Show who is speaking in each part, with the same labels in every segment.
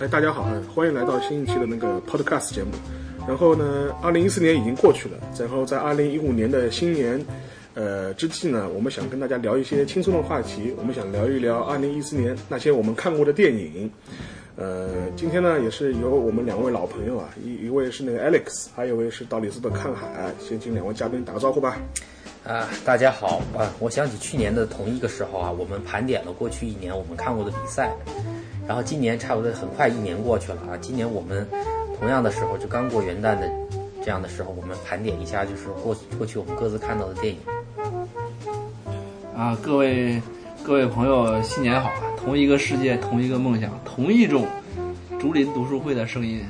Speaker 1: 哎，大家好，欢迎来到新一期的那个 Podcast 节目。然后呢，二零一四年已经过去了，然后在二零一五年的新年，呃之际呢，我们想跟大家聊一些轻松的话题，我们想聊一聊二零一四年那些我们看过的电影。呃，今天呢，也是由我们两位老朋友啊，一一位是那个 Alex，还有一位是到里斯本看海，先请两位嘉宾打个招呼吧。
Speaker 2: 啊，大家好啊！我想起去年的同一个时候啊，我们盘点了过去一年我们看过的比赛，然后今年差不多很快一年过去了啊。今年我们同样的时候，就刚过元旦的这样的时候，我们盘点一下，就是过过去我们各自看到的电影。
Speaker 3: 啊，各位各位朋友，新年好啊！同一个世界，同一个梦想，同一种竹林读书会的声音，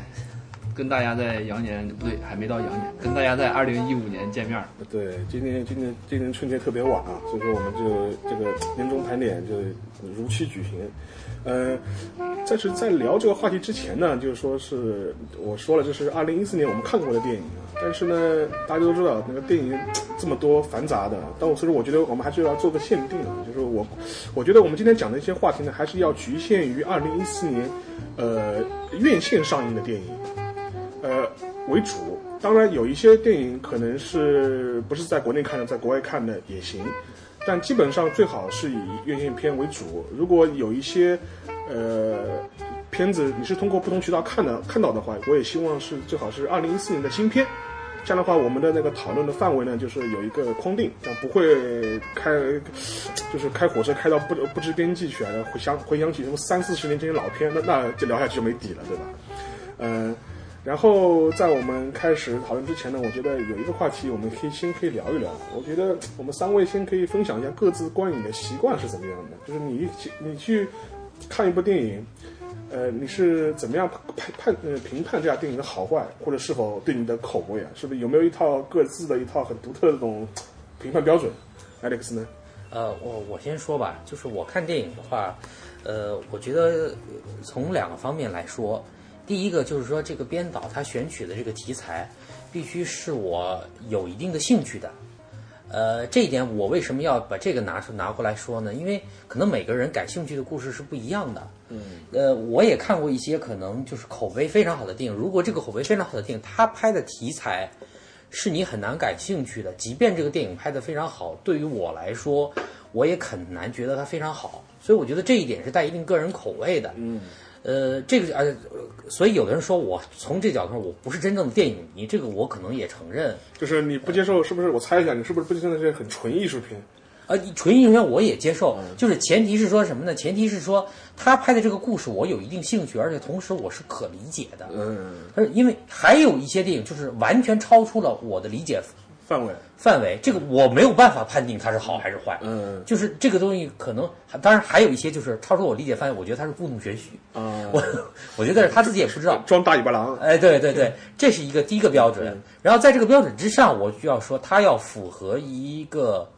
Speaker 3: 跟大家在羊年不对，还没到羊年，跟大家在二零一五年见面了。
Speaker 1: 对，今年今年今年春节特别晚啊，所以说我们就这个年终盘点就如期举行。呃，但是在聊这个话题之前呢，就是说是我说了，这是二零一四年我们看过的电影啊。但是呢，大家都知道那个电影这么多繁杂的，但我所以说我觉得我们还是要做个限定啊，就是我我觉得我们今天讲的一些话题呢，还是要局限于二零一四年呃院线上映的电影呃为主。当然，有一些电影可能是不是在国内看的，在国外看的也行，但基本上最好是以院线片为主。如果有一些，呃，片子你是通过不同渠道看的看到的话，我也希望是最好是二零一四年的新片。这样的话，我们的那个讨论的范围呢，就是有一个框定，但不会开，就是开火车开到不不知边际去啊，回想回想起什么三四十年前的老片，那那这聊下去就没底了，对吧？嗯、然后在我们开始讨论之前呢，我觉得有一个话题，我们可以先可以聊一聊。我觉得我们三位先可以分享一下各自观影的习惯是怎么样的，就是你你去看一部电影，呃，你是怎么样判判呃评判这家电影的好坏，或者是否对你的口味啊，是不是有没有一套各自的一套很独特的这种评判标准？Alex 呢？
Speaker 2: 呃，我我先说吧，就是我看电影的话，呃，我觉得呃从两个方面来说，第一个就是说这个编导他选取的这个题材，必须是我有一定的兴趣的。呃，这一点我为什么要把这个拿出拿过来说呢？因为可能每个人感兴趣的故事是不一样的。嗯，呃，我也看过一些可能就是口碑非常好的电影，如果这个口碑非常好的电影，它拍的题材，是你很难感兴趣的。即便这个电影拍得非常好，对于我来说，我也很难觉得它非常好。所以我觉得这一点是带一定个人口味的。嗯，呃，这个呃，所以有的人说我从这角度上我不是真正的电影迷，这个我可能也承认。
Speaker 1: 就是你不接受，是不是？我猜一下，你是不是不接受那些很纯艺术片？
Speaker 2: 呃，纯艺术片我也接受，就是前提是说什么呢？前提是说他拍的这个故事我有一定兴趣，而且同时我是可理解的。
Speaker 1: 嗯，
Speaker 2: 而因为还有一些电影就是完全超出了我的理解
Speaker 1: 范围。
Speaker 2: 范围，这个我没有办法判定它是好还是坏。
Speaker 1: 嗯
Speaker 2: 就是这个东西可能，当然还有一些就是超出我理解范围，我觉得他是故弄玄虚。
Speaker 1: 啊，
Speaker 2: 我我觉得是他自己也不知道，
Speaker 1: 装大尾巴狼。
Speaker 2: 哎，对对对，这是一个第一个标准。然后在这个标准之上，我就要说它要符合一个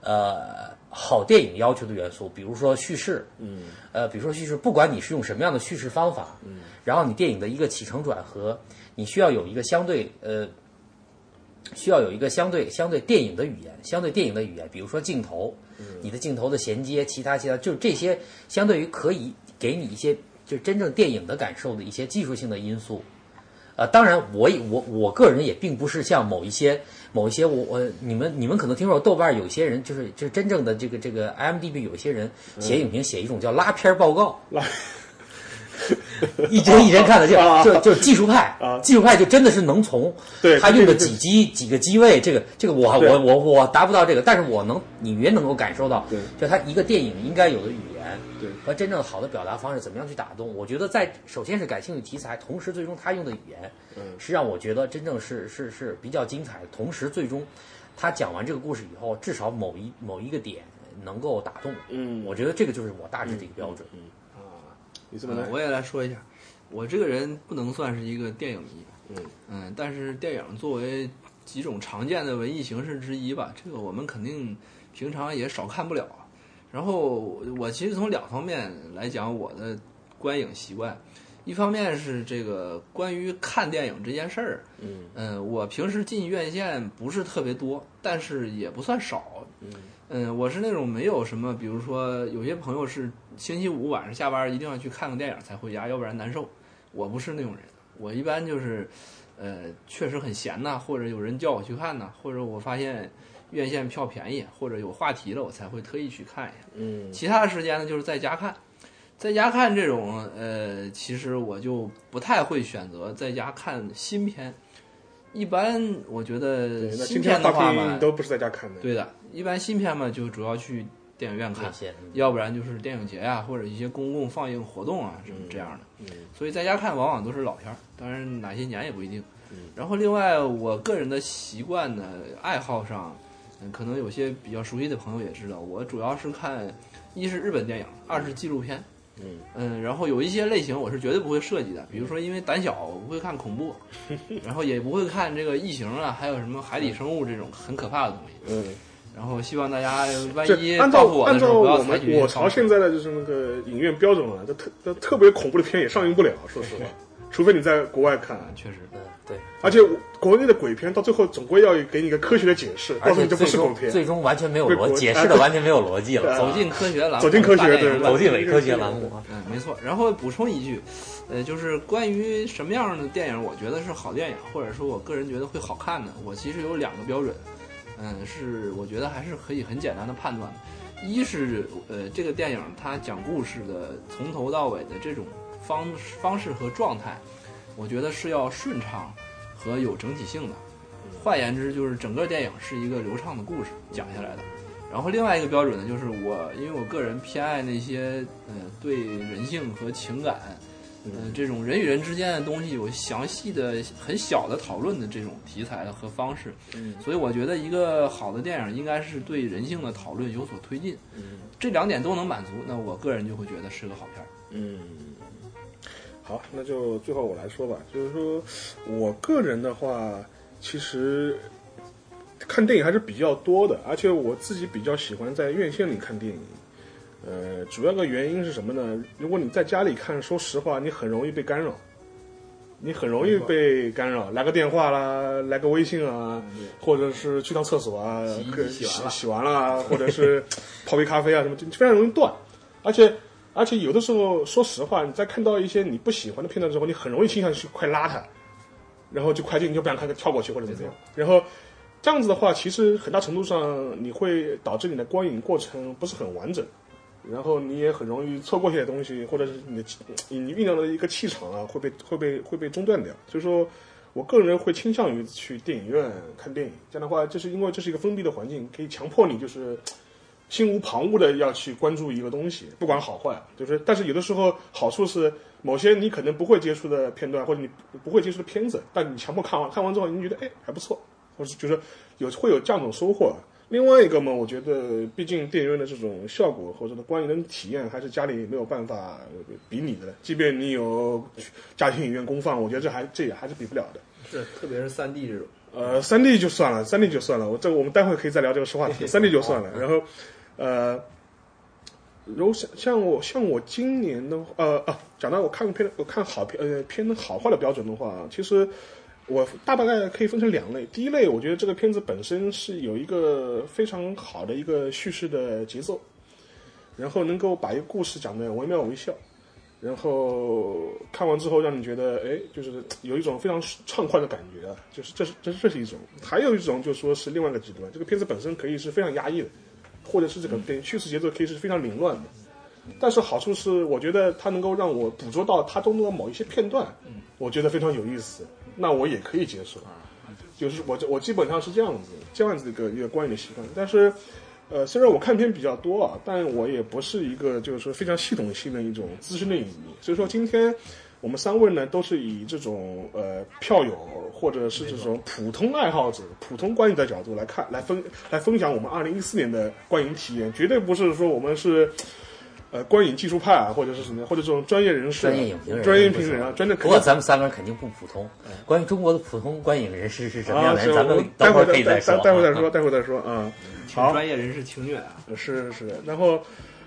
Speaker 2: 呃好电影要求的元素，比如说叙事，嗯，呃，比如说叙事，不管你是用什么样的叙事方法，嗯，然后你电影的一个起承转合，你需要有一个相对呃。需要有一个相对相对电影的语言，相对电影的语言，比如说镜头，你的镜头的衔接，其他其他，就是这些相对于可以给你一些就真正电影的感受的一些技术性的因素。呃，当然我，也我我个人也并不是像某一些某一些我我你们你们可能听说豆瓣儿有些人就是就是真正的这个这个 IMDB 有些人写影评写一种叫拉片儿报告，
Speaker 1: 拉
Speaker 2: 一帧一帧看的就
Speaker 1: 啊
Speaker 2: 就就技术派
Speaker 1: 啊
Speaker 2: 技术派就真的是能从
Speaker 1: 对
Speaker 2: 他用
Speaker 1: 这
Speaker 2: 的
Speaker 1: 个是
Speaker 2: 几机几个机位，这个这个我
Speaker 1: 对啊
Speaker 2: 我我我达不到这个，但是我能隐约能够感受到
Speaker 1: 对，
Speaker 2: 就他一个电影应该有的语言。
Speaker 1: 对
Speaker 2: 和真正好的表达方式怎么样去打动？我觉得在首先是感兴趣题材，同时最终他用的语言，是让我觉得真正是是是比较精彩的。同时最终他讲完这个故事以后，至少某一某一个点能够打动我。
Speaker 1: 嗯
Speaker 2: 我觉得这个就是我大致的一个标准。
Speaker 1: 啊你怎么
Speaker 3: 嗯
Speaker 1: 来？
Speaker 3: 我也来说一下，我这个人不能算是一个电影迷，
Speaker 1: 嗯
Speaker 3: 嗯，但是电影作为几种常见的文艺形式之一吧，这个我们肯定平常也少看不了。啊然后我其实从两方面来讲我的观影习惯，一方面是这个关于看电影这件事儿，
Speaker 1: 嗯
Speaker 3: 嗯，我平时进院线不是特别多，但是也不算少。
Speaker 1: 嗯
Speaker 3: 嗯，我是那种没有什么，比如说有些朋友是星期五晚上下班一定要去看个电影才回家，要不然难受。我不是那种人，我一般就是，呃，确实很闲呐，或者有人叫我去看呐，或者我发现院线票便宜，或者有话题了，我才会特意去看一下。
Speaker 1: 嗯
Speaker 3: 其他的时间呢，就是在家看。在家看这种，呃，其实我就不太会选择在家看新片。一般我觉
Speaker 1: 对
Speaker 3: 得
Speaker 1: 那
Speaker 3: 新
Speaker 1: 今天
Speaker 3: 片的
Speaker 1: 大
Speaker 3: 话
Speaker 1: 电
Speaker 3: 嘛
Speaker 1: 影，都不是在家看的，
Speaker 3: 对的，一般新片嘛就主要去电影
Speaker 1: 嗯
Speaker 3: 院看
Speaker 2: 那，些
Speaker 3: 要不然就是电影节啊，或者一些公共放映活动啊什么这样的。
Speaker 1: 嗯
Speaker 3: 所以在家看往往都是老片儿，当然哪些年也不一定
Speaker 1: 嗯。
Speaker 3: 然后另外，我个人的习惯呢，爱好上，嗯，可能有些比较熟悉的朋友也知道，我主要是看，一是日本电影，二是纪录片。
Speaker 1: 嗯
Speaker 3: 嗯，然后有一些类型我是绝对不会涉及的，比如说因为胆小，我不会看 恐怖，然后也不会看这个异形啊，还有什么海底生物这种很可怕的东西。
Speaker 1: 嗯。
Speaker 3: 然后希望大家万一
Speaker 1: 这按照
Speaker 3: 报复我
Speaker 1: 按
Speaker 3: 的时
Speaker 1: 照
Speaker 3: 候不要
Speaker 1: 我
Speaker 3: 采
Speaker 1: 们
Speaker 3: 取这
Speaker 1: 我
Speaker 3: 种
Speaker 1: 朝
Speaker 3: 方式
Speaker 1: 现在的就是那个影院标准啊，这特这特别恐怖的片也上映不了，说实话，
Speaker 3: 嗯
Speaker 1: 除非你在国外看。啊
Speaker 3: 嗯确实，
Speaker 2: 嗯，对，
Speaker 1: 而且我国内的鬼片到最后总归要给你一个科学的解释，告
Speaker 2: 而
Speaker 1: 诉
Speaker 2: 且
Speaker 1: 你这不
Speaker 2: 最
Speaker 1: 是鬼
Speaker 2: 终
Speaker 1: 片。
Speaker 2: 最终完全没有
Speaker 1: 为国
Speaker 2: 逻，解释的完全没有逻辑
Speaker 1: 对
Speaker 2: 了，
Speaker 1: 啊
Speaker 2: 走
Speaker 3: 走进科学栏目，
Speaker 1: 走进科学
Speaker 3: 大概也
Speaker 1: 对啊
Speaker 3: 是
Speaker 2: 走进伪科学栏目啊。
Speaker 3: 嗯，没错。然后补充一句，呃，就是关于什么样的电影，我觉得是好电影，或者说我个人觉得会好看的，我其实有两个标准，嗯，是我觉得还是可以很简单的判断的。一是呃，这个电影它讲故事的从头到尾的这种方方式和状态，我觉得是要顺畅和有整体性的。换言之，就是整个电影是一个流畅的故事讲下来的。然后另外一个标准呢，就是我因为我个人偏爱那些呃对人性和情感，嗯、这种人与人之间的东西有详细的、很小的讨论的这种题材的和方式，
Speaker 1: 嗯
Speaker 3: 所以我觉得一个好的电影应该是对人性的讨论有所推进，
Speaker 1: 嗯
Speaker 3: 这两点都能满足，那我个人就会觉得是个好片儿。
Speaker 1: 嗯，好，那就最后我来说吧，就是说我个人的话，其实看电影还是比较多的，而且我自己比较喜欢在院线里看电影。呃，主要的原因是什么呢？如果你在家里看，说实话，你很容易被干扰，你很容易被干扰，来个电话啦，来个微信啊，或者是去趟厕所啊，
Speaker 3: 嗯洗衣机
Speaker 1: 可
Speaker 3: 洗完
Speaker 1: 洗
Speaker 3: 了
Speaker 1: 洗完了啊，或者 是泡杯咖啡啊什么，就非常容易断。而且而且有的时候，说实话，你在看到一些你不喜欢的片段之后，你很容易倾向去快拉它，然后就快进，你就不想看，就跳过去或者怎么样。然后这样子的话，其实很大程度上你会导致你的观影过程不是很完整，然后你也很容易错过一些东西，或者是你的气你你酝酿的一个气场啊，会被会被会被中断掉。所以说。我个人会倾向于去电影院看电影，这样的话，就是因为这是一个封闭的环境，可以强迫你就是心无旁骛的要去关注一个东西，不管好坏啊，就是但是有的时候好处是某些你可能不会接触的片段，或者你不会接触的片子，但你强迫看完，看完之后你觉得哎还不错，或是就是有会有这样一种收获啊。另外一个嘛，我觉得毕竟电影院的这种效果或者说观影的体验，还是家里没有办法比拟的。即便你有家庭影院公放，我觉得这还这也还是比不了的。
Speaker 3: 是，特别是三 D 这种，
Speaker 1: 呃，三 D 就算了，三 D 就算了，我这我们待会儿可以再聊这个说话题，三 D 就算了。然后，呃，如果像像我像我今年的话呃啊，讲到我看片我看好片呃片好坏的标准的话，其实我大大概可以分成两类。第一类，我觉得这个片子本身是有一个非常好的一个叙事的节奏，然后能够把一个故事讲得惟妙惟肖。然后看完之后，让你觉得，哎，就是有一种非常畅快的感觉啊，就是这是这是这是一种，还有一种就说是另外一个极端，这个片子本身可以是非常压抑的，或者是这个对叙事节奏可以是非常凌乱的，但是好处是，我觉得它能够让我捕捉到它中的某一些片段，我觉得非常有意思，那我也可以接受，
Speaker 2: 啊
Speaker 1: 就是我我基本上是这样子这样子的一个一个观影的习惯，但是。呃，虽然我看片比较多啊，但我也不是一个就是说非常系统性的一种资深的影迷，所以说今天我们三位呢都是以这种呃票友或者是这种普通爱好者、普通观影的角度来看、来分、来分享我们二零一四年的观影体验，绝对不是说我们是。呃，观影技术派啊，或者是什么样，或者这种专业人士啊、
Speaker 2: 专业影评人
Speaker 1: 专业影评人啊，专业
Speaker 2: 不
Speaker 1: 肯
Speaker 2: 过
Speaker 1: 定嗯
Speaker 2: 咱们三个人肯定不普通。关于中国的普通观影人士是什么样
Speaker 1: 啊，
Speaker 2: 的
Speaker 1: 是
Speaker 2: 人，咱们
Speaker 1: 我待
Speaker 2: 等
Speaker 1: 会
Speaker 2: 会
Speaker 1: 儿
Speaker 2: 儿可以
Speaker 1: 再
Speaker 2: 说
Speaker 1: 待
Speaker 2: 啊。
Speaker 1: 待会儿再说，待会儿再说啊。
Speaker 3: 挺
Speaker 1: 好
Speaker 3: 专业人士情虐啊，
Speaker 1: 是是是，然后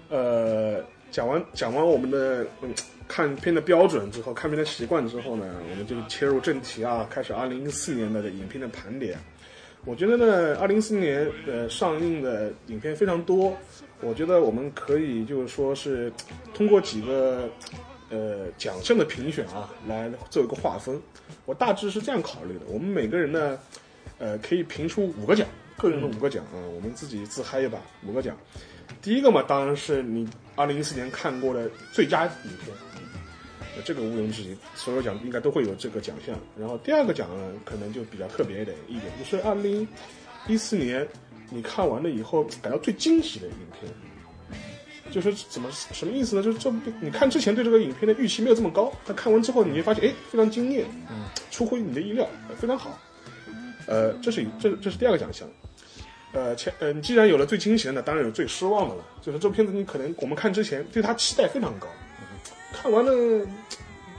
Speaker 1: 呃，讲完讲完我们的、嗯、看片的标准之后，看片的习惯之后呢，我们就切入正题啊，开始二零一四年的影片的盘点。我觉得呢，二零一四年呃上映的影片非常多，我觉得我们可以就是说是通过几个呃奖项的评选啊，来做一个划分。我大致是这样考虑的，我们每个人呢，呃，可以评出五个奖，个人的五个奖啊，我们自己自嗨一把，五个奖。第一个嘛，当然是你二零一四年看过的最佳影片，呃这个毋庸置疑，所有奖应该都会有这个奖项。然后第二个奖呢，可能就比较特别一点，一点就是二零一四年你看完了以后感到最惊喜的影片。就是怎么什么意思呢？就是这你看之前对这个影片的预期没有这么高，但看完之后你会发现，哎，非常惊艳，嗯，出乎你的意料，呃非常好。呃，这是一这这是第二个奖项。呃，前呃，你既然有了最惊喜的，当然有最失望的了。就是这片子，你可能我们看之前对它期待非常高，看完了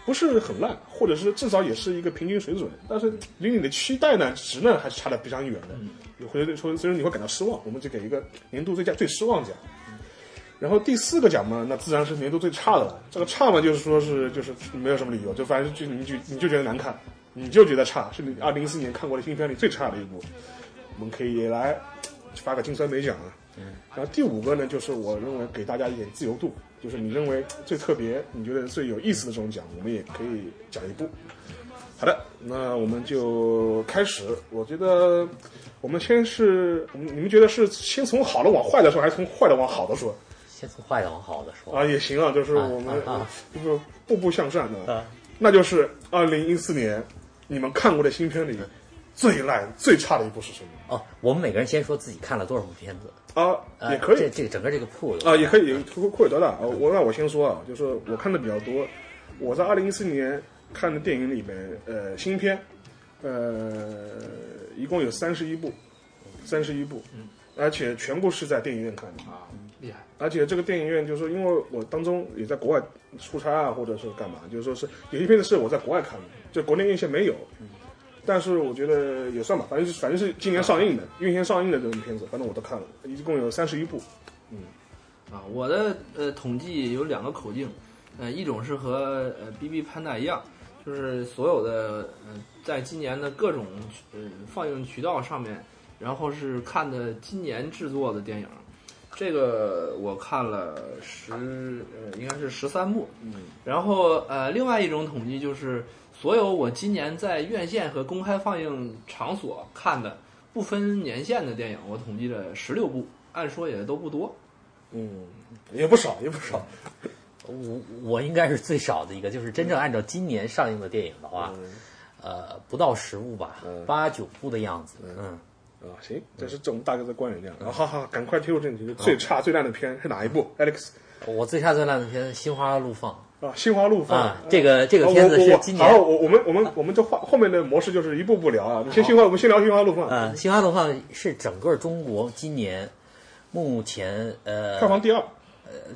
Speaker 1: 不是很烂，或者是至少也是一个平均水准，但是离你的期待呢值呢还是差得非常远的。你会说，所以说你会感到失望。我们就给一个年度最佳最失望奖。然后第四个奖嘛，那自然是年度最差的了。这个差嘛，就是说是就是没有什么理由，就反正就你就你就觉得难看，你就觉得差，是你二零一四年看过的新片里最差的一部。我们可以来发个金酸梅奖啊。然后第五个呢，就是我认为给大家一点自由度，就是你认为最特别、你觉得最有意思的这种奖，我们也可以讲一部。好的，那我们就开始。我觉得我们先是，我们你们觉得是先从好的往坏的说，还是从坏的往好的说？
Speaker 2: 先从坏的往好的说，
Speaker 1: 啊，也行啊，就是我们、
Speaker 2: 啊啊
Speaker 1: 就是步步向善的，
Speaker 2: 啊
Speaker 1: 那就是二零一四年你们看过的新片里
Speaker 2: 嗯
Speaker 1: 最烂、最差的一部是什么？
Speaker 2: 哦，我们每个人先说自己看了多少部片子，
Speaker 1: 啊，
Speaker 2: 呃
Speaker 1: 也可以
Speaker 2: 这这个整个这个铺
Speaker 1: 啊，也可以扩扩多大？啊我那我先说啊，就是我看的比较多，我在二零一四年看的电影里面，呃，新片，呃，一共有三十一部，三十一部，
Speaker 2: 嗯
Speaker 1: 而且全部是在电影院看的。
Speaker 3: 啊，厉害，
Speaker 1: 而且这个电影院就是因为我当中也在国外出差啊，或者是干嘛，就是说是有些片子是我在国外看的，就国内院线没有。但是我觉得也算吧，反正是反正是今年上映的，院线上映的这种片子，反正我都看了，一共有三十一部。
Speaker 3: 啊，我的呃统计有两个口径，呃，一种是和呃 B B 潘达一样，就是所有的呃在今年的各种呃放映渠道上面，然后是看的今年制作的电影，这个我看了十呃应该是十三部，嗯，然后呃另外一种统计就是所有我今年在院线和公开放映场所看的不分年限的电影，我统计了十六部，按说也都不多。
Speaker 1: 嗯，也不少，也不少。
Speaker 2: 我我应该是最少的一个，就是真正按照今年上映的电影的话，
Speaker 1: 嗯
Speaker 2: 呃，不到十部吧，八九部的样子。嗯，
Speaker 1: 啊，行，这是这种大概的观点这样。啊，好好，赶快切入正题，最差最烂的片是哪一部？Alex
Speaker 2: 嗯我最差最烂的片《心花怒放
Speaker 1: 啊，《心花怒》放》
Speaker 2: 啊，这个这个
Speaker 1: 啊
Speaker 2: 片子
Speaker 1: 我
Speaker 2: 是
Speaker 1: 我
Speaker 2: 今
Speaker 1: 我好，
Speaker 2: 年。
Speaker 1: 我我们我们我们这后后面的模式就是一步步聊啊。你先心花，我们先聊《心花怒放》，
Speaker 2: 呃，《心花怒放》是整个中国今年目前呃
Speaker 1: 票房第二。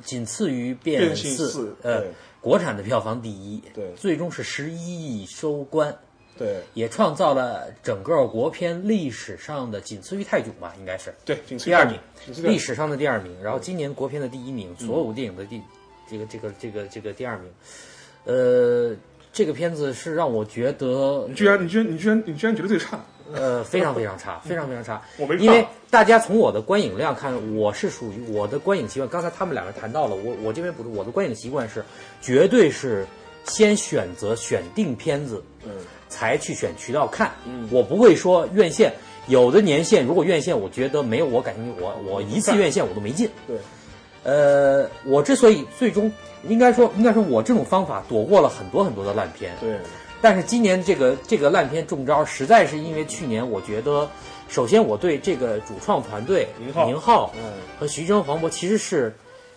Speaker 2: 仅次于《变
Speaker 1: 变性四
Speaker 2: 呃
Speaker 1: 对，
Speaker 2: 国产的票房第一，
Speaker 1: 对
Speaker 2: 最终是十一亿收官，
Speaker 1: 对
Speaker 2: 也创造了整个国片历史上的仅次于泰囧吧，应该是
Speaker 1: 对，仅次于
Speaker 2: 第二名
Speaker 1: 仅，次于
Speaker 2: 历史上的第二名。然后今年国片的第一名，所
Speaker 1: 嗯
Speaker 2: 有电影的第这个这个这个这个第二名，呃，这个片子是让我觉得
Speaker 1: 你居然，你居然，你居然，你居然觉得最差？
Speaker 2: 呃，非常非 常差，非常非常差。
Speaker 1: 我没看
Speaker 2: 因为大家从我的观影量看，我是属于我的观影习惯。刚才他们两个谈到了，我我这边补充，我的观影习惯是，绝对是先选择选定片子，
Speaker 1: 嗯，
Speaker 2: 才去选渠道看。嗯，我不会说院线，有的年限如果院线我觉得没有我感兴趣，我我一次院线我都没进。
Speaker 1: 对，
Speaker 2: 呃，我之所以最终应该说，应该说我这种方法躲过了很多很多的烂片。
Speaker 1: 对，
Speaker 2: 但是今年这个这个烂片中招，实在是因为去年我觉得，首先我对这个主创团队
Speaker 1: 宁浩
Speaker 2: 宁浩
Speaker 1: 嗯
Speaker 2: 和徐峥、黄渤其实是，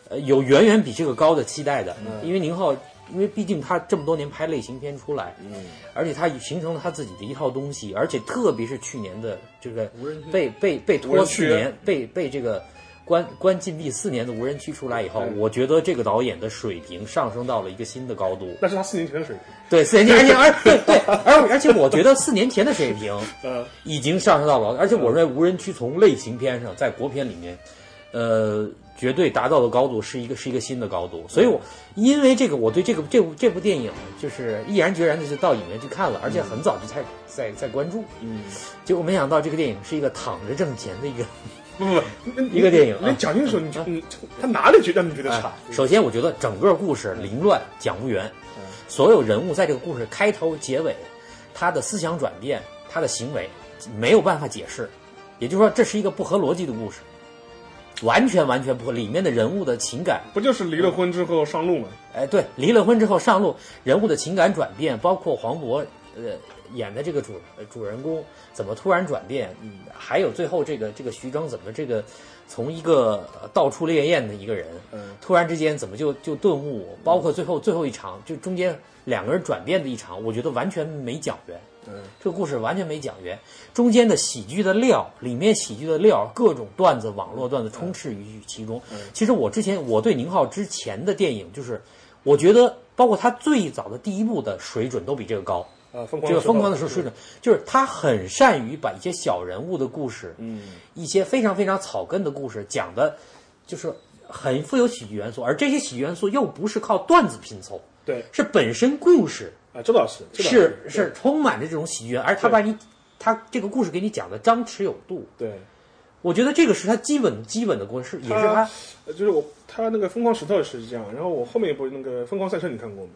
Speaker 2: 呃，有远远比这个高的期待的，
Speaker 1: 嗯
Speaker 2: 因为宁浩。因为毕竟他这么多年拍类型片出来，嗯，而且他形成了他自己的一套东西，而且特别是去年的这个被被被
Speaker 1: 无
Speaker 2: 拖
Speaker 1: 人
Speaker 2: 四
Speaker 1: 区
Speaker 2: 年，被被这个关关禁闭四年的无人区出来以后，我觉得这个导演的水平上升到了一个新的高度。
Speaker 1: 那是他四年前的水平。
Speaker 2: 对，四年前，而且而 对对，而而且我觉得四年前的水平
Speaker 1: 呃，
Speaker 2: 已经上升到了，而且我认为无人区从类型片上，在国片里面呃，绝对达到的高度是一个是一个新的高度。所以我因为这个，我对这个这部这部电影就是毅然决然的就到影院去看了，而且很早就在在在关注。
Speaker 1: 嗯，
Speaker 2: 结果没想到这个电影是一个躺着挣钱的一个。
Speaker 1: 不不不，
Speaker 2: 一个电影啊
Speaker 1: 那你讲清楚，你就你他哪里觉得让你觉得
Speaker 2: 哎
Speaker 1: 差？
Speaker 2: 首先，我觉得整个故事凌乱，讲不圆
Speaker 1: 嗯。
Speaker 2: 所有人物在这个故事开头、结尾，他的思想转变、他的行为没有办法解释，也就是说，这是一个不合逻辑的故事，完全完全不合。里面的人物的情感，
Speaker 1: 不就是离了婚之后上路吗？
Speaker 2: 哎，对，离了婚之后上路，人物的情感转变，包括黄渤呃演的这个主呃主人公怎么突然转变，嗯，还有最后这个这个徐峥怎么这个从一个呃到处烈焰的一个人，
Speaker 1: 嗯，
Speaker 2: 突然之间怎么就就顿悟，包括最后最后一场，就中间两个人转变的一场，我觉得完全没讲圆。
Speaker 1: 嗯，
Speaker 2: 这个故事完全没讲圆，中间的喜剧的料，里面喜剧的料，各种段子、网络段子充斥于其中。其实我之前我对宁浩之前的电影，就是我觉得包括他最早的第一部的水准都比这个高。
Speaker 1: 啊，疯狂
Speaker 2: 这个疯狂的
Speaker 1: 的
Speaker 2: 时候水准，就是他很善于把一些小人物的故事，嗯，一些非常非常草根的故事讲的，就是很富有喜剧元素，而这些喜剧元素又不是靠段子拼凑，
Speaker 1: 对
Speaker 2: 是本身故事
Speaker 1: 啊，这倒是，这倒
Speaker 2: 是
Speaker 1: 是
Speaker 2: 是充满着这种喜剧元素，而他把你他这个故事给你讲的张弛有度，
Speaker 1: 对，对
Speaker 2: 我觉得这个是他基本基本的故事，也是他
Speaker 1: 呃就是我他那个疯狂石头也是这样，然后我后面一部那个疯狂赛车你看过吗？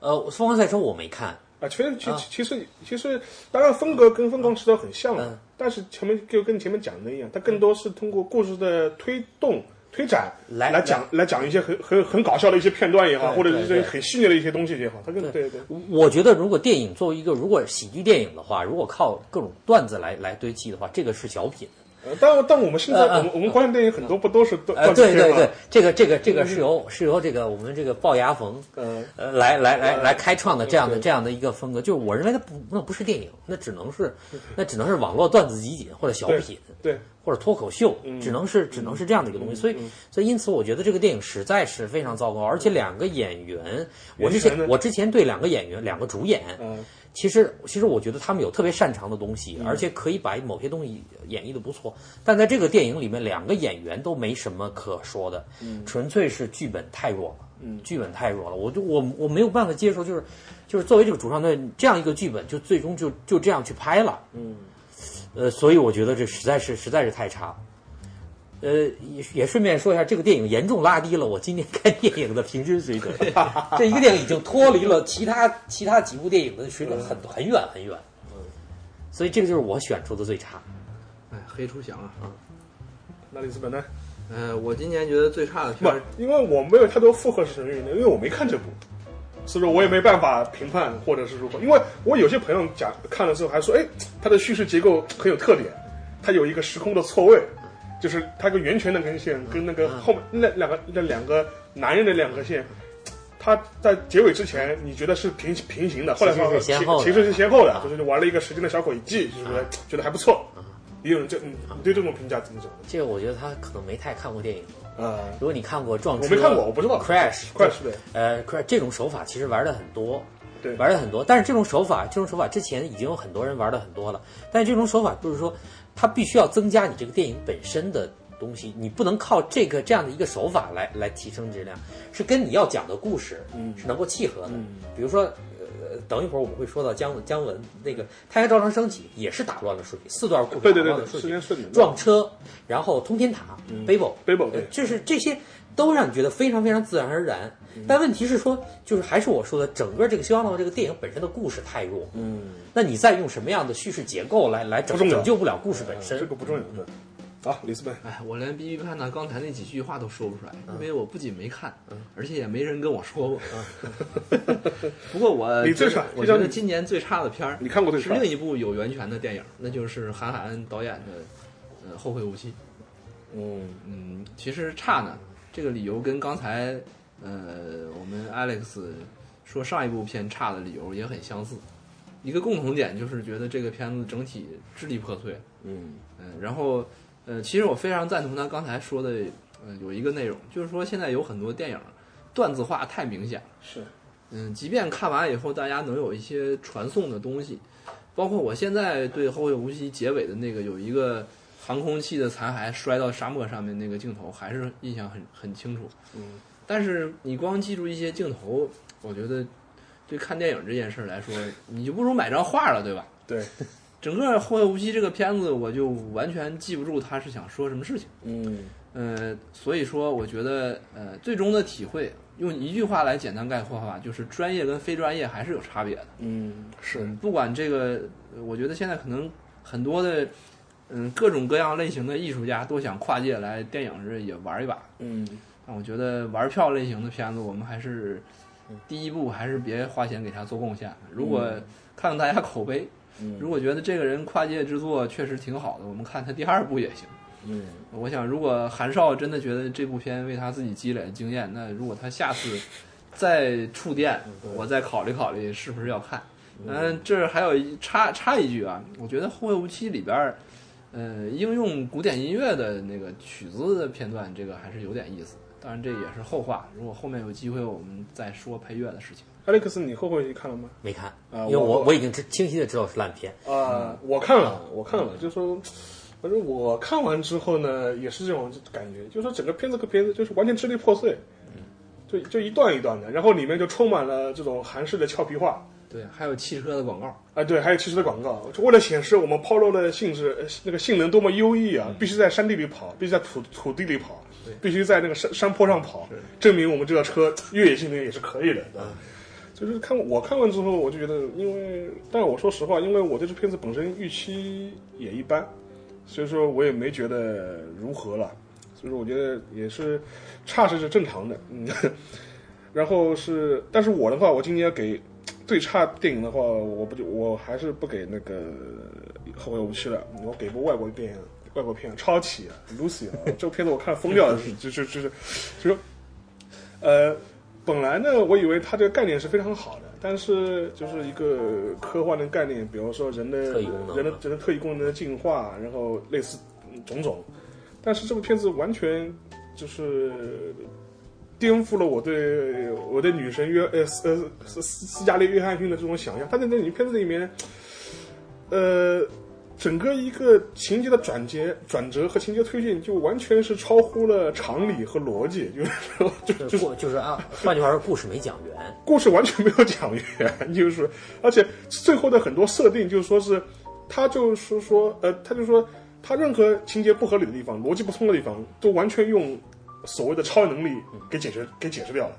Speaker 2: 呃《疯狂赛车》我没看，
Speaker 1: 啊，其实其其实其实，当然风格跟疯狂石头很像了，
Speaker 2: 嗯
Speaker 1: 但是前面就跟前面讲的一样，它更多是通过故事的推动。推展
Speaker 2: 来
Speaker 1: 来讲来讲一些很很很搞笑的一些片段也好，
Speaker 2: 对
Speaker 1: 或者是一
Speaker 2: 对
Speaker 1: 些
Speaker 2: 对
Speaker 1: 很细腻的一些东西也好，它跟对对
Speaker 2: 我觉得，如果电影作为一个如果喜剧电影的话，如果靠各种段子来来堆砌的话，这个是小品。
Speaker 1: 呃但但我们现在
Speaker 2: 呃呃
Speaker 1: 我们我们观看电影很多不都是段
Speaker 2: 呃，
Speaker 1: 段子
Speaker 2: 对
Speaker 1: 片嗯
Speaker 2: 对
Speaker 1: 吗
Speaker 2: 对？，这个这个这个是由是由这个我们这个龅牙冯
Speaker 1: 嗯，
Speaker 2: 呃来来来
Speaker 1: 呃
Speaker 2: 来开创的这样的
Speaker 1: 对
Speaker 2: 这样的一个风格，就是我认为它不那不是电影，那只能是那只能是网络段子集锦或者小品
Speaker 1: 对，
Speaker 2: 或者脱口秀，只能是只能是这样的一个东西。所以所以因此，我觉得这个电影实在是非常糟糕，而且两个嗯演员，我之
Speaker 1: 袁泉呢
Speaker 2: 前我之前对两个演员两个主演，
Speaker 1: 嗯
Speaker 2: 其实，其实我觉得他们有特别擅长的东西，而且可以把某些东西演绎的不错。但在这个电影里面，两个演员都没什么可说的，纯粹是剧本太弱了。嗯，剧本太弱了，我就我我没有办法接受，就是就是作为这个主创队这样一个剧本，就最终就就这样去拍了。
Speaker 1: 嗯，
Speaker 2: 呃，所以我觉得这实在是实在是太差了。呃，也也顺便说一下，这个电影严重拉低了我今年看电影的平均 水准。这一个电影已经脱离了其他其他几部电影的水准很很远很远。
Speaker 1: 嗯
Speaker 2: 所以这个就是我选出的最差。
Speaker 3: 哎，黑出翔啊！
Speaker 1: 那里斯本呢？
Speaker 3: 呃，我今年觉得最差的片
Speaker 1: 不
Speaker 3: 儿，，
Speaker 1: 因为我没有太多复合神韵的，因为我没看这部，所以说我也没办法评判或者是如何。因为我有些朋友讲看了之后还说，哎，它的叙事结构很有特点，它有一个时空的错位，就是它跟源泉那根线跟那个
Speaker 2: 嗯
Speaker 1: 后面那两个那两个男人的两个线。它在结尾之前，你觉得是平平行的，后来
Speaker 2: 其实
Speaker 1: 发
Speaker 2: 是
Speaker 1: 现
Speaker 2: 先后的
Speaker 1: 其实是先后的
Speaker 2: 啊，
Speaker 1: 就是玩了一个时间的小诡计，就是觉得觉得还不错。也有人这，嗯你对这种评价怎么讲？
Speaker 2: 这个我觉得他可能没太看过电影。
Speaker 1: 呃，
Speaker 2: 如果你看过《撞车》，
Speaker 1: 我没看过我不知道
Speaker 2: Crash
Speaker 1: 快是的，
Speaker 2: 呃，Crash 这种手法其实玩的很多，
Speaker 1: 对
Speaker 2: 玩的很多。但是这种手法，这种手法之前已经有很多人玩的很多了。但是这种手法就是说，它必须要增加你这个电影本身的东西，你不能靠这个这样的一个手法来来提升质量，是跟你要讲的故事
Speaker 1: 嗯
Speaker 2: 是能够契合的。比如说，呃，等一会儿我们会说到姜姜文那个《太阳照常升起》也是打乱了顺序，四段故事
Speaker 1: 对
Speaker 2: 打
Speaker 1: 对对
Speaker 2: 乱了
Speaker 1: 对，
Speaker 2: 顺
Speaker 1: 时
Speaker 2: 序。
Speaker 1: 间顺的
Speaker 2: 撞车，然后通天塔、背包、
Speaker 1: 背包嗯对
Speaker 2: 呃就是这些都让你觉得非常非常自然而然。
Speaker 1: 嗯
Speaker 2: 但问题是说，就是还是我说的，整个这个《肖邦的这个电影本身的故事太弱，嗯，那你再用什么样的叙事结构来来拯
Speaker 1: 不重要嗯
Speaker 2: 拯救不了故事本身
Speaker 1: 这？个不重要的。好，里斯本，
Speaker 3: 哎，我连 B B 潘娜刚才那几句话都说不出来，
Speaker 1: 嗯
Speaker 3: 因为我不仅没看，而且也没人跟我说过。 不过我
Speaker 1: 嗯你
Speaker 3: 觉
Speaker 1: 最
Speaker 3: 得
Speaker 1: 差你
Speaker 3: 我觉
Speaker 1: 让
Speaker 3: 得
Speaker 1: 你
Speaker 3: 今年最差的片儿
Speaker 1: 你看过最
Speaker 3: 是
Speaker 1: 差
Speaker 3: 另一部有源泉的电影，那就是韩寒导演的呃《后会无期》。
Speaker 1: 嗯，
Speaker 3: 嗯，其实差呢，这个理由跟刚才呃我们 Alex 说上一部片差的理由也很相似，一个共同点就是觉得这个片子整体支离破碎。
Speaker 1: 嗯
Speaker 3: 嗯，然后呃，其实我非常赞同他刚才说的，呃，有一个内容，就是说现在有很多电影段子化太明显了。
Speaker 1: 是，
Speaker 3: 嗯，即便看完以后大家能有一些传送的东西，包括我现在对《后会无期》结尾的那个有一个航空器的残骸摔到沙漠上面那个镜头，还是印象很很清楚。
Speaker 1: 嗯，
Speaker 3: 但是你光记住一些镜头，我觉得对看电影这件事儿来说，你就不如买张画了，对吧？
Speaker 1: 对，
Speaker 3: 整个《后会无期》这个片子，我就完全记不住他是想说什么事情。
Speaker 1: 嗯
Speaker 3: 呃，所以说，我觉得呃，最终的体会，用一句话来简单概括的话，就是专业跟非专业还是有差别的。
Speaker 1: 嗯，是，
Speaker 3: 嗯，不管这个，呃我觉得现在可能很多的，嗯，各种各样类型的艺术家都想跨界来电影这也玩一把。
Speaker 1: 嗯
Speaker 3: 但我觉得玩票类型的片子，我们还是第一步还是别花钱给他做贡献。如果看看大家口碑，
Speaker 1: 嗯
Speaker 3: 如果觉得这个人跨界制作确实挺好的，我们看他第二部也行。
Speaker 1: 嗯
Speaker 3: 我想，如果韩少真的觉得这部片为他自己积累了经验，那如果他下次再触电，我再考虑考虑是不是要看。嗯，这儿还有一插插一句啊，我觉得《后会无期》里边儿，呃，应用古典音乐的那个曲子的片段，这个还是有点意思。当然，这也是后话，如果后面有机会，我们再说配乐的事情。
Speaker 1: ，Alex，你后悔你看了吗？
Speaker 2: 没看，
Speaker 1: 啊
Speaker 2: 因为
Speaker 1: 我
Speaker 2: 我我已经知清晰的知道是烂片。
Speaker 1: 啊、我看了，我看了，就说，反正我看完之后呢，也是这种感觉，就说整个片子和片子就是完全支离破碎，就就一段一段的，然后里面就充满了这种韩式的俏皮话。
Speaker 3: 对，还有汽车的广告，
Speaker 1: 啊，对，还有汽车的广告，就为了显示我们抛肉的性质，呃那个性能多么优异啊！必须在山地里跑，必须在土土地里跑，必须在那个山山坡上跑，证明我们这个车越野性能也是可以的。啊， 就是看我看完之后，我就觉得，因为，但我说实话，因为我对这片子本身预期也一般，所以说我也没觉得如何了，所以说我觉得也是差是是正常的，嗯。然后是，但是我的话，我今年要给最差电影的话，我不就我还是不给那个《后会无期》了，我给部外国电影。外国片超起啊，Lucy 啊，这个片子我看疯掉了，就就就是，就是，呃，本来呢，我以为它这个概念是非常好的，但是就是一个科幻的概念，比如说人的
Speaker 2: 特异功能
Speaker 1: 人的人的特异功能的进化，然后类似嗯种种，但是这部片子完全就是颠覆了我对我对女神约呃斯呃斯斯斯嘉丽约翰逊的这种想象。她在那影片子里面，呃，整个一个情节的转折、转折和情节推进，就完全是超乎了常理和逻辑，就是说，就
Speaker 2: 就是
Speaker 1: 就
Speaker 2: 故就是啊，换句话说，故事没讲圆。
Speaker 1: 故事完全没有讲圆，就是说，而且最后的很多设定就是说是，他就是说，呃，他就说他任何情节不合理的地方、逻辑不通的地方，都完全用所谓的超能力给解决给解释掉了。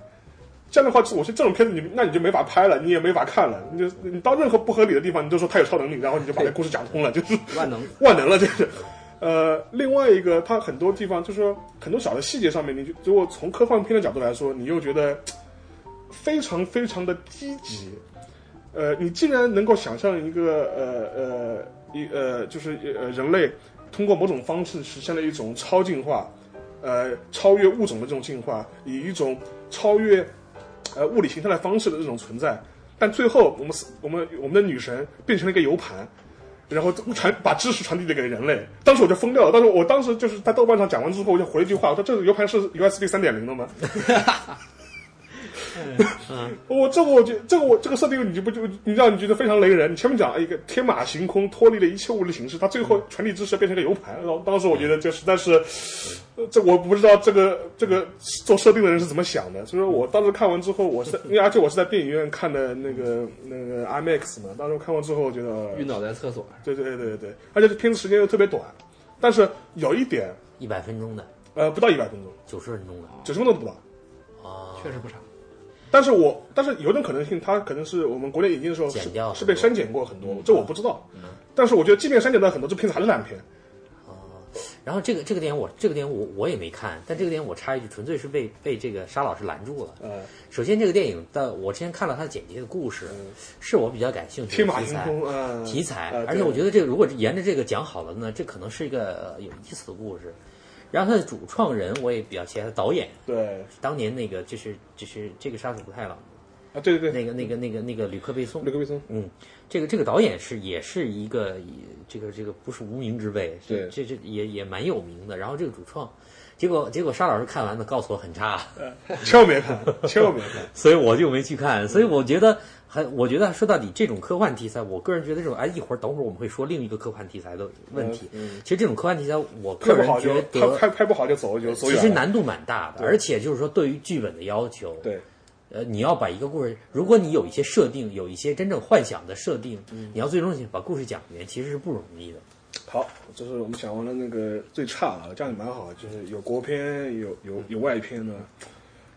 Speaker 1: 这样的话，我是这种片子，你那你就没法拍了，你也没法看了。你就你到任何不合理的地方，你就说他有超能力，然后你就把这故事讲通了，就是
Speaker 3: 万能。
Speaker 1: 万能了，这是。 呃，另外一个，它很多地方就是说很多小的细节上面，你就如果从科幻片的角度来说，你又觉得嘖非常非常的低级。呃，你竟然能够想象一个呃呃一呃就是呃人类通过某种方式实现了一种超进化，呃超越物种的这种进化，以一种超越呃物理形态的方式的这种存在，但最后我们我们我们的女神变成了一个 U 盘，然后传把知识传递给人类。当时我就疯掉了，当时我当时就是在豆瓣上讲完之后，我就回了一句话，我说这个 U 盘是 USB 三点零的吗？我这个我觉这个我这个设定你就不就你让你觉得非常雷人。你前面讲一个天马行空，脱离了一切物理形式，它最后传递知识变成一个 U 盘。然后当时我觉得这实在是，呃这我不知道这个这个做设定的人是怎么想的。所以说我当时看完之后，我是因为而且我是在电影院看的那个那个 IMAX 嘛，当时我看完之后我觉得呃
Speaker 3: 晕倒在厕所，
Speaker 1: 对对对对对，而且这片子时间又特别短，但是有一点，
Speaker 2: 一百分钟的，
Speaker 1: 呃，不到一百分钟，
Speaker 2: 九十分钟的
Speaker 1: 九十分钟都不到。
Speaker 2: 啊，
Speaker 3: 确实不长。
Speaker 1: 但是我但是有种可能性，它可能是我们国内引进的时候是
Speaker 2: 剪掉很多嗯
Speaker 1: 是被删减过很多，这我不知道。但是我觉得，即便删减了很多，这片子还是烂片。
Speaker 2: 然后这个这个电影我这个电影我我也没看，但这个电影我插一句，纯粹是被被这个沙老师拦住了。
Speaker 1: 呃，
Speaker 2: 首先，这个电影的我之前看了它简介的故事，是我比较感兴 趣
Speaker 1: 天嗯
Speaker 2: 的
Speaker 1: 马
Speaker 2: 题
Speaker 1: 行
Speaker 2: 材。
Speaker 1: 空，呃，
Speaker 2: 题材
Speaker 1: 呃，
Speaker 2: 而且我
Speaker 1: 得，
Speaker 2: 觉得这个如果沿着这个讲好了呢，这可能是一个呃有意思的故事。然后它的主创人我也比较喜欢，导演
Speaker 1: 对，
Speaker 2: 当年那个就是就是这个杀手不太冷，
Speaker 1: 啊，对对对，
Speaker 2: 那个那个那个那个吕克贝松
Speaker 1: 雷，克贝松，
Speaker 2: 嗯，这个这个导演是也是一个这个这个不是无名之辈，这
Speaker 1: 对
Speaker 2: 这这也也蛮有名的。然后这个主创，结果结果沙老师看完了告诉我很差，
Speaker 1: 千万别看，千万别看。
Speaker 2: 所以我就没去看。所以我觉得还我觉得说到底这种科幻题材，我个人觉得这种哎一会儿等会儿我们会说另一个科幻题材的问题。其实这种科幻题材，我
Speaker 1: 拍嗯
Speaker 2: 个
Speaker 1: 不
Speaker 2: 人
Speaker 1: 好
Speaker 2: 觉
Speaker 1: 就
Speaker 2: 得
Speaker 1: 拍拍拍不好就走就走
Speaker 2: 其实
Speaker 1: 远了。
Speaker 2: 难度蛮大的，而且就是说对于剧本的要求，
Speaker 1: 对，
Speaker 2: 呃，你要把一个故事，如果你有一些设定，有一些真正幻想的设定，
Speaker 1: 嗯
Speaker 2: 你要最终把故事讲圆，其实是不容易的。
Speaker 1: 好，这是我们讲完了那个最差啊，这样也蛮好，就是有国片，有有有外片的，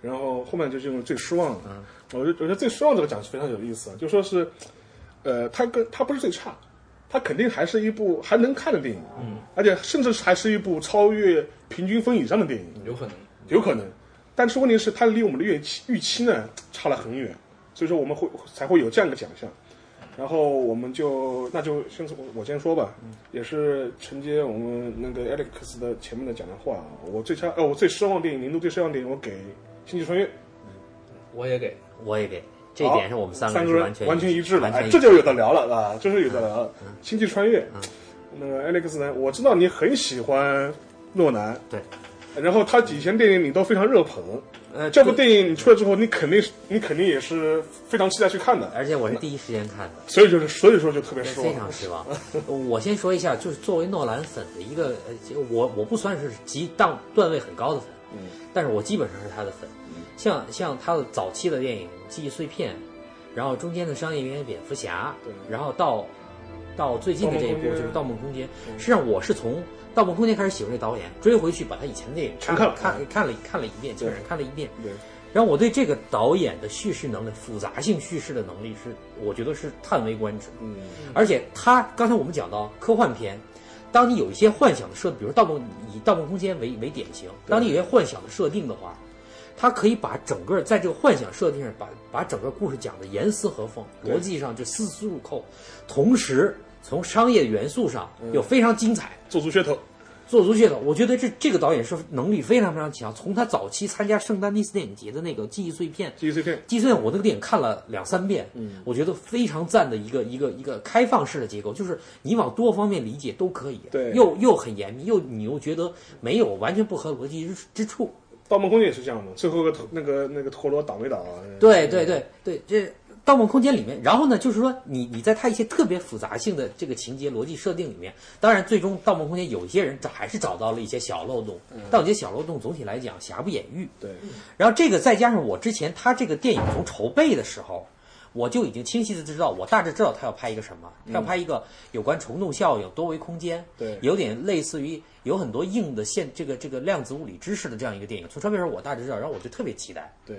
Speaker 1: 然后后面就进入最失望的。我就我觉得最失望这个讲是非常有意思啊，就说是，呃，它跟它不是最差，它肯定还是一部还能看的电影，嗯，而且甚至还是一部超越平均分以上的电影，
Speaker 3: 嗯有可能。
Speaker 1: 有可能。但是问题是，它离我们的预期预期呢差了很远，所以说我们会才会有这样一个奖项。然后我们就那就先从我先说吧，也是承接我们那个 Alex 的前面的讲的话啊，我最差呃我最失望电影年度最失望电影我给《星际穿越》，
Speaker 3: 我也给，
Speaker 2: 我也给这一点是我们三个
Speaker 1: 三个
Speaker 2: 人是
Speaker 1: 人
Speaker 2: 完全
Speaker 1: 完全一致的，
Speaker 2: 完
Speaker 1: 哎
Speaker 2: 全，一
Speaker 1: 这
Speaker 2: 致。嗯
Speaker 1: 就有的聊了啊，这是有的聊了。星际穿越，那个 Alex 呢，我知道你很喜欢诺兰，
Speaker 2: 对，
Speaker 1: 然后他以前电影你都非常热捧，
Speaker 2: 呃，
Speaker 1: 这部
Speaker 2: 对，
Speaker 1: 电影你出来之后，你肯定是你肯定也是非常期待去看的，哎
Speaker 2: 而且我是第一时间看的。
Speaker 1: 所以就是所以说就特别失
Speaker 2: 非
Speaker 1: 望
Speaker 2: 常。失 望。我先说一下，就是作为诺兰粉的一个，呃，这我我不算是极档段位很高的粉，
Speaker 1: 嗯，
Speaker 2: 但是我基本上是他的粉。像像他的早期的电影《记忆碎片》，然后中间的商业片《蝙蝠侠》，
Speaker 1: 对
Speaker 2: 然后到到最近的这一部
Speaker 1: 盗梦空间嗯
Speaker 2: 就是《盗梦空间》，实际上我是从《盗梦空间》开始喜欢这导演，追回去把他以前的电影
Speaker 1: 全
Speaker 2: 看
Speaker 1: 看了嗯
Speaker 2: 看看了看了一遍，基本上看了一遍。
Speaker 1: 对，
Speaker 2: 然后我对这个导演的叙事能力、复杂性叙事的能力是，我觉得是叹为观止。
Speaker 1: 嗯，
Speaker 2: 而且他刚才我们讲到科幻片，当你有一些幻想的设定，比如《盗梦》以《盗梦空间为》为典型，当你有一些幻想的设定的话，它可以把整个在这个幻想设定上把把整个故事讲得严丝合缝，
Speaker 1: 对
Speaker 2: 逻辑上就丝丝入扣，同时从商业元素上又非常精彩。
Speaker 1: 做足噱头，
Speaker 2: 做足噱头，我觉得这这个导演是能力非常非常强。从他早期参加圣丹尼斯电影节的那个《记忆碎片》，
Speaker 1: 记忆碎片，
Speaker 2: 第一遍我那个电影看了两三遍，嗯，我觉得非常赞的一个一个一个开放式的结构，就是你往多方面理解都可以，
Speaker 1: 对
Speaker 2: 又又很严密，又你又觉得没有完全不合逻辑之之处，
Speaker 1: 《盗梦空间》也是这样的，最后个陀那个那个陀螺倒没倒啊？
Speaker 2: 对对对对，这《盗梦空间》里面，然后呢，就是说你你在它一些特别复杂性的这个情节逻辑设定里面，当然最终《盗梦空间》有一些人找还是找到了一些小漏洞，但我觉得小漏洞总体来讲瑕不掩瑜，
Speaker 1: 对，
Speaker 2: 然后这个再加上我之前他这个电影从筹备的时候，我就已经清晰的知道，我大致知道他要拍一个什么，
Speaker 1: 嗯
Speaker 2: 他要拍一个有关虫洞效应、多维空间，
Speaker 1: 对
Speaker 2: 有点类似于有很多硬的现这个这个量子物理知识的这样一个电影。从筹备时候我大致知道，然后我就特别期待。
Speaker 1: 对，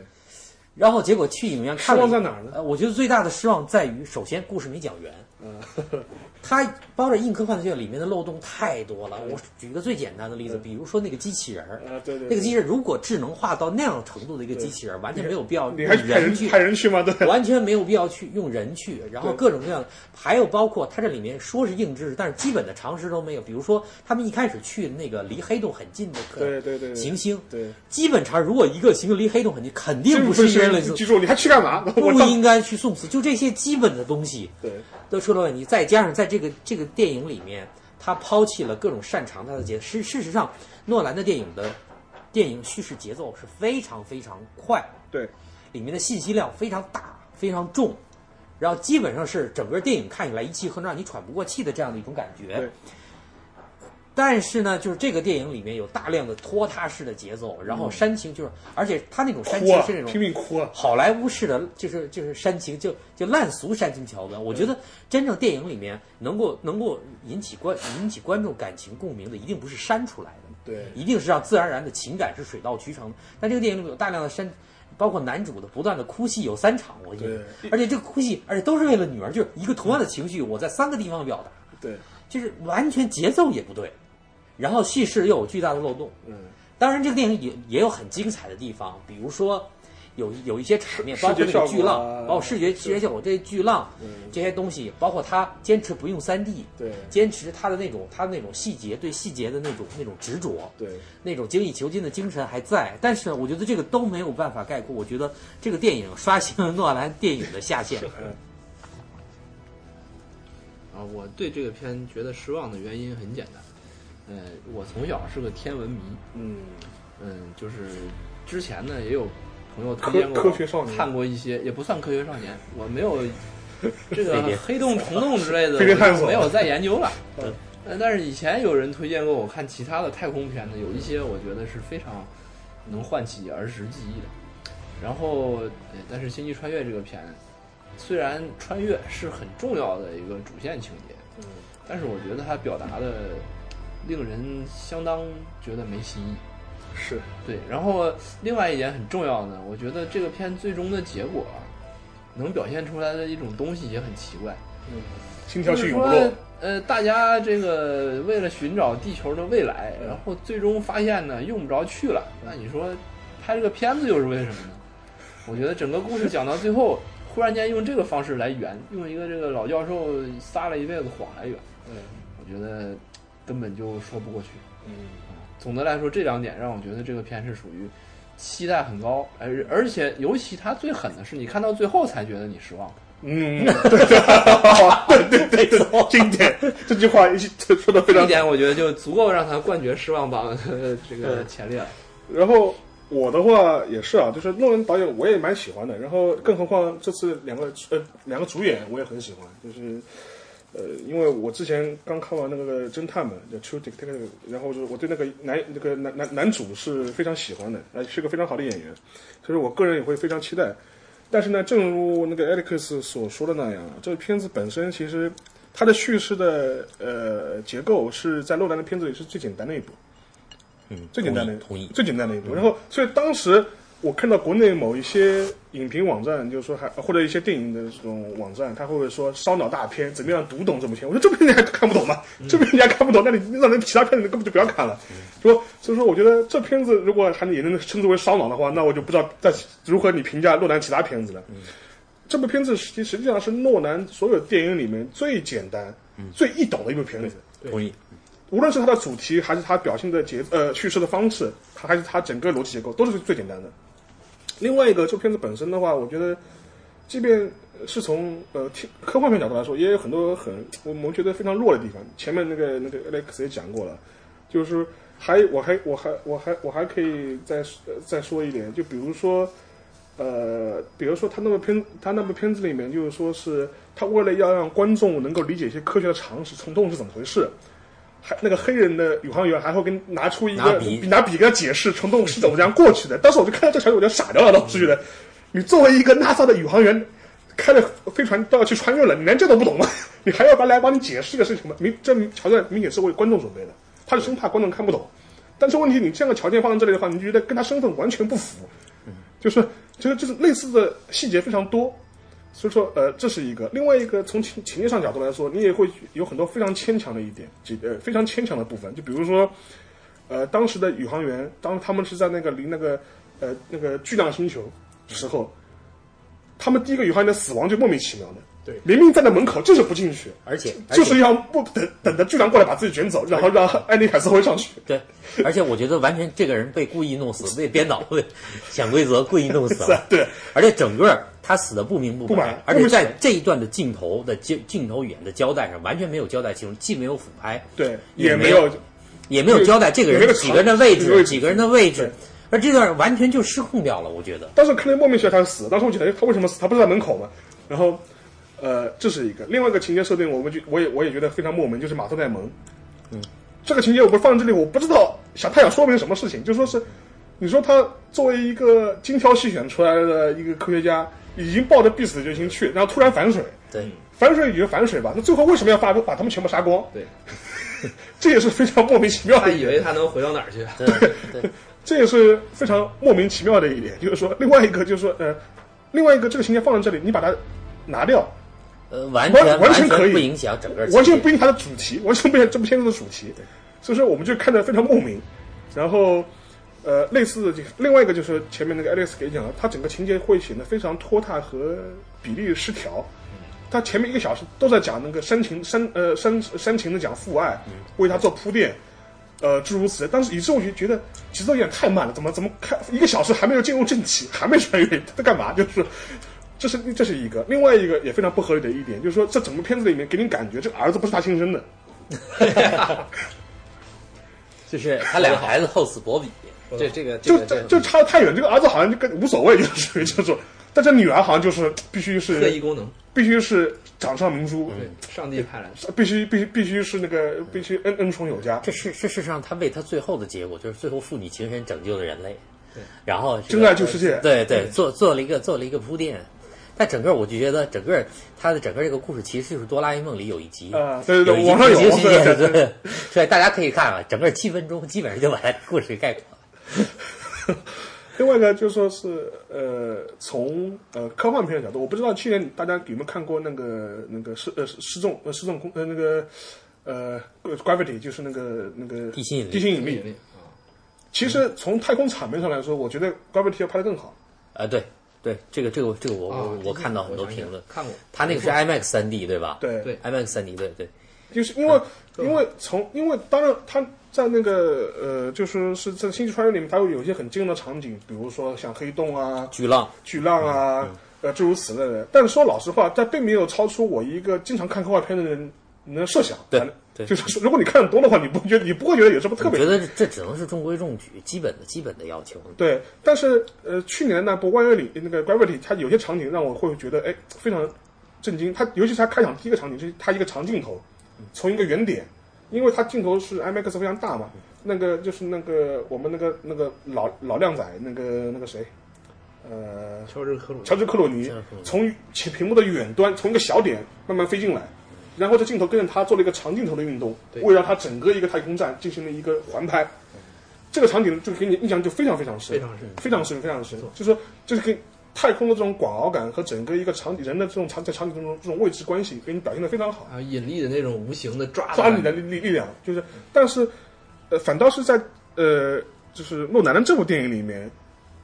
Speaker 2: 然后结果去影院看
Speaker 1: 失
Speaker 2: 了，
Speaker 1: 望在哪儿呢
Speaker 2: 呃，我觉得最大的失望在于，首先故事没讲圆，
Speaker 1: 嗯，
Speaker 2: 它包着硬科幻的卷里面的漏洞太多了。我举一个最简单的例子，比如说那个机器人儿，
Speaker 1: 啊对对对
Speaker 2: 那个机器人如果智能化到那样程度的一个机器人儿，完全没有必要
Speaker 1: 你还
Speaker 2: 用
Speaker 1: 派人
Speaker 2: 去
Speaker 1: 派人去吗？对，
Speaker 2: 完全没有必要去用人去，然后
Speaker 1: 对
Speaker 2: 各种各样的，还有包括它这里面说是硬知识，但是基本的常识都没有。比如说，他们一开始去那个离黑洞很近的可
Speaker 1: 对对对对
Speaker 2: 行星，
Speaker 1: 对，
Speaker 2: 基本常识如果一个行星离黑洞很近，肯定不是一人类
Speaker 1: 记住你还去干嘛？
Speaker 2: 不
Speaker 1: 我当
Speaker 2: 应该去送死。就这些基本的东西
Speaker 1: 对
Speaker 2: 都出了问题，再加上在这个这个电影里面，他抛弃了各种擅长他的节。事事实上，诺兰的电影的电影叙事节奏是非常非常快，
Speaker 1: 对
Speaker 2: 里面的信息量非常大、非常重，然后基本上是整个电影看起来一气呵成，让你喘不过气的这样的一种感觉
Speaker 1: 对。
Speaker 2: 但是呢，就是这个电影里面有大量的拖沓式的节奏，然后煽情，就是而且他那种煽
Speaker 1: 哭
Speaker 2: 情
Speaker 1: 啊
Speaker 2: 是那，种
Speaker 1: 拼命哭啊，
Speaker 2: 好莱坞式的就是就是煽情，就就烂俗煽情桥段。我觉得真正电影里面能够能够引起观引起观众感情共鸣的，一定不是煽出来的，
Speaker 1: 对
Speaker 2: 一定是让自然而然的情感是水到渠成的。但这个电影里面有大量的煽，包括男主的不断的哭戏，有三场，我觉得，
Speaker 1: 对
Speaker 2: 而且这个哭戏，而且都是为了女儿，就是一个同样的情绪，我在三个地方表达，
Speaker 1: 对，
Speaker 2: 就是完全节奏也不对，然后叙事又有巨大的漏洞。
Speaker 1: 嗯，
Speaker 2: 当然，这个电影也也有很精彩的地方，比如说有有一些场面，
Speaker 1: 视
Speaker 2: 包括那个
Speaker 1: 视
Speaker 2: 巨
Speaker 1: 觉效
Speaker 2: 浪
Speaker 1: 果啊，
Speaker 2: 包括视觉视觉效果这些巨浪
Speaker 1: 嗯
Speaker 2: 这些东西，包括他坚持不用三 D，
Speaker 1: 对
Speaker 2: 坚持他的那种他的那种细节对细节的那种那种执着，
Speaker 1: 对，
Speaker 2: 那种精益求精的精神还在，但是我觉得这个都没有办法概括。我觉得这个电影刷新了诺兰电影的下限。
Speaker 3: 啊，我对这个片觉得失望的原因很简单，呃，我从小是个天文迷，
Speaker 1: 嗯
Speaker 3: 嗯，就是之前呢也有朋友
Speaker 1: 科
Speaker 3: 推荐过我，
Speaker 1: 科学少年
Speaker 3: 看过一些，也不算科学少年，我没有
Speaker 2: 飞
Speaker 3: 这个
Speaker 2: 碟
Speaker 3: 黑洞、虫洞 之类的，
Speaker 1: 飞碟探
Speaker 3: 我
Speaker 1: 索
Speaker 3: 没有再研究 了
Speaker 1: 嗯。
Speaker 3: 呃但是以前有人推荐过我看其他的太空片的，有一些我觉得是非常能唤起儿时记忆的。然后，呃但是《星际穿越》这个片，虽然穿越是很重要的一个主线情节，
Speaker 1: 嗯
Speaker 3: 但是我觉得它表达的令人相当觉得没新意。
Speaker 1: 是
Speaker 3: 对，然后另外一点很重要呢，我觉得这个片最终的结果啊，能表现出来的一种东西也很奇怪，
Speaker 1: 嗯，心跳
Speaker 3: 就
Speaker 1: 是
Speaker 3: 是
Speaker 1: 永不
Speaker 3: 说
Speaker 1: 落，
Speaker 3: 呃，大家这个为了寻找地球的未来，然后最终发现呢用不着去了，那你说拍这个片子又是为什么呢？我觉得整个故事讲到最后，忽然间用这个方式来圆，用一个这个老教授撒了一辈子谎来圆，
Speaker 1: 嗯
Speaker 3: 我觉得根本就说不过去。
Speaker 1: 嗯
Speaker 3: 总的来说，这两点让我觉得这个片是属于期待很高，而而且尤其它最狠的是，你看到最后才觉得你失望。
Speaker 1: 嗯，对对对对对，经典这句话一说的非
Speaker 3: 这一
Speaker 1: 常
Speaker 3: 点我觉得就足够让他冠绝失望榜的这个
Speaker 2: 嗯
Speaker 3: 前列了。
Speaker 1: 然后我的话也是啊，就是诺兰导演我也蛮喜欢的，然后更何况这次两个呃两个主演我也很喜欢，就是呃因为我之前刚看完那个侦探们叫 True Detective，然后就是我对那个男那个男男男主是非常喜欢的，呃是个非常好的演员，所以我个人也会非常期待。但是呢，正如那个 Alex 所说的那样，这个片子本身其实它的叙事的呃结构是在诺兰的片子里是最简单的一部，
Speaker 2: 嗯，
Speaker 1: 最简单的
Speaker 2: 同意。嗯
Speaker 1: 最简单的一步。然后，所以当时我看到国内某一些影评网站，就是说还或者一些电影的这种网站，他会说烧脑大片，怎么样读懂这部片？我说这部片人家看不懂嘛，
Speaker 2: 嗯
Speaker 1: 这部片人家看不懂，那你那人其他片子根本就不要看了。说，所以说我觉得这片子如果还也能称之为烧脑的话，那我就不知道再如何你评价诺兰其他片子了。
Speaker 2: 嗯
Speaker 1: 这部片子实际实际上是诺兰所有电影里面最简单、
Speaker 2: 嗯
Speaker 1: 最易懂的一部片子。
Speaker 2: 同意。
Speaker 1: 无论是它的主题，还是它表现的节呃叙事的方式，它还是它整个逻辑结构，都是最简单的。另外一个，这片子本身的话，我觉得，即便是从呃听科幻片角度来说，也有很多很我们觉得非常弱的地方。前面那个那个 Alex 也讲过了，就是还我还我还我还我还可以再呃再说一点，就比如说。呃，比如说他那部片，他那部片子里面就是说是他为了要让观众能够理解一些科学的常识，虫洞是怎么回事，还那个黑人的宇航员还会跟拿出一个
Speaker 2: 拿笔
Speaker 1: 拿笔跟他解释虫洞是怎么这样过去的。当时我就看到这个场景，我就傻掉了，当时觉得，
Speaker 2: 嗯
Speaker 1: 你作为一个 NASA 的宇航员，开着飞船都要去穿越了，你连这都不懂吗？ 你还要来帮你解释个是什么？明这桥段明显是为观众准备的，他是生怕观众看不懂。但是问题，你这样的条件放在这里的话，你就觉得跟他身份完全不符。就是就是就是类似的细节非常多，所以说呃这是一个。另外一个从情情节上角度来说，你也会有很多非常牵强的一点，这呃非常牵强的部分，就比如说。呃，当时的宇航员，当他们是在那个离那个呃那个巨量星球时候，他们第一个宇航员的死亡就莫名其妙的，
Speaker 2: 对哎
Speaker 1: 明明站在门口就是不进去，
Speaker 2: 而且而
Speaker 1: 就
Speaker 2: 且
Speaker 1: 是要不等等着巨量过来把自己卷走，然后让艾丽凯斯回上去。
Speaker 2: 对，而且我觉得完全这个人被故意弄死，被 编导会想规则故意弄死
Speaker 1: 是啊
Speaker 2: 了。
Speaker 1: 对，
Speaker 2: 而且整个他死的不明不
Speaker 1: 不
Speaker 2: 白
Speaker 1: 白，
Speaker 2: 而且在这一段的镜头的镜镜头语言的交代上，完全没有交代清楚，既没有俯拍，
Speaker 1: 对，
Speaker 2: 也
Speaker 1: 也
Speaker 2: 没
Speaker 1: 有
Speaker 2: 有也没有交代这个
Speaker 1: 有那
Speaker 2: 人
Speaker 1: 个
Speaker 2: 几个人的位
Speaker 1: 场景
Speaker 2: 置，几个人的位置
Speaker 1: 对，
Speaker 2: 而这段完全就失控掉了。我觉得，
Speaker 1: 当时克雷莫名其妙他就死，当时我觉得哎他为什么死？他不是在门口吗？然后，呃，这是一个，另外一个情节设定，我们就我也我也觉得非常莫名，就是马特戴蒙，嗯，这个情节我不是放在这里，我不知道想他想说明什么事情，就说是，你说他作为一个精挑细选出来的一个科学家，已经抱着必死的决心去，然后突然反水，
Speaker 2: 对，
Speaker 1: 反水也就反水吧，那最后为什么要把把他们全部杀光？
Speaker 3: 对，
Speaker 1: 这也是非常莫名其妙
Speaker 3: 他
Speaker 1: 的一
Speaker 3: 以
Speaker 1: 点。
Speaker 3: 为他能回到哪儿去？啊
Speaker 2: 对对，
Speaker 1: 这也是非常莫名其妙的一点，就是说，另外一个就是说，呃，另外一个这个情节放在这里，你把它拿掉，
Speaker 2: 呃，完
Speaker 1: 完
Speaker 2: 全
Speaker 1: 完全可以
Speaker 2: 不影响整个
Speaker 1: 完全
Speaker 2: 情
Speaker 1: 不应它的主题，完全不应这部片子的主题，所以说我们就看得非常莫名。然后，呃，类似的这个，另外一个就是前面那个 Alex 给讲了，它整个情节会显得非常拖沓和比例失调。他前面一个小时都在讲那个煽情煽呃煽煽情的讲父爱，为他做铺垫，呃诸如此类。但是以致我就觉得节奏有点太慢了，怎么怎么看一个小时还没有进入正题，还没穿越，他在干嘛？就是这是这是一个，另外一个也非常不合理的一点，就是说这整个片子里面给你感觉这个儿子不是他亲生的，
Speaker 2: 就是他俩孩子厚此薄 彼。
Speaker 4: 这这个这
Speaker 1: 就
Speaker 4: 个
Speaker 1: 就
Speaker 4: 这
Speaker 1: 就差得太远。这个儿子好像就跟无所谓，就是属于这种。但这女儿好像就是必须
Speaker 3: 特异
Speaker 1: 是
Speaker 3: 功能，
Speaker 1: 必须是掌上明珠，呃
Speaker 3: 对，上帝派来的。
Speaker 1: 必须必须必须是那个必须恩恩宠有加，
Speaker 2: 这事事实上，他为他最后的结果就是最后父女情深拯救了人类，然后这个
Speaker 1: 真爱救世界。
Speaker 2: 对对，做做了一个做了一个铺垫。但整个我就觉得，整个他的整个这个故事其实就是《哆啦 A梦》里有一集
Speaker 1: 啊对对对
Speaker 2: 有一集
Speaker 1: 网上有
Speaker 2: 平行世界
Speaker 1: 对对
Speaker 2: 对，所以大家可以看啊，整个七分钟基本上就把他故事给概括了。
Speaker 1: 另外一个就是说是呃，从呃科幻片的角度，我不知道去年大家有没有看过那个那个失呃失失重呃失重空呃那个呃 gravity 就是那个那个
Speaker 2: 地心引力
Speaker 1: 地心引
Speaker 3: 力
Speaker 1: 力。其实从太空场面上来说，我觉得 gravity 要拍得更好。
Speaker 2: 啊，对对，这个这个这个我
Speaker 3: 啊
Speaker 2: 我我看到很多评论，
Speaker 3: 看过
Speaker 2: 他那个是 IMAX 三 D 对吧？
Speaker 1: 对
Speaker 3: 对
Speaker 2: ，IMAX 三 D 对对，
Speaker 1: 就是因为因为从因为当然他在那个呃，就是是在《星际穿越》里面，它会有一些很惊人的场景，比如说像黑洞啊、
Speaker 2: 巨浪
Speaker 1: 巨浪啊，呃，诸如此类的。但是说老实话，这并没有超出我一个经常看科幻片的人能设想。
Speaker 2: 对
Speaker 1: 反正
Speaker 2: 对
Speaker 1: 就是说如果你看的多的话，你不觉得你不会觉得有什么特
Speaker 2: 我
Speaker 1: 别
Speaker 2: 觉得这只能是中规中矩，基本的基本的要求。
Speaker 1: 对，但是呃，去年那部《万月里》那个《Gravity》，它有些场景让我会觉得哎非常震惊。它尤其是它开场第一个场景，就是它一个长镜头，从一个远点，因为它镜头是 IMAX 非常大嘛。那个就是那个我们那个那个老老靓仔那个那个谁，呃，
Speaker 3: 乔治克鲁
Speaker 1: 乔治克鲁尼从其屏幕的远端，从一个小点慢慢飞进来，然后这镜头跟着他做了一个长镜头的运动，围绕他整个一个太空站进行了一个环拍。这个场景就给你印象就非常非常深，
Speaker 3: 非常深
Speaker 1: 非常深，非常深。就是说，就是给太空的这种广袤感和整个一个场景人的这种场在场景中这种位置关系，给你表现的非常好。
Speaker 3: 还有啊引力的那种无形的抓
Speaker 1: 抓你
Speaker 3: 的
Speaker 1: 的力力力量，就是，但是，呃，反倒是在呃，就是诺南的这部电影里面，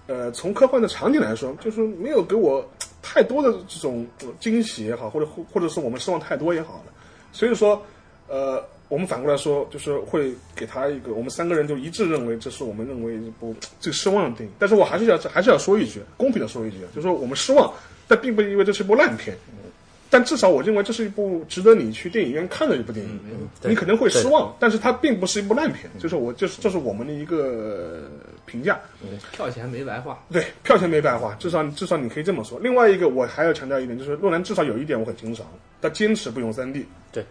Speaker 1: 呃，从科幻的场景来说，就是没有给我太多的这种呃惊喜也好，或者或或者是我们失望太多也好了，所以说，呃，我们反过来说，就是会给他一个，我们三个人就一致认为这是我们认为一部最失望的电影，但是我还是要还是要说一句，公平的说一句，就是说我们失望，但并不意味着这是一部烂片。但至少我认为这是一部值得你去电影院看的一部电影，你可能会失望，但是它并不是一部烂片，就是我就是这是我们的一个评价。
Speaker 3: 票钱没白花，
Speaker 1: 对，票钱没白花，至少至少你可以这么说。另外一个，我还要强调一点，就是洛兰至少有一点我很欣赏，他坚持不用三 D。
Speaker 2: 对，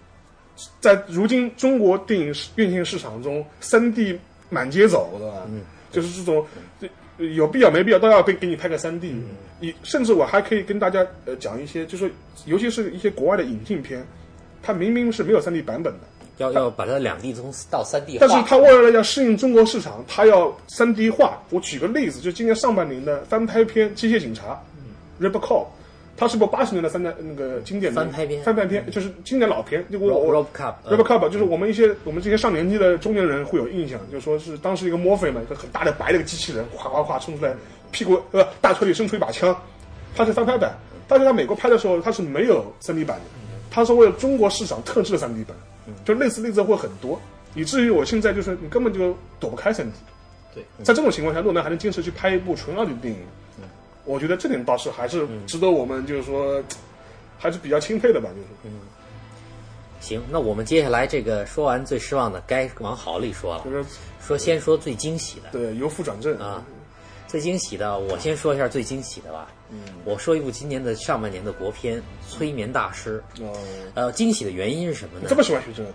Speaker 1: 在如今中国电影市院线市场中，三 D 满街走的，就是这种这有必要没必要都要给给你拍个三 D。你甚至我还可以跟大家呃讲一些，就是说尤其是一些国外的引进片，它明明是没有三 D 版本的，
Speaker 2: 要要把它两 D 从到三 D 化，
Speaker 1: 但是它为了要适应中国市场，它要三 D 化。我举个例子，就今年上半年的翻拍片《机械警察》（Robocop），它是部八十年代三代那个经典的
Speaker 2: 翻拍片
Speaker 1: 翻拍片就是经典老片。就我
Speaker 2: Rob
Speaker 1: 我
Speaker 2: Rob Cup 呃
Speaker 1: Robocop 就是我们一些我们这些上年纪的中年人会有印象，就说是当时一个 Morphe 嘛，一个很大的白的一个机器人，哗哗哗冲出来，屁股呃大腿里伸出一把枪，它是翻拍版。但是在美国拍的时候，它是没有三 D 版的，它是为了中国市场特制的三 D 版，就类似例子会很多，以至于我现在就是你根本就躲不开三 D。
Speaker 3: 对，
Speaker 1: 在这种情况下，诺南还能坚持去拍一部纯二 D 电影，我觉得这点倒是还是值得我们就是说还是比较钦佩的吧，就是。
Speaker 2: 行，那我们接下来这个说完最失望的，该往好里说了
Speaker 1: 就。是
Speaker 2: 说先说最惊喜的
Speaker 1: 对由负转正
Speaker 2: 啊，最惊喜的，我先说一下最惊喜的吧。嗯，我说一部今年的上半年的国片《催眠大师》。
Speaker 1: 哦，
Speaker 2: 呃，惊喜的原因是什么呢
Speaker 1: 这？么喜欢徐峥，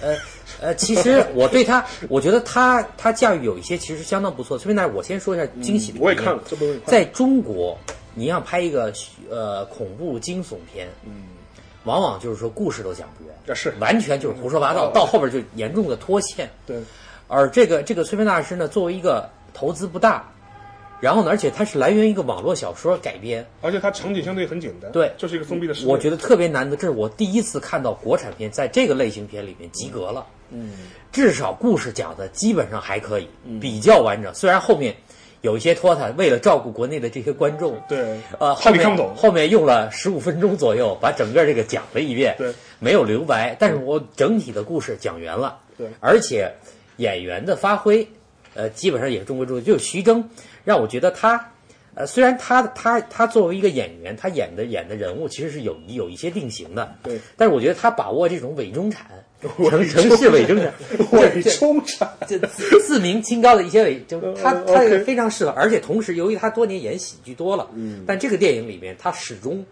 Speaker 2: 呃呃，其实我对他，我觉得他他驾驭有一些其实相当不错。催眠大师，我先说一下惊喜的原
Speaker 1: 嗯
Speaker 2: 因。
Speaker 1: 我也看了，这部我也看了
Speaker 2: 在中国，你要拍一个呃恐怖惊悚片，嗯，往往就是说故事都讲不圆，
Speaker 1: 啊是哦
Speaker 2: 完全就是胡说八道，到后边就严重的脱线。
Speaker 1: 对，
Speaker 2: 而这个这个催眠大师呢，作为一个投资不大，然后呢，而且它是来源于一个网络小说改编，
Speaker 1: 而且它场景相对很简单，
Speaker 2: 对
Speaker 1: 就是一个封闭的世界。
Speaker 2: 我觉得特别难得，这是我第一次看到国产片在这个类型片里面及格了。
Speaker 1: 嗯
Speaker 2: 至少故事讲的基本上还可以，比较完整。虽然后面有一些拖沓，为了照顾国内的这些观众，
Speaker 1: 对，怕
Speaker 2: 呃，后
Speaker 1: 你
Speaker 2: 面
Speaker 1: 看不懂
Speaker 2: 后面用了十五分钟左右把整个这个讲了一遍，
Speaker 1: 对，
Speaker 2: 没有留白，但是我整体的故事讲圆了，
Speaker 1: 对
Speaker 2: 而且演员的发挥，呃，基本上也是中规中矩。就是徐峥让我觉得他，呃，虽然他他他作为一个演员，他演的演的人物其实是有一有一些定型的，
Speaker 1: 对，
Speaker 2: 但是我觉得他把握这种伪中产， 城
Speaker 1: 伪中
Speaker 2: 城市伪中产，
Speaker 1: 伪中产，
Speaker 2: 这自自命清高的一些伪，就是他
Speaker 1: 嗯
Speaker 2: 他
Speaker 1: OK
Speaker 2: 非常适合，而且同时由于他多年演喜剧多了，
Speaker 1: 嗯
Speaker 2: 但这个电影里面他始终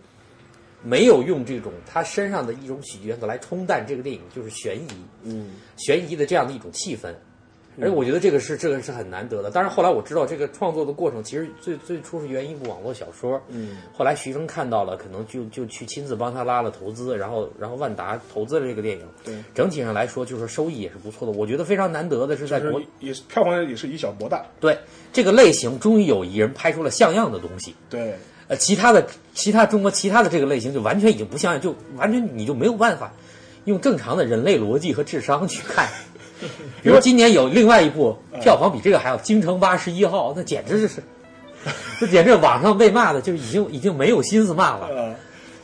Speaker 2: 没有用这种他身上的一种喜剧元素来冲淡这个电影就是悬疑
Speaker 1: 嗯
Speaker 2: 悬疑的这样的一种气氛。而我觉得这个是这个是很难得的。当然，后来我知道这个创作的过程其实最最初是源于一部网络小说，
Speaker 1: 嗯，
Speaker 2: 后来徐峥看到了，可能就就去亲自帮他拉了投资，然后然后万达投资了这个电影。
Speaker 1: 对，
Speaker 2: 整体上来说就是收益也是不错的。我觉得非常难得的是在
Speaker 1: 但
Speaker 2: 国
Speaker 1: 是也是票房也是以小博大，
Speaker 2: 对这个类型，终于有一人拍出了像样的东西。
Speaker 1: 对，
Speaker 2: 呃，其他的其他中国其他的这个类型就完全已经不像样，就完全你就没有办法用正常的人类逻辑和智商去 看。比如今年有另外一部票房比这个还要，《京城八十一号》，那简直就是，那简直网上被骂的就已经已经没有心思骂了。
Speaker 1: 呃，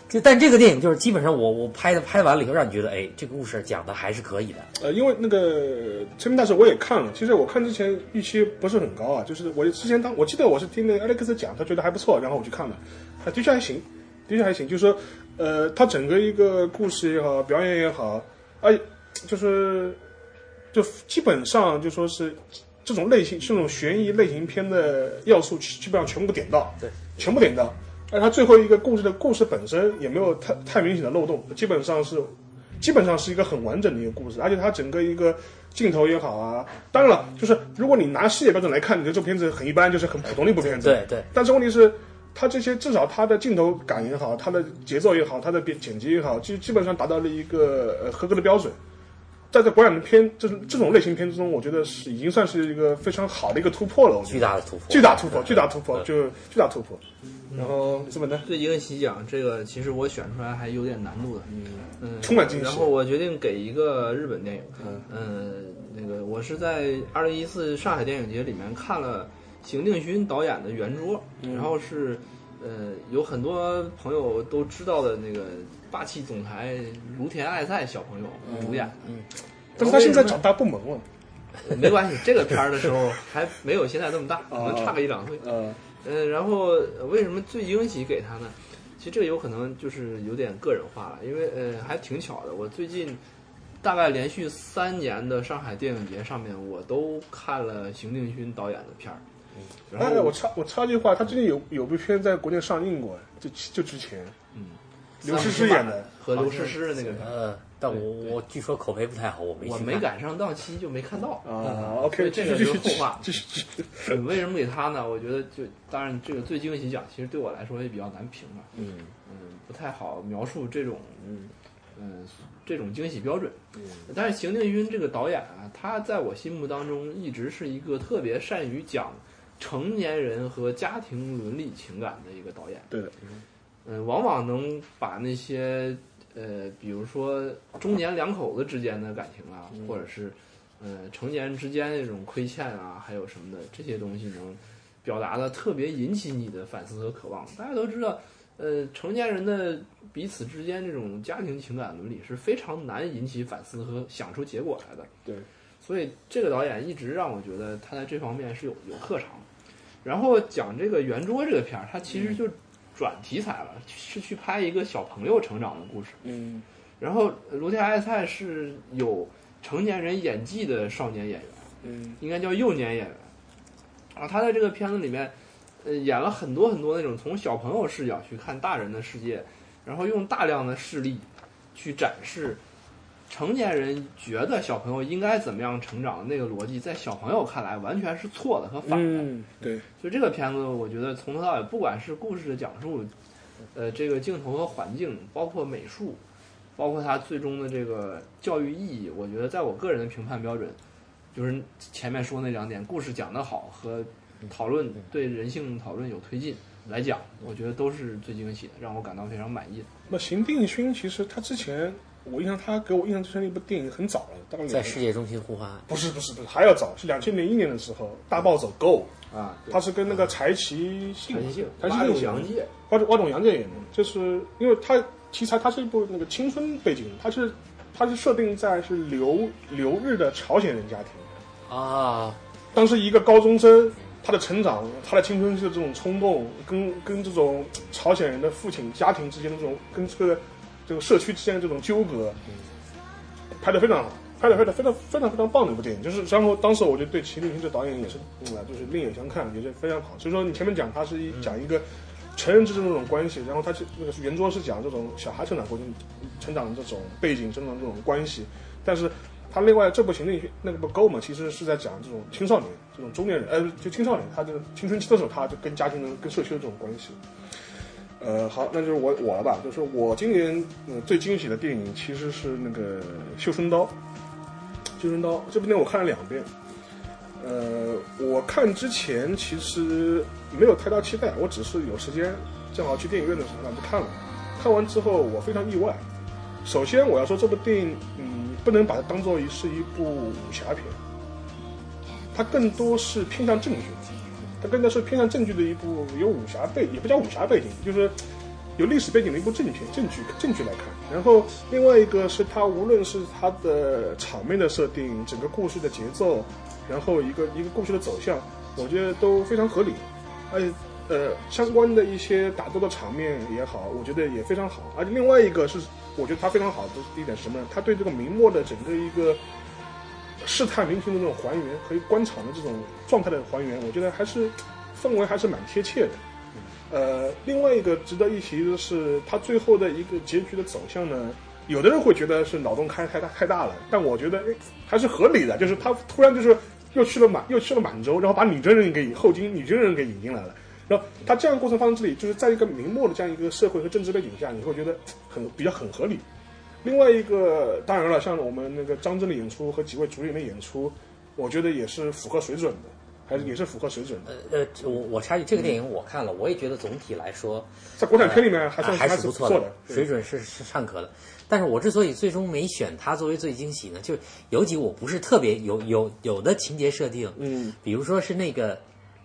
Speaker 2: 就但这个电影就是基本上我我拍的拍完了以后，让你觉得哎，这个故事讲的还是可以的。
Speaker 1: 呃，因为那个《催眠大师》我也看了，其实我看之前预期不是很高啊，就是我之前当我记得我是听那个 Alex 讲，他觉得还不错，然后我去看了，啊，的确还行，的确还行，就是说，呃，他整个一个故事也好，表演也好，哎，就是就基本上就说是这种类型，这种悬疑类型片的要素基基本上全部点到，
Speaker 2: 对，
Speaker 1: 全部点到。而他最后一个故事的故事本身也没有太太明显的漏洞，基本上是基本上是一个很完整的一个故事，而且它整个一个镜头也好啊，当然了，就是如果你拿世界标准来看，你的这部片子很一般，就是很普通的一部片子。
Speaker 2: 对对，
Speaker 1: 但是问题是，它这些至少它的镜头感也好，它的节奏也好，它的编剪辑也好，基基本上达到了一个呃合格的标准。在在国产片这种这种类型片之中，我觉得是已经算是一个非常好的一个突破了。我觉
Speaker 2: 巨
Speaker 1: 得
Speaker 2: 大的突破，
Speaker 1: 巨大突破，
Speaker 2: 嗯
Speaker 1: 巨大突破，就巨大突破。然后怎么呢？
Speaker 3: 对一个喜奖，这个其实我选出来还有点难度的，嗯，
Speaker 1: 充满惊喜
Speaker 3: 然后我决定给一个日本电影，
Speaker 1: 嗯
Speaker 3: 嗯，那个我是在二零一四上海电影节里面看了邢定勋导演的《圆桌》，
Speaker 1: 嗯
Speaker 3: 然后是呃有很多朋友都知道的那个霸气总裁芦田爱菜小朋友
Speaker 1: 嗯
Speaker 3: 主演的。
Speaker 1: 但是他现在长大不萌了。
Speaker 3: 没关系，这个片儿的时候还没有现在 这么大，可
Speaker 1: 哦
Speaker 3: 能差个一两岁。
Speaker 1: 呃，
Speaker 3: 嗯，然后呃为什么最惊喜给他呢？其实这个有可能就是有点个人化了，因为呃还挺巧的，我最近大概连续三年的上海电影节上面，我都看了邢定勋导演的片儿。然
Speaker 1: 哎，
Speaker 3: 后
Speaker 1: 我插我插句话，他最近有有部片在国内上映过，就就之前，
Speaker 3: 嗯，
Speaker 1: 刘诗诗演的，
Speaker 3: 和刘诗诗的那个
Speaker 1: 啊
Speaker 3: 片儿，
Speaker 2: 呃，但我我据说口碑不太好，我没去
Speaker 3: 我
Speaker 2: 看
Speaker 3: 没赶上档期就没看到。
Speaker 1: 啊
Speaker 3: 所
Speaker 1: ，OK，
Speaker 3: 以
Speaker 1: 继
Speaker 3: 这
Speaker 1: 续继
Speaker 3: 个就
Speaker 1: 续
Speaker 3: 是后话。
Speaker 1: 继续继续，
Speaker 3: 嗯为什么给他呢？我觉得就当然这个最惊喜奖，其实对我来说也比较难评嘛。
Speaker 1: 嗯
Speaker 3: 嗯，不太好描述这种
Speaker 1: 嗯
Speaker 3: 嗯这种惊喜标准。但是邢定勋这个导演啊，他在我心目当中一直是一个特别善于讲成年人和家庭伦理情感的一个导演。
Speaker 1: 对的，
Speaker 3: 嗯，往往能把那些呃，比如说中年两口子之间的感情啊，或者是呃成年人之间那种亏欠啊，还有什么的这些东西，能表达的特别引起你的反思和渴望。大家都知道，呃，成年人的彼此之间这种家庭情感伦理是非常难引起反思和想出结果来的。
Speaker 1: 对，
Speaker 3: 所以这个导演一直让我觉得他在这方面是有有特长的。然后讲这个圆桌这个片儿，它其实就转题材了，是去拍一个小朋友成长的故事。
Speaker 1: 嗯
Speaker 3: 然后卢天爱菜是有成年人演技的少年演员，
Speaker 1: 嗯
Speaker 3: 应该叫幼年演员。啊，他在这个片子里面，呃，演了很多很多那种从小朋友视角去看大人的世界，然后用大量的事例去展示成年人觉得小朋友应该怎么样成长的那个逻辑，在小朋友看来完全是错的和反的。
Speaker 1: 嗯，对，
Speaker 3: 所以这个片子，我觉得从头到尾，不管是故事的讲述，呃，这个镜头和环境，包括美术，包括它最终的这个教育意义，我觉得在我个人的评判标准，就是前面说那两点，故事讲得好和讨论对人性讨论有推进来讲，我觉得都是最惊喜的，让我感到非常满意的。
Speaker 1: 那邢定勋其实他之前我印象他给我印象最深的一部电影很早了，大概两
Speaker 2: 在世界中心呼唤爱。
Speaker 1: 不是不是不是还要早，是两千零一年的时候，大暴走 Go，
Speaker 4: 啊，对
Speaker 1: 他是跟那个柴崎幸
Speaker 4: 弹性，
Speaker 1: 柴崎
Speaker 4: 八种
Speaker 1: 幸
Speaker 3: 嗯
Speaker 4: 洋界，
Speaker 1: 花种花种洋介演的，就是因为它题材它是一部那个青春背景，它是它是设定在是留留日的朝鲜人家庭，
Speaker 2: 啊，
Speaker 1: 当时一个高中生，他的成长，他的青春期的这种冲动，跟跟这种朝鲜人的父亲家庭之间的这种跟这个这个社区之间的这种纠葛，拍的非常好。拍的拍的非常非常非常棒的一部电影，就是然后当时我就对齐立新这导演也是，嗯，就是另眼相看，也是非常好。所以说你前面讲他是一讲一个成人之间的这种关系，然后他是那个圆桌是讲这种小孩成长过程、成长的这种背景、成长的这种关系，但是他另外这部《行李那个不够嘛，其实是在讲这种青少年、这种中年人，呃，就青少年他这个青春期的时候，他就跟家庭的、跟社区的这种关系。呃，好，那就是我我了吧，就是我今年呃最惊喜的电影其实是那个《绣春刀》，《绣春刀》这部电影我看了两遍。呃，我看之前其实没有太大期待，我只是有时间正好去电影院的时候那就看了。看完之后我非常意外，首先我要说这部电影，嗯，不能把它当做一是一部武侠片，它更多是偏向正剧，它更加是偏向正剧的一部有武侠背，也不叫武侠背景，就是有历史背景的一部正片正剧正剧来看。然后另外一个是它无论是它的场面的设定，整个故事的节奏，然后一个一个故事的走向，我觉得都非常合理，而且呃相关的一些打斗的场面也好，我觉得也非常好。而且另外一个是，我觉得他非常好的一点是什么呢？他对这个明末的整个一个世态民情的这种还原和官场的这种状态的还原，我觉得还是氛围还是蛮贴切的。呃，另外一个值得一提的是，他最后的一个结局的走向呢，有的人会觉得是脑洞开太大太大了，但我觉得诶还是合理的，就是他突然就是又去了满又去了满洲，然后把女真人给后金女真人给引进来了。然后他这样的过程发生这里，就是在一个明末的这样一个社会和政治背景下，你会觉得很比较很合理。另外一个，当然了，像我们那个张震的演出和几位主演的演出，我觉得也是符合水准的，还是也是符合水准的。
Speaker 2: 呃，我我插一句，这个电影我看了，我也觉得总体来说呃
Speaker 1: 在国产片里面还
Speaker 2: 还
Speaker 1: 算、
Speaker 2: 是
Speaker 1: 是
Speaker 2: 不
Speaker 1: 错
Speaker 2: 错
Speaker 1: 对
Speaker 2: 水准是是尚可的。但是我之所以最终没选它作为最惊喜呢，就有几我不是特别有有有的情节设定，
Speaker 1: 嗯，
Speaker 2: 比如说是那个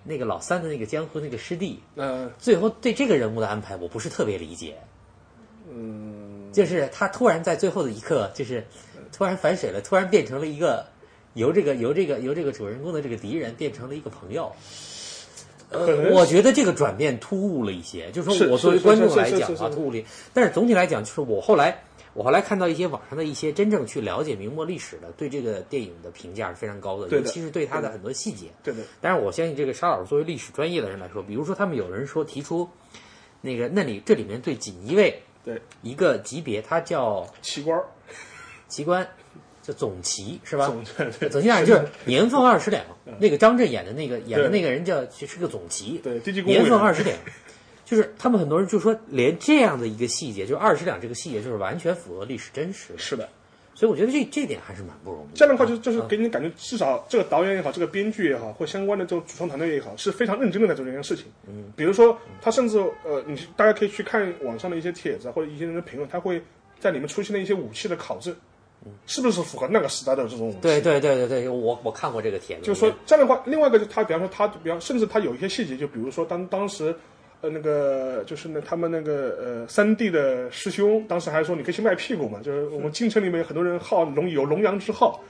Speaker 2: 那个老三的那个江湖那个师弟，
Speaker 1: 呃，
Speaker 2: 最后对这个人物的安排我不是特别理解，
Speaker 1: 嗯，
Speaker 2: 就是他突然在最后的一刻，就是突然反水了，突然变成了一个由这个由这个由这个主人公的这个敌人变成了一个朋友。
Speaker 1: 可
Speaker 2: 呃
Speaker 1: 能，
Speaker 2: 我觉得这个转变突兀了一些，就是
Speaker 1: 是
Speaker 2: 说我作为
Speaker 1: 是是
Speaker 2: 观众
Speaker 1: 是是
Speaker 2: 来
Speaker 1: 是
Speaker 2: 讲
Speaker 1: 是
Speaker 2: 的话
Speaker 1: 是
Speaker 2: 突兀了一，但是总体来讲，就是我后来我后来看到一些网上的一些真正去了解明末历史的，对这个电影的评价是非常高的，
Speaker 1: 对
Speaker 2: 尤
Speaker 1: 的嗯
Speaker 2: 其是对它
Speaker 1: 对
Speaker 2: 的
Speaker 1: 的
Speaker 2: 很多细节。
Speaker 1: 对的，
Speaker 2: 但是我相信这个沙老师作为历史专业的人来说，比如说他们有人说提出，那个那里这里面对锦衣卫
Speaker 1: 对，
Speaker 2: 一个级别，它叫
Speaker 1: 奇官儿
Speaker 2: 旗官，叫总旗是吧？
Speaker 1: 总对对
Speaker 2: 总旗大人就是年俸二十两，那个张震演的那个演的那个人叫是个总旗，
Speaker 1: 对，低级公务
Speaker 2: 年
Speaker 1: 员
Speaker 2: 俸二十两，就是他们很多人就说，连这样的一个细节，就是二十两这个细节，就是完全符合历史真实的，
Speaker 1: 是的，
Speaker 2: 所以我觉得这这点还是蛮不容易的。
Speaker 1: 这样的话就就是给你感觉，至少这个导演也好，这个编剧也好，或相关的这种主创团队也好，是非常认真的在做这件事情。嗯，比如说他甚至呃，你大家可以去看网上的一些帖子或者一些人的评论，他会在里面出现了一些武器的考证，是不是符合那个时代的这种武器？
Speaker 2: 对对对对对，我我看过这个帖子，
Speaker 1: 就是说这样的话，另外一个就是他，比方说他，比方甚至他有一些细节，就比如说当当时，呃，那个就是那他们那个呃三弟的师兄，当时还说你可以去卖屁股嘛，就是我们京城里面有很多人好龙有龙阳之好。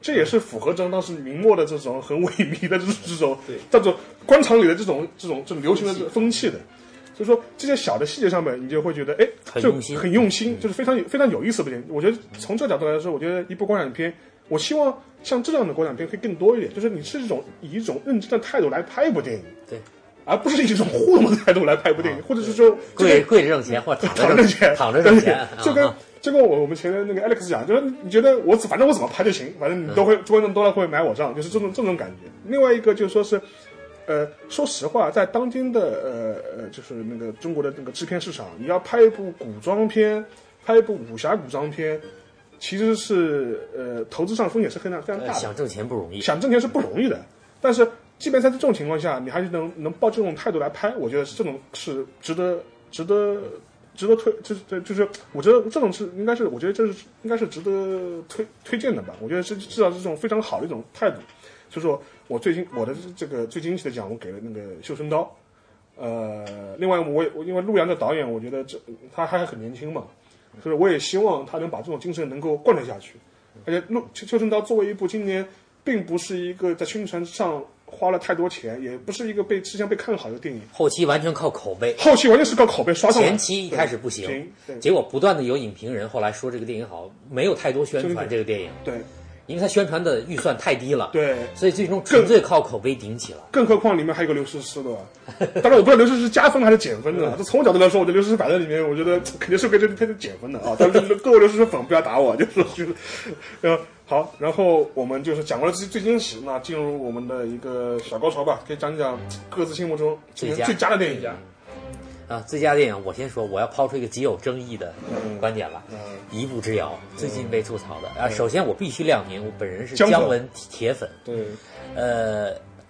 Speaker 1: 这也是符合当当时明末的这种很萎靡的这种这种这种官场里的这种这种这种流行的风气的，所以说这些小的细节上面，你就会觉得哎，
Speaker 2: 很
Speaker 1: 就
Speaker 2: 用心
Speaker 1: 很用心，就是非常有非常有意思的一点。我觉得从这个角度来说，我觉得一部国产片，我希望像这样的国产片会更多一点，就是你是一种以一种认真的态度来拍一部电影，
Speaker 2: 对，
Speaker 1: 而
Speaker 2: 啊
Speaker 1: 不是一种糊弄的态度来拍一部电影，或者是说这个
Speaker 2: 跪跪着挣钱或者
Speaker 1: 躺
Speaker 2: 躺
Speaker 1: 着
Speaker 2: 着
Speaker 1: 钱，
Speaker 2: 躺着挣钱，
Speaker 1: 就跟
Speaker 2: 啊
Speaker 1: 就跟我我们前面那个 Alex 讲，就是你觉得我怎反正我怎么拍就行，反正你都
Speaker 2: 嗯
Speaker 1: 会观众都来会买我账，就是这种这种感觉。另外一个就是说是，呃，说实话，在当今的呃呃，就是那个中国的那个制片市场，你要拍一部古装片，拍一部武侠古装片，其实是呃投资上风险是非常非常
Speaker 2: 呃
Speaker 1: 大的。
Speaker 2: 想挣钱不容易，
Speaker 1: 想挣钱是不容易的，但是即便在这种情况下，你还是能能抱这种态度来拍，我觉得是这种是值得值得值得推，就是对，就是我觉得这种是应该是，我觉得这是应该是值得推推荐的吧。我觉得这至少是这种非常好的一种态度。所以说我最近我的这个最惊喜的奖，我给了那个《绣春刀》。呃，另外我也我因为陆阳的导演，我觉得这他还很年轻嘛，所以我也希望他能把这种精神能够贯彻下去。而且陆《绣绣春刀》作为一部今年并不是一个在宣传上花了太多钱，也不是一个被之前被看好的电影，
Speaker 2: 后期完全靠口碑，
Speaker 1: 后期完全是靠口碑刷上来的。
Speaker 2: 前期一开始不行
Speaker 1: 行，对
Speaker 2: 结果不断的有影评人后来说这个电影好，没有太多宣
Speaker 1: 真
Speaker 2: 传
Speaker 1: 的
Speaker 2: 这个电影，
Speaker 1: 对
Speaker 2: 因为它宣传的预算太低了，
Speaker 1: 对，
Speaker 2: 所以最终纯粹靠口碑顶起了。
Speaker 1: 更何况里面还有个刘诗诗，对吧？当然我不知道刘诗诗是加分还是减分的，这从我角度来说，我觉得刘诗诗摆在里面，我觉得肯定是给这片子减分的啊。但是各位刘诗诗粉不要打我，就是就是，呃，好，然后我们就是讲完了最最惊喜，那进入我们的一个小高潮吧，可以讲讲各自心目中今年
Speaker 2: 最佳
Speaker 1: 最佳的电影。
Speaker 2: 啊，最佳电影，我先说，我要抛出一个极有争议的
Speaker 1: 嗯
Speaker 2: 观点了，
Speaker 1: 嗯
Speaker 2: 一步之遥》最近被吐槽的啊。首先，我必须亮明，我本人是
Speaker 1: 姜粉
Speaker 2: 姜文铁粉，
Speaker 1: 对，
Speaker 2: 呃，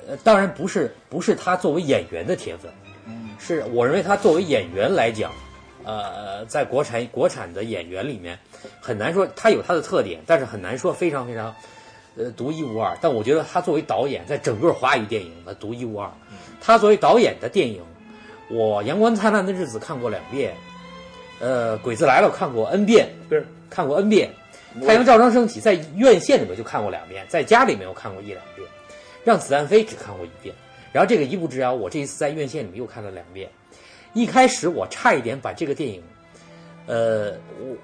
Speaker 2: 呃当然不是不是他作为演员的铁粉，是我认为他作为演员来讲，呃，在国产国产的演员里面，很难说他有他的特点，但是很难说非常非常。呃，独一无二。但我觉得他作为导演，在整个华语电影的独一无二。他作为导演的电影，我《阳光灿烂的日子》看过两遍，呃，《鬼子来了》看过 N 遍，
Speaker 1: 对，
Speaker 2: 看过 N 遍，《太阳照常升起》在院线里面就看过两遍，在家里面我看过一两遍，《让子弹飞》只看过一遍，然后这个《一步之遥》我这一次在院线里面又看了两遍。一开始我差一点把这个电影，呃，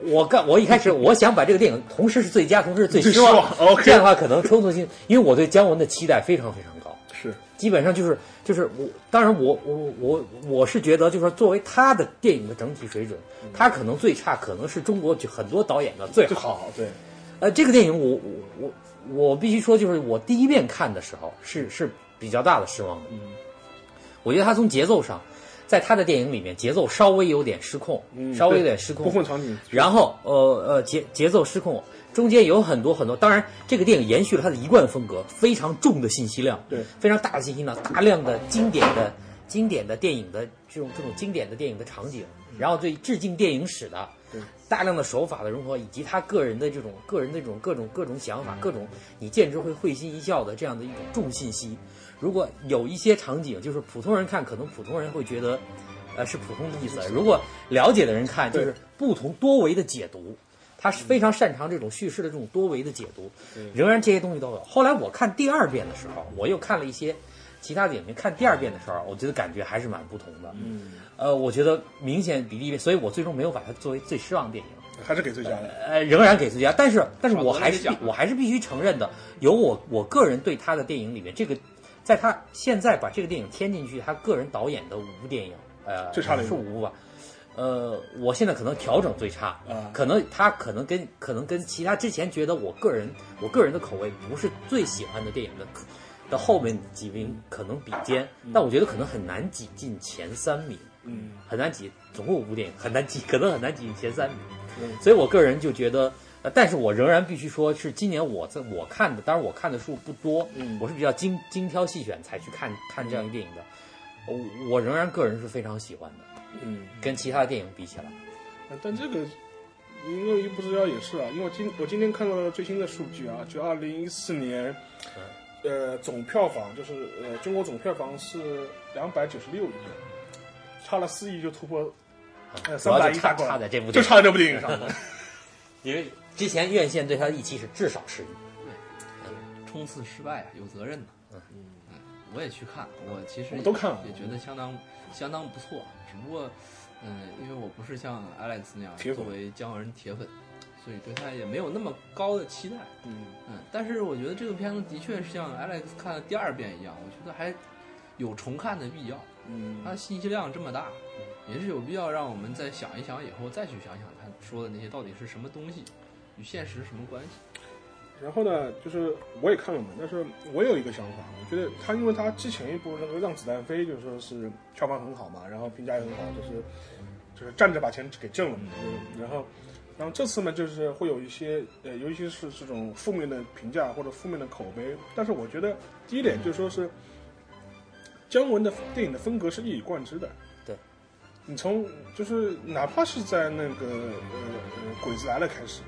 Speaker 2: 我我干我一开始我想把这个电影同时是最佳，同时是最
Speaker 1: 最
Speaker 2: 失望，
Speaker 1: 失望，OK
Speaker 2: 这样的话可能冲突性，因为我对姜文的期待非常非常高。
Speaker 1: 是
Speaker 2: 基本上就是就是我，当然我我我我是觉得，就是说作为他的电影的整体水准，他可能最差，可能是中国就很多导演的最
Speaker 1: 嗯最
Speaker 2: 好。
Speaker 1: 好，对，
Speaker 2: 呃，这个电影我我我我必须说，就是我第一遍看的时候是是比较大的失望的。嗯，我觉得他从节奏上，在他的电影里面节奏稍微有点失控，
Speaker 1: 嗯
Speaker 2: 稍微有
Speaker 1: 对
Speaker 2: 点失控，
Speaker 1: 不混场景，
Speaker 2: 然后呃呃节节奏失控，中间有很多很多，当然这个电影延续了它的一贯风格，非常重的信息量，
Speaker 1: 对
Speaker 2: 非常大的信息量，大量的经典的经典的电影的这种这种经典的电影的场景，然后对致敬电影史的。大量的手法的融合，以及他个人的这种个人的这种各种各种想法，各种你见之会会心一笑的这样的一种重信息。如果有一些场景，就是普通人看，可能普通人会觉得，呃，是普通的意思；如果了解的人看，就是不同多维的解读。他是非常擅长这种叙事的这种多维的解读，仍然这些东西都有。后来我看第二遍的时候，我又看了一些其他的影评，看第二遍的时候，我觉得感觉还是蛮不同的。嗯，呃，我觉得明显比例，所以我最终没有把它作为最失望的电影。
Speaker 1: 还是给最佳的。
Speaker 2: 呃，仍然给最佳，
Speaker 1: 啊
Speaker 2: 但是但是我还是
Speaker 3: 少得
Speaker 2: 必我还是必须承认的，有我我个人对他的电影里面，这个在他现在把这个电影添进去，他个人导演的五部电影，呃，
Speaker 1: 最差的一
Speaker 2: 是
Speaker 1: 部
Speaker 2: 五部吧。呃，我现在可能调整最差，
Speaker 1: 啊
Speaker 2: 可能他可能跟可能跟其他之前觉得我个人我个人的口味不是最喜欢的电影的的后面几名可能比肩，但我觉得可能很难挤进前三名。
Speaker 1: 嗯，
Speaker 2: 很难挤，总共五部电影很难挤，可能很难挤进前三名。
Speaker 1: 嗯
Speaker 2: 所以我个人就觉得，呃，但是我仍然必须说是今年我在我看的，当然我看的数不多，
Speaker 1: 嗯
Speaker 2: 我是比较精精挑细选才去看看这样一个电影的。我我仍然个人是非常喜欢的，
Speaker 1: 嗯，
Speaker 2: 跟其他的电影比起来，
Speaker 1: 但这个因为一步之遥也是啊，因为我今我今天看到了最新的数据啊，就二零一四年，呃，总票房就是呃，中国总票房是两百九十六亿，差了四亿就突破，呃，
Speaker 2: 啊主
Speaker 1: 三
Speaker 2: 要
Speaker 1: 百
Speaker 2: 就
Speaker 1: 亿
Speaker 2: 差
Speaker 1: 大关
Speaker 2: 差
Speaker 1: 了，
Speaker 2: 在这部
Speaker 1: 就
Speaker 2: 电影，
Speaker 1: 差在这部电影上 了。
Speaker 2: 因为之前院线对他的预期是至少十亿，
Speaker 3: 冲刺失败啊，有责任的。
Speaker 2: 嗯
Speaker 3: 嗯，我也去看，我其实
Speaker 1: 我都看了
Speaker 3: 也觉得相当相当不错。只不过，嗯，因为我不是像 Alex 那样
Speaker 1: 铁粉
Speaker 3: 作为姜文铁粉，所以对他也没有那么高的期待。
Speaker 1: 嗯，
Speaker 3: 嗯，但是我觉得这个片子的确是像 Alex 看的第二遍一样，我觉得还有重看的必要。
Speaker 1: 嗯
Speaker 3: 它信息量这么大，也是有必要让我们再想一想，以后再去想想他说的那些到底是什么东西，与现实什么关系。
Speaker 1: 然后呢，就是我也看了嘛，但是我有一个想法，我觉得他因为他之前一部那个《让子弹飞》就是说是票房很好嘛，然后评价也很好，就是就是站着把钱给挣了嘛，
Speaker 2: 嗯
Speaker 1: 就是然后然后这次呢，就是会有一些呃，尤其是这种负面的评价或者负面的口碑，但是我觉得第一点就是说是姜文的电影的风格是一以贯之的，
Speaker 2: 对，
Speaker 1: 你从就是哪怕是在那个呃呃《鬼子来了》开始，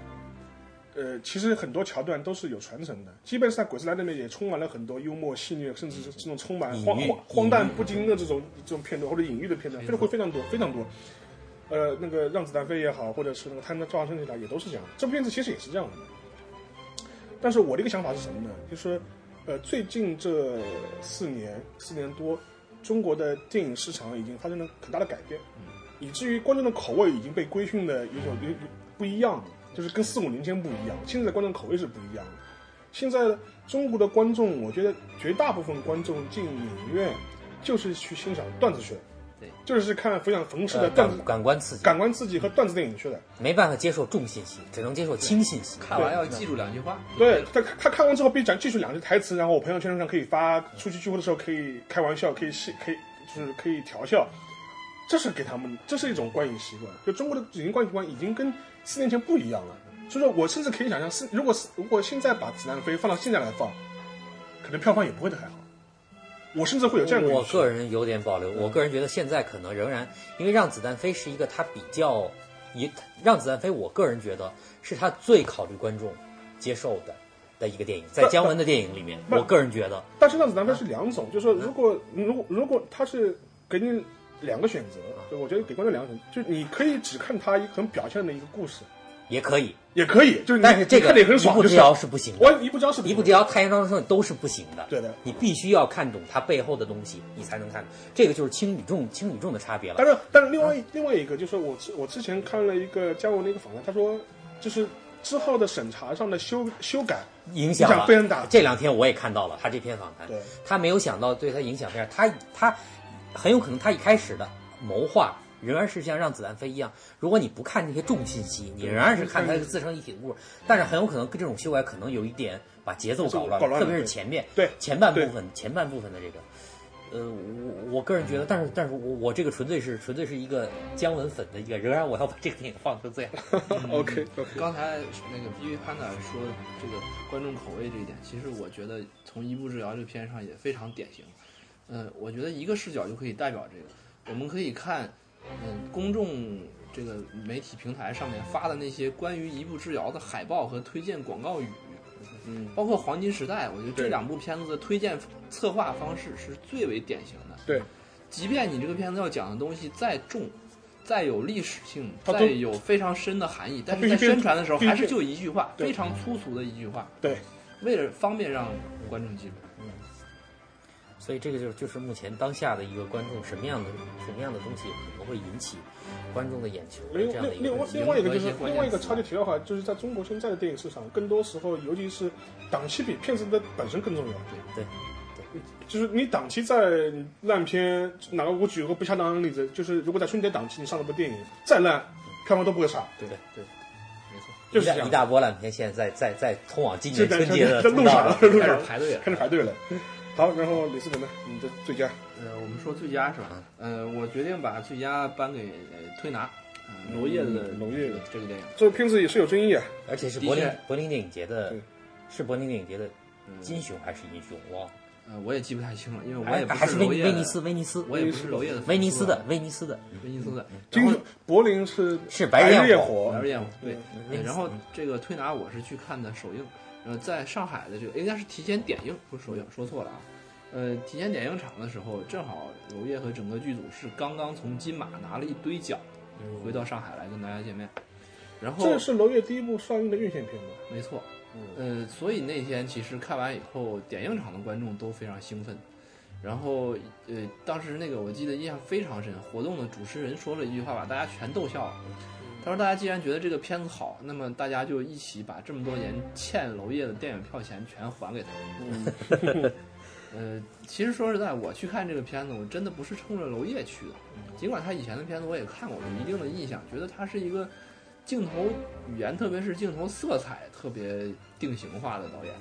Speaker 1: 呃，其实很多桥段都是有传承的。基本上《鬼子来了》里面也充满了很多幽默、戏谑，甚至是这种充满
Speaker 2: 嗯隐喻
Speaker 1: 荒荒
Speaker 2: 隐喻
Speaker 1: 荒诞不经的这种这种片段或者隐喻的片段，非常会非常多非常多。呃，那个《让子弹飞》也好，或者是那个《他们照常升起来》也都是这样的。这部片子其实也是这样的。但是我的一个想法是什么呢？就是，呃，最近这四年四年多，中国的电影市场已经发生了很大的改变，以至于观众的口味已经被规训的有种有有不一样了，就是跟四五年前不一样。现在的观众口味是不一样的。现在中国的观众，我觉得绝大部分观众进影院就是去欣赏段子去的，
Speaker 3: 对，
Speaker 1: 就是看冯小冯氏的
Speaker 2: 呃
Speaker 1: 段子
Speaker 2: 感感官刺激，
Speaker 1: 感官刺激和段子电影去的。
Speaker 2: 没办法接受重信息，只能接受轻信息。
Speaker 3: 看完要记住两句话。
Speaker 1: 对他，他看完之后必须讲记住两句台词，然后我朋友圈上可以发，出去聚会的时候可以开玩笑，可以是可以就是可以调笑，这是给他们，这是一种观影习惯。就中国的影观影观已经跟四年前不一样了，所以说我甚至可以想象，是如果是如果现在把《子弹飞》放到现在来放，可能票房也不会太好。我甚至会有这样的
Speaker 2: 我
Speaker 1: 预期
Speaker 2: 个人有点保留，我个人觉得现在可能仍然，因为《让子弹飞》是一个他比较一，《让子弹飞》我个人觉得是他最考虑观众接受的的一个电影，在
Speaker 1: 不
Speaker 2: 姜文的电影里面，
Speaker 1: 不
Speaker 2: 我个人觉得
Speaker 1: 但是《让子弹飞》是两种，就是说，如果如果如果他是给你两个选择，就我觉得给观众两个选择，就是你可以只看他一个很表象的一个故事，
Speaker 2: 也可以，
Speaker 1: 也可以，就是你
Speaker 2: 但是这
Speaker 1: 你
Speaker 2: 个
Speaker 1: 看得也很
Speaker 2: 一
Speaker 1: 爽，
Speaker 2: 步
Speaker 1: 就是
Speaker 2: 之遥是不行的。
Speaker 1: 我一步之遥是
Speaker 2: 一步之遥、太阳照常升起都是不行的。
Speaker 1: 对的
Speaker 2: 你必须要看懂它背后的东西，你才能看。这个就是轻与重、轻与重的差别了。
Speaker 1: 但是但是另外一、另外一个就是我之我之前看了一个姜文的一个访谈，他说就是之后的审查上的修修改
Speaker 2: 影
Speaker 1: 影
Speaker 2: 响了
Speaker 1: 非常大，
Speaker 2: 这两天我也看到了他这篇访谈
Speaker 1: 对，
Speaker 2: 他没有想到对他影响非常，他他很有可能他一开始的谋划仍然是像让子弹飞一样，如果你不看那些重信息，你仍然是看它自成一体的故事，但是很有可能跟这种修改可能有一点把节奏搞乱，
Speaker 1: 搞乱了
Speaker 2: 特别是
Speaker 1: 对
Speaker 2: 前面
Speaker 1: 对
Speaker 2: 前半部
Speaker 1: 对
Speaker 2: 分前半部分的这个。呃，我我个人觉得，但是但是我我这个纯粹是纯粹是一个姜文粉的一个，仍然我要把这个电影放成这样。
Speaker 1: OK OK，
Speaker 3: 刚才那个 B B Panda 说这个观众口味这一点，其实我觉得从《一步之遥》这个片上也非常典型。嗯、我觉得一个视角就可以代表这个。我们可以看，嗯、公众这个媒体平台上面发的那些关于《一步之遥》的海报和推荐广告语，
Speaker 1: 嗯，
Speaker 3: 包括《黄金时代》，我觉得这
Speaker 1: 对
Speaker 3: 两部片子的推荐策划方式是最为典型的。
Speaker 1: 对，
Speaker 3: 即便你这个片子要讲的东西再重，再有历史性，
Speaker 1: 它都
Speaker 3: 再有非常深的含义，但是
Speaker 1: 必须
Speaker 3: 在
Speaker 1: 变
Speaker 3: 宣传的时候
Speaker 1: 必须
Speaker 3: 还是就一句话，
Speaker 1: 对
Speaker 3: 非常粗俗的一句话，
Speaker 1: 对，
Speaker 3: 为了方便让观众记住。
Speaker 2: 所以这个就是就是目前当下的一个观众什么样的什么样的东西可能会引起观众的眼球的
Speaker 1: 另
Speaker 2: 这样的一
Speaker 1: 另
Speaker 2: 个
Speaker 1: 另外另外
Speaker 2: 问题
Speaker 1: 一个就
Speaker 3: 一
Speaker 1: 是
Speaker 3: 些关键词
Speaker 1: 另外一个超级题的话，就是在中国现在的电影市场，更多时候尤其是档期比片子的本身更重要。
Speaker 2: 对
Speaker 1: 就是你档期再烂片，哪个我举个不恰当的例子，就是如果在春节档期你上了部电影再烂，票房都不会差，
Speaker 2: 对对对，
Speaker 3: 没错，
Speaker 1: 就是这
Speaker 2: 一大
Speaker 1: 样
Speaker 2: 一。大波烂片，现在在在在通往今
Speaker 1: 就
Speaker 2: 年
Speaker 1: 在
Speaker 2: 春节的
Speaker 1: 在
Speaker 2: 通
Speaker 1: 路
Speaker 2: 道
Speaker 1: 上了，
Speaker 2: 上。
Speaker 1: 路
Speaker 3: 开
Speaker 1: 上
Speaker 3: 始排队了。
Speaker 1: 开始排队了。好，然后李思哲呢？你的最佳，
Speaker 3: 呃，我们说最佳是吧？呃，我决定把最佳颁给呃推拿，呃娄烨的
Speaker 1: 嗯娄烨的
Speaker 3: 这个电影。
Speaker 1: 这个片子也是有争议啊。
Speaker 2: 而且是
Speaker 3: 的
Speaker 2: 柏林
Speaker 3: 确
Speaker 2: 柏林电影节的
Speaker 1: 对，
Speaker 2: 是柏林电影节的金熊还是银熊？哇，
Speaker 3: 呃，我也记不太清了，因为我
Speaker 2: 还
Speaker 3: 也不
Speaker 2: 还是威
Speaker 3: 娄
Speaker 2: 尼
Speaker 3: 烨
Speaker 2: 威尼斯，威尼斯
Speaker 3: 我也不是娄烨的粉丝啊
Speaker 2: 威尼斯的威尼斯的，
Speaker 3: 威尼斯的。然
Speaker 2: 嗯
Speaker 1: 金
Speaker 3: 后
Speaker 1: 熊柏林是
Speaker 2: 是白
Speaker 1: 白
Speaker 2: 日焰
Speaker 1: 焰
Speaker 2: 火
Speaker 1: 火
Speaker 3: 白，日焰火对
Speaker 2: 嗯，
Speaker 3: 呃
Speaker 2: 嗯
Speaker 3: 然后这个推拿我是去看的首映，呃，在上海的这个应该是提前点映，不是首映，说错了啊。呃，提前点映场的时候，正好娄烨和整个剧组是刚刚从金马拿了一堆奖，
Speaker 2: 嗯
Speaker 3: 回到上海来跟大家见面。然后
Speaker 1: 这是娄烨第一部上映的院线片吧？
Speaker 3: 没错，呃，所以那天其实看完以后，点映场的观众都非常兴奋。然后，呃，当时那个我记得印象非常深，活动的主持人说了一句话，把大家全逗笑了。他说：“大家既然觉得这个片子好，那么大家就一起把这么多年欠娄烨的电影票钱全还给他。” 呃，其实说实在，我去看这个片子，我真的不是冲着娄烨去的。尽管他以前的片子我也看过，有一定的印象，觉得他是一个镜头语言，特别是镜头色彩特别定型化的导演。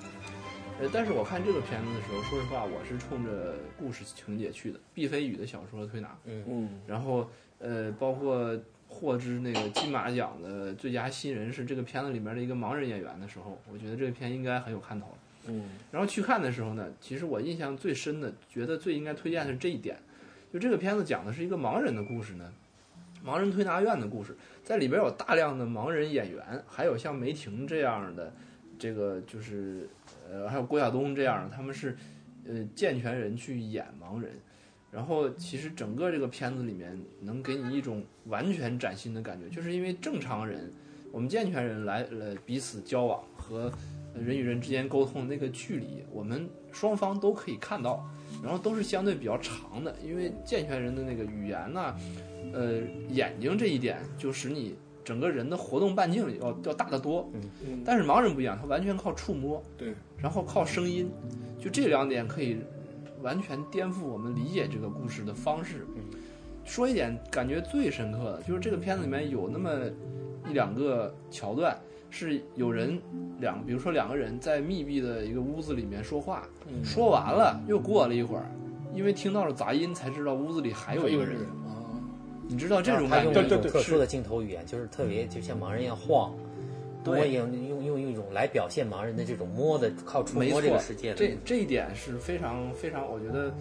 Speaker 3: 呃，但是我看这个片子的时候，说实话，我是冲着故事情节去的，毕飞宇的小说推拿，
Speaker 1: 嗯，
Speaker 3: 然后呃，包括获知那个金马奖的最佳新人是这个片子里面的一个盲人演员的时候，我觉得这个片应该很有看头。
Speaker 1: 嗯，
Speaker 3: 然后去看的时候呢，其实我印象最深的，觉得最应该推荐的是这一点，就这个片子讲的是一个盲人的故事呢，盲人推拿院的故事，在里边有大量的盲人演员，还有像梅婷这样的，这个就是呃，还有郭晓东这样的，他们是呃健全人去演盲人。然后其实整个这个片子里面能给你一种完全崭新的感觉，就是因为正常人，我们健全人来呃彼此交往和呃人与人之间沟通那个距离，我们双方都可以看到，然后都是相对比较长的，因为健全人的那个语言呐、呃眼睛这一点就使你整个人的活动半径要要大得多。
Speaker 1: 嗯，
Speaker 3: 但是盲人不一样，他完全靠触摸，
Speaker 1: 对，
Speaker 3: 然后靠声音，就这两点可以完全颠覆我们理解这个故事的方式。说一点感觉最深刻的，就是这个片子里面有那么一两个桥段，是有人两，比如说两个人在密闭的一个屋子里面说话，
Speaker 1: 嗯
Speaker 3: 说完了又过了一会儿，因为听到了杂音才知道屋子里还有一个人。
Speaker 1: 啊
Speaker 3: 啊你知道这种
Speaker 2: 他
Speaker 3: 感
Speaker 2: 用
Speaker 3: 觉？
Speaker 1: 对
Speaker 2: 一
Speaker 1: 对对
Speaker 2: 种啊特
Speaker 1: 是
Speaker 2: 殊的镜头语言，就是特别就像盲人一样晃，多
Speaker 3: 对
Speaker 2: 用用用一种来表现盲人的这种摸的靠触
Speaker 3: 没
Speaker 2: 摸
Speaker 3: 错，
Speaker 2: 这个世界的
Speaker 3: 这这一点是非常非常，我觉得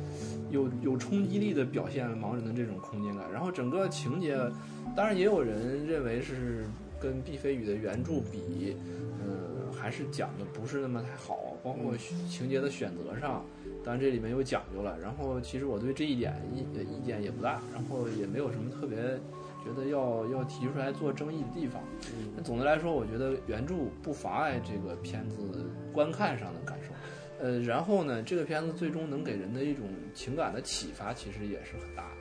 Speaker 3: 有有冲击力的表现盲人的这种空间感。然后整个情节，当然也有人认为是跟毕飞宇的原著比，嗯，还是讲的不是那么太好，包括情节的选择上，当然这里面有讲究了。然后其实我对这一点意呃意见也不大，然后也没有什么特别觉得要要提出来做争议的地方。那总的来说，我觉得原著不妨碍这个片子观看上的感受。呃，然后呢，这个片子最终能给人的一种情感的启发，其实也是很大的。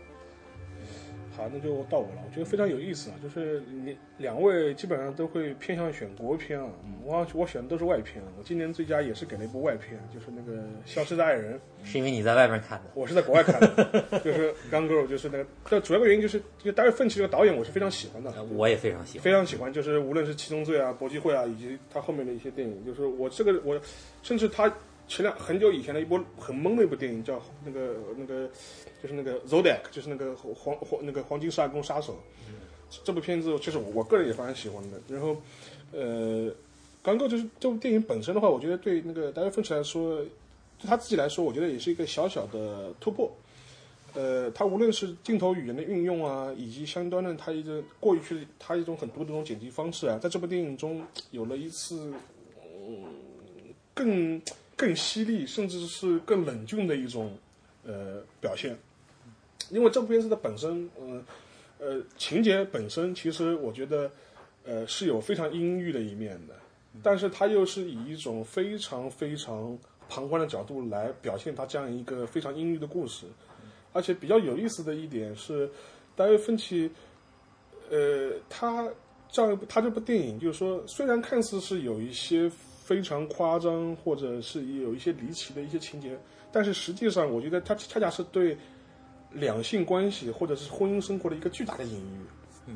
Speaker 1: 好，那就到我了。我觉得非常有意思啊，就是你两位基本上都会偏向选国片啊，
Speaker 3: 嗯
Speaker 1: 我我选的都是外片。我今年最佳也是给了一部外片，就是那个《消失的爱人》，
Speaker 2: 是因为你在外边看的。
Speaker 1: 我是在国外 看的，就是《Gun Girl》，就是那个。但主要的原因就是，就大卫芬奇这个导演，我是非常喜
Speaker 3: 啊
Speaker 1: 欢的。
Speaker 2: 呃我也非常喜欢，
Speaker 1: 非常喜欢，就是无论是《七宗罪》啊、《搏击会》啊，以及他后面的一些电影，就是我这个我，甚至他前两很久以前的一波很懵的一部电影叫那个那个，就是那个 Zodiac，就是那个黄黄那个黄金十二宫杀手，
Speaker 2: 嗯
Speaker 1: 这部片子其实我我个人也非常喜欢的。然后，呃，刚够就是这部电影本身的话，我觉得对那个达芬奇来说，对他自己来说，我觉得也是一个小小的突破。呃，它无论是镜头语言的运用啊，以及相关的它一个过于去它一种很独特的这种剪辑方式啊，在这部电影中有了一次，嗯，更更犀利，甚至是更冷峻的一种呃表现。因为这部片子的本身，嗯呃情节本身，其实我觉得呃是有非常阴郁的一面的，但是它又是以一种非常非常旁观的角度来表现它这样一个非常阴郁的故事。而且比较有意思的一点是，大卫芬奇，呃，他这样他这部电影，就是说，虽然看似是有一些非常夸张，或者是有一些离奇的一些情节，但是实际上，我觉得他恰恰是对两性关系或者是婚姻生活的一个巨大的隐喻。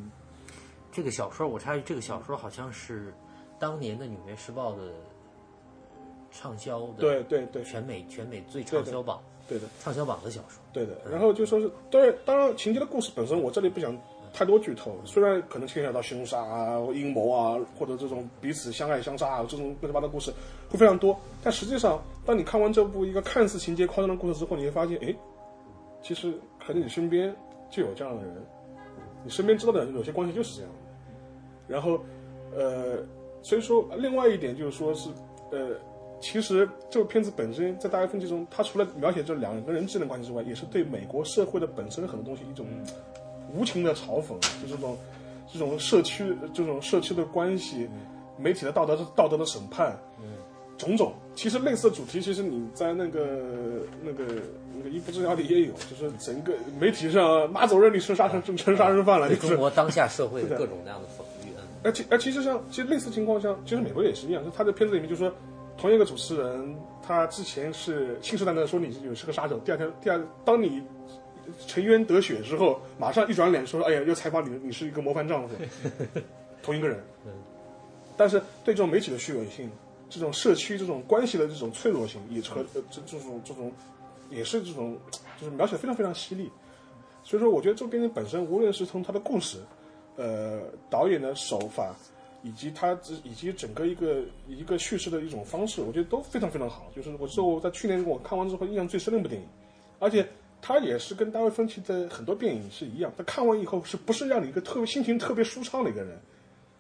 Speaker 2: 这个小说我插一句，这个小说好像是当年的《纽约时报》的畅销的
Speaker 1: 对对对，
Speaker 2: 全美全美最畅销榜
Speaker 1: 对的。
Speaker 2: 畅销榜的小说。
Speaker 1: 对的，然后就说是，当然，当然，情节的故事本身，我这里不想太多剧透，虽然可能牵扯到凶杀啊、阴谋啊，或者这种彼此相爱相杀啊这种乱七八糟的故事会非常多，但实际上，当你看完这部一个看似情节夸张的故事之后，你会发现，诶，其实可能你身边就有这样的人，你身边知道的人有些关系就是这样的。然后，呃，所以说另外一点就是说是，呃，其实这部片子本身在大家分析中，它除了描写这两个人之间的关系之外，也是对美国社会的本身很多东西一种无情的嘲讽，就这种这种社区这种社区的关系，媒体的道德道德的审判，种种。其实类似的主题，其实你在那个那个那个一步之遥里也有，就是整个媒体上妈祖认你是杀人成杀人犯了，
Speaker 2: 对
Speaker 1: 啊就是
Speaker 2: 中国当下社会的各种各样的讽喻，嗯
Speaker 1: 而其而其实像其实类似情况下，其实美国也是一样，就他在片子里面就说，同一个主持人，他之前是信誓旦旦地说你是是个杀手，第二天第二当你沉冤得雪之后，马上一转脸说，哎呀，又采访你，你是一个模范丈夫，同一个人。但是对这种媒体的虚伪性，这种社区这种关系的这种脆弱性，也和呃这这种这种也是这种就是描写得非常非常犀利。所以说，我觉得这部片子本身，无论是从它的故事，呃，导演的手法，以及它之以及整个一个一个叙事的一种方式，我觉得都非常非常好。就是我是我在去年我看完之后印象最深的一部电影，而且它也是跟大卫芬奇的很多电影是一样，他看完以后是不是让你一个特别心情特别舒畅的一个人？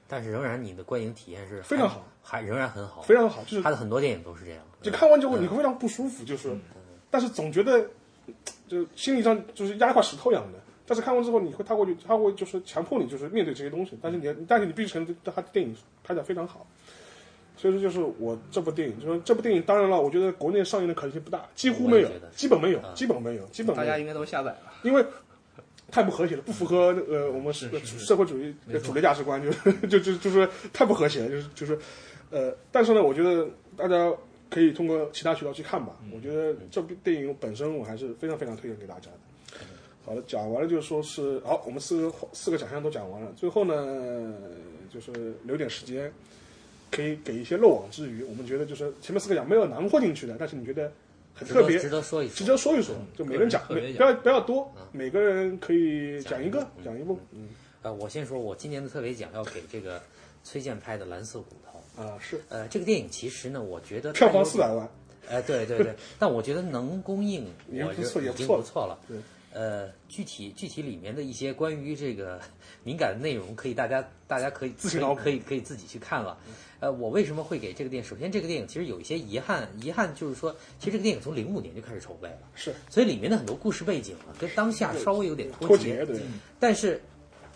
Speaker 2: 但是仍然你的观影体验是
Speaker 1: 非常好，
Speaker 2: 还仍然很好，
Speaker 1: 非常好，就是
Speaker 2: 他的很多电影都是这样。
Speaker 1: 就看完之后你会非常不舒服，就是，但是总觉得就心理上就是压一块石头一样的。但是看完之后，你会他会他会就是强迫你就是面对这些东西，但是你但是你必须承认他电影拍的非常好。所以说，就是我这部电影，就是这部电影，当然了，我觉得国内上映的可能性不大，几乎没有
Speaker 2: 我也觉得，是嗯
Speaker 1: 基本没有，基本没有，基本
Speaker 3: 大
Speaker 1: 没有
Speaker 3: 家应该都下载了。
Speaker 1: 因为太不和谐了，不符合呃我们社社会主义的主流价值观，就是就就就是太不和谐了，就是就是呃，但是呢，我觉得大家可以通过其他渠道去看吧。
Speaker 2: 嗯
Speaker 1: 我觉得这部电影本身我还是非常非常推荐给大家的。
Speaker 2: 嗯
Speaker 1: 好了，讲完了就是说是好，我们四个四个奖项都讲完了，最后呢就是留点时间。可以给一些漏网之鱼，我们觉得就是前面四个奖没有囊括进去的，但是你觉得很
Speaker 2: 值
Speaker 1: 特
Speaker 2: 得
Speaker 1: 别，
Speaker 2: 值得说一说，
Speaker 1: 值得说一
Speaker 2: 嗯
Speaker 1: 说，就每个人讲，
Speaker 3: 特别
Speaker 1: 每
Speaker 3: 讲
Speaker 1: 不要不要多，每个人可以讲一个，讲一部，嗯
Speaker 2: 呃，我先说，我今年的特别奖要给这个崔健拍的《蓝色骨头》。
Speaker 1: 啊是
Speaker 2: 呃，这个电影其实呢，我觉得它
Speaker 1: 票
Speaker 2: 有
Speaker 1: 房四百万，
Speaker 2: 哎，对对对，但我觉得能供应，
Speaker 1: 也
Speaker 2: 我
Speaker 1: 不
Speaker 2: 觉
Speaker 1: 错
Speaker 2: 得
Speaker 1: 也
Speaker 2: 已
Speaker 1: 不
Speaker 2: 经
Speaker 1: 错
Speaker 2: 不错了。
Speaker 1: 对
Speaker 2: 呃，具体具体里面的一些关于这个 敏感的内容，可以大家大家可以
Speaker 1: 自行脑补
Speaker 2: 可以可以可以自己去看了。呃，我为什么会给这个电影？首先，这个电影其实有一些遗憾，遗憾就是说，其实这个电影从零五年就开始筹备了，
Speaker 1: 是
Speaker 2: 所以里面的很多故事背景啊，跟当下稍微有点
Speaker 1: 脱
Speaker 2: 节
Speaker 1: 节对，
Speaker 2: 但是，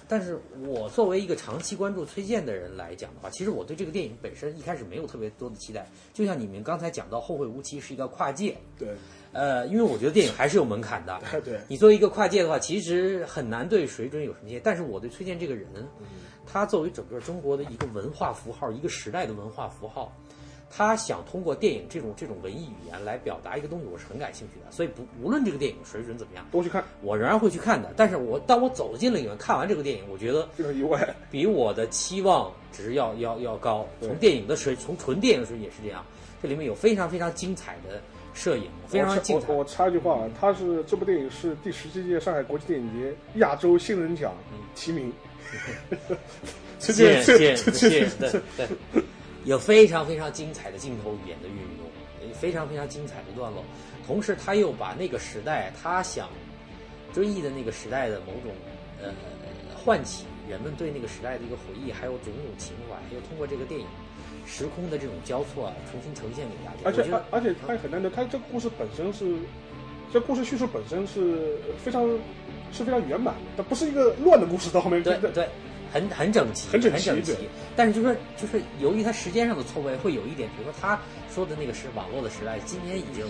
Speaker 2: 但是我作为一个长期关注崔健的人来讲的话，其实我对这个电影本身一开始没有特别多的期待。就像你们刚才讲到，《后会无期》是一个跨界，
Speaker 1: 对
Speaker 2: 呃，因为我觉得电影还是有门槛的。
Speaker 1: 对
Speaker 2: 你作为一个跨界的话，其实很难对水准有什么些。但是我对崔健这个人，他作为整个中国的一个文化符号，一个时代的文化符号，他想通过电影这种这种文艺语言来表达一个东西，我是很感兴趣的。所以不无论这个电影水准怎么样，
Speaker 1: 都去看，
Speaker 2: 我仍然会去看的。但是我当我走进了影院，看完这个电影，我觉得
Speaker 1: 非常意外，
Speaker 2: 比我的期望值要要要高。
Speaker 1: 对
Speaker 2: 从电影的水，从纯电影水也是这样，这里面有非常非常精彩的摄影， 非常
Speaker 1: 我插
Speaker 2: 精
Speaker 1: 我
Speaker 2: 彩。
Speaker 1: 我插一句话，啊它是这部电影是第十七届上海国际电影节亚洲新人奖提 名，崔健崔
Speaker 2: 谢嗯谢谢谢
Speaker 1: 崔
Speaker 2: 谢
Speaker 1: 健
Speaker 2: 谢，对对，有非常非常精彩的镜头语言的运用，非常非常精彩的段落，同时他又把那个时代他想追忆的那个时代的某种呃唤起人们对那个时代的一个回忆，还有种种情怀，还有通过这个电影时空的这种交错啊，重新呈现给大家。
Speaker 1: 而且
Speaker 2: 我觉
Speaker 1: 而
Speaker 2: 得
Speaker 1: 而且它也很难得，它这个故事本身是，这故事叙述本身是非常是非常圆满的，它不是一个乱的故事到后面，
Speaker 2: 对
Speaker 1: 对
Speaker 2: 对，很很整齐，
Speaker 1: 很
Speaker 2: 很
Speaker 1: 整齐
Speaker 2: 齐。
Speaker 1: 对
Speaker 2: 但是就说就是由于它时间上的错位，会有一点，比如说他说的那个是网络的时代，今天已经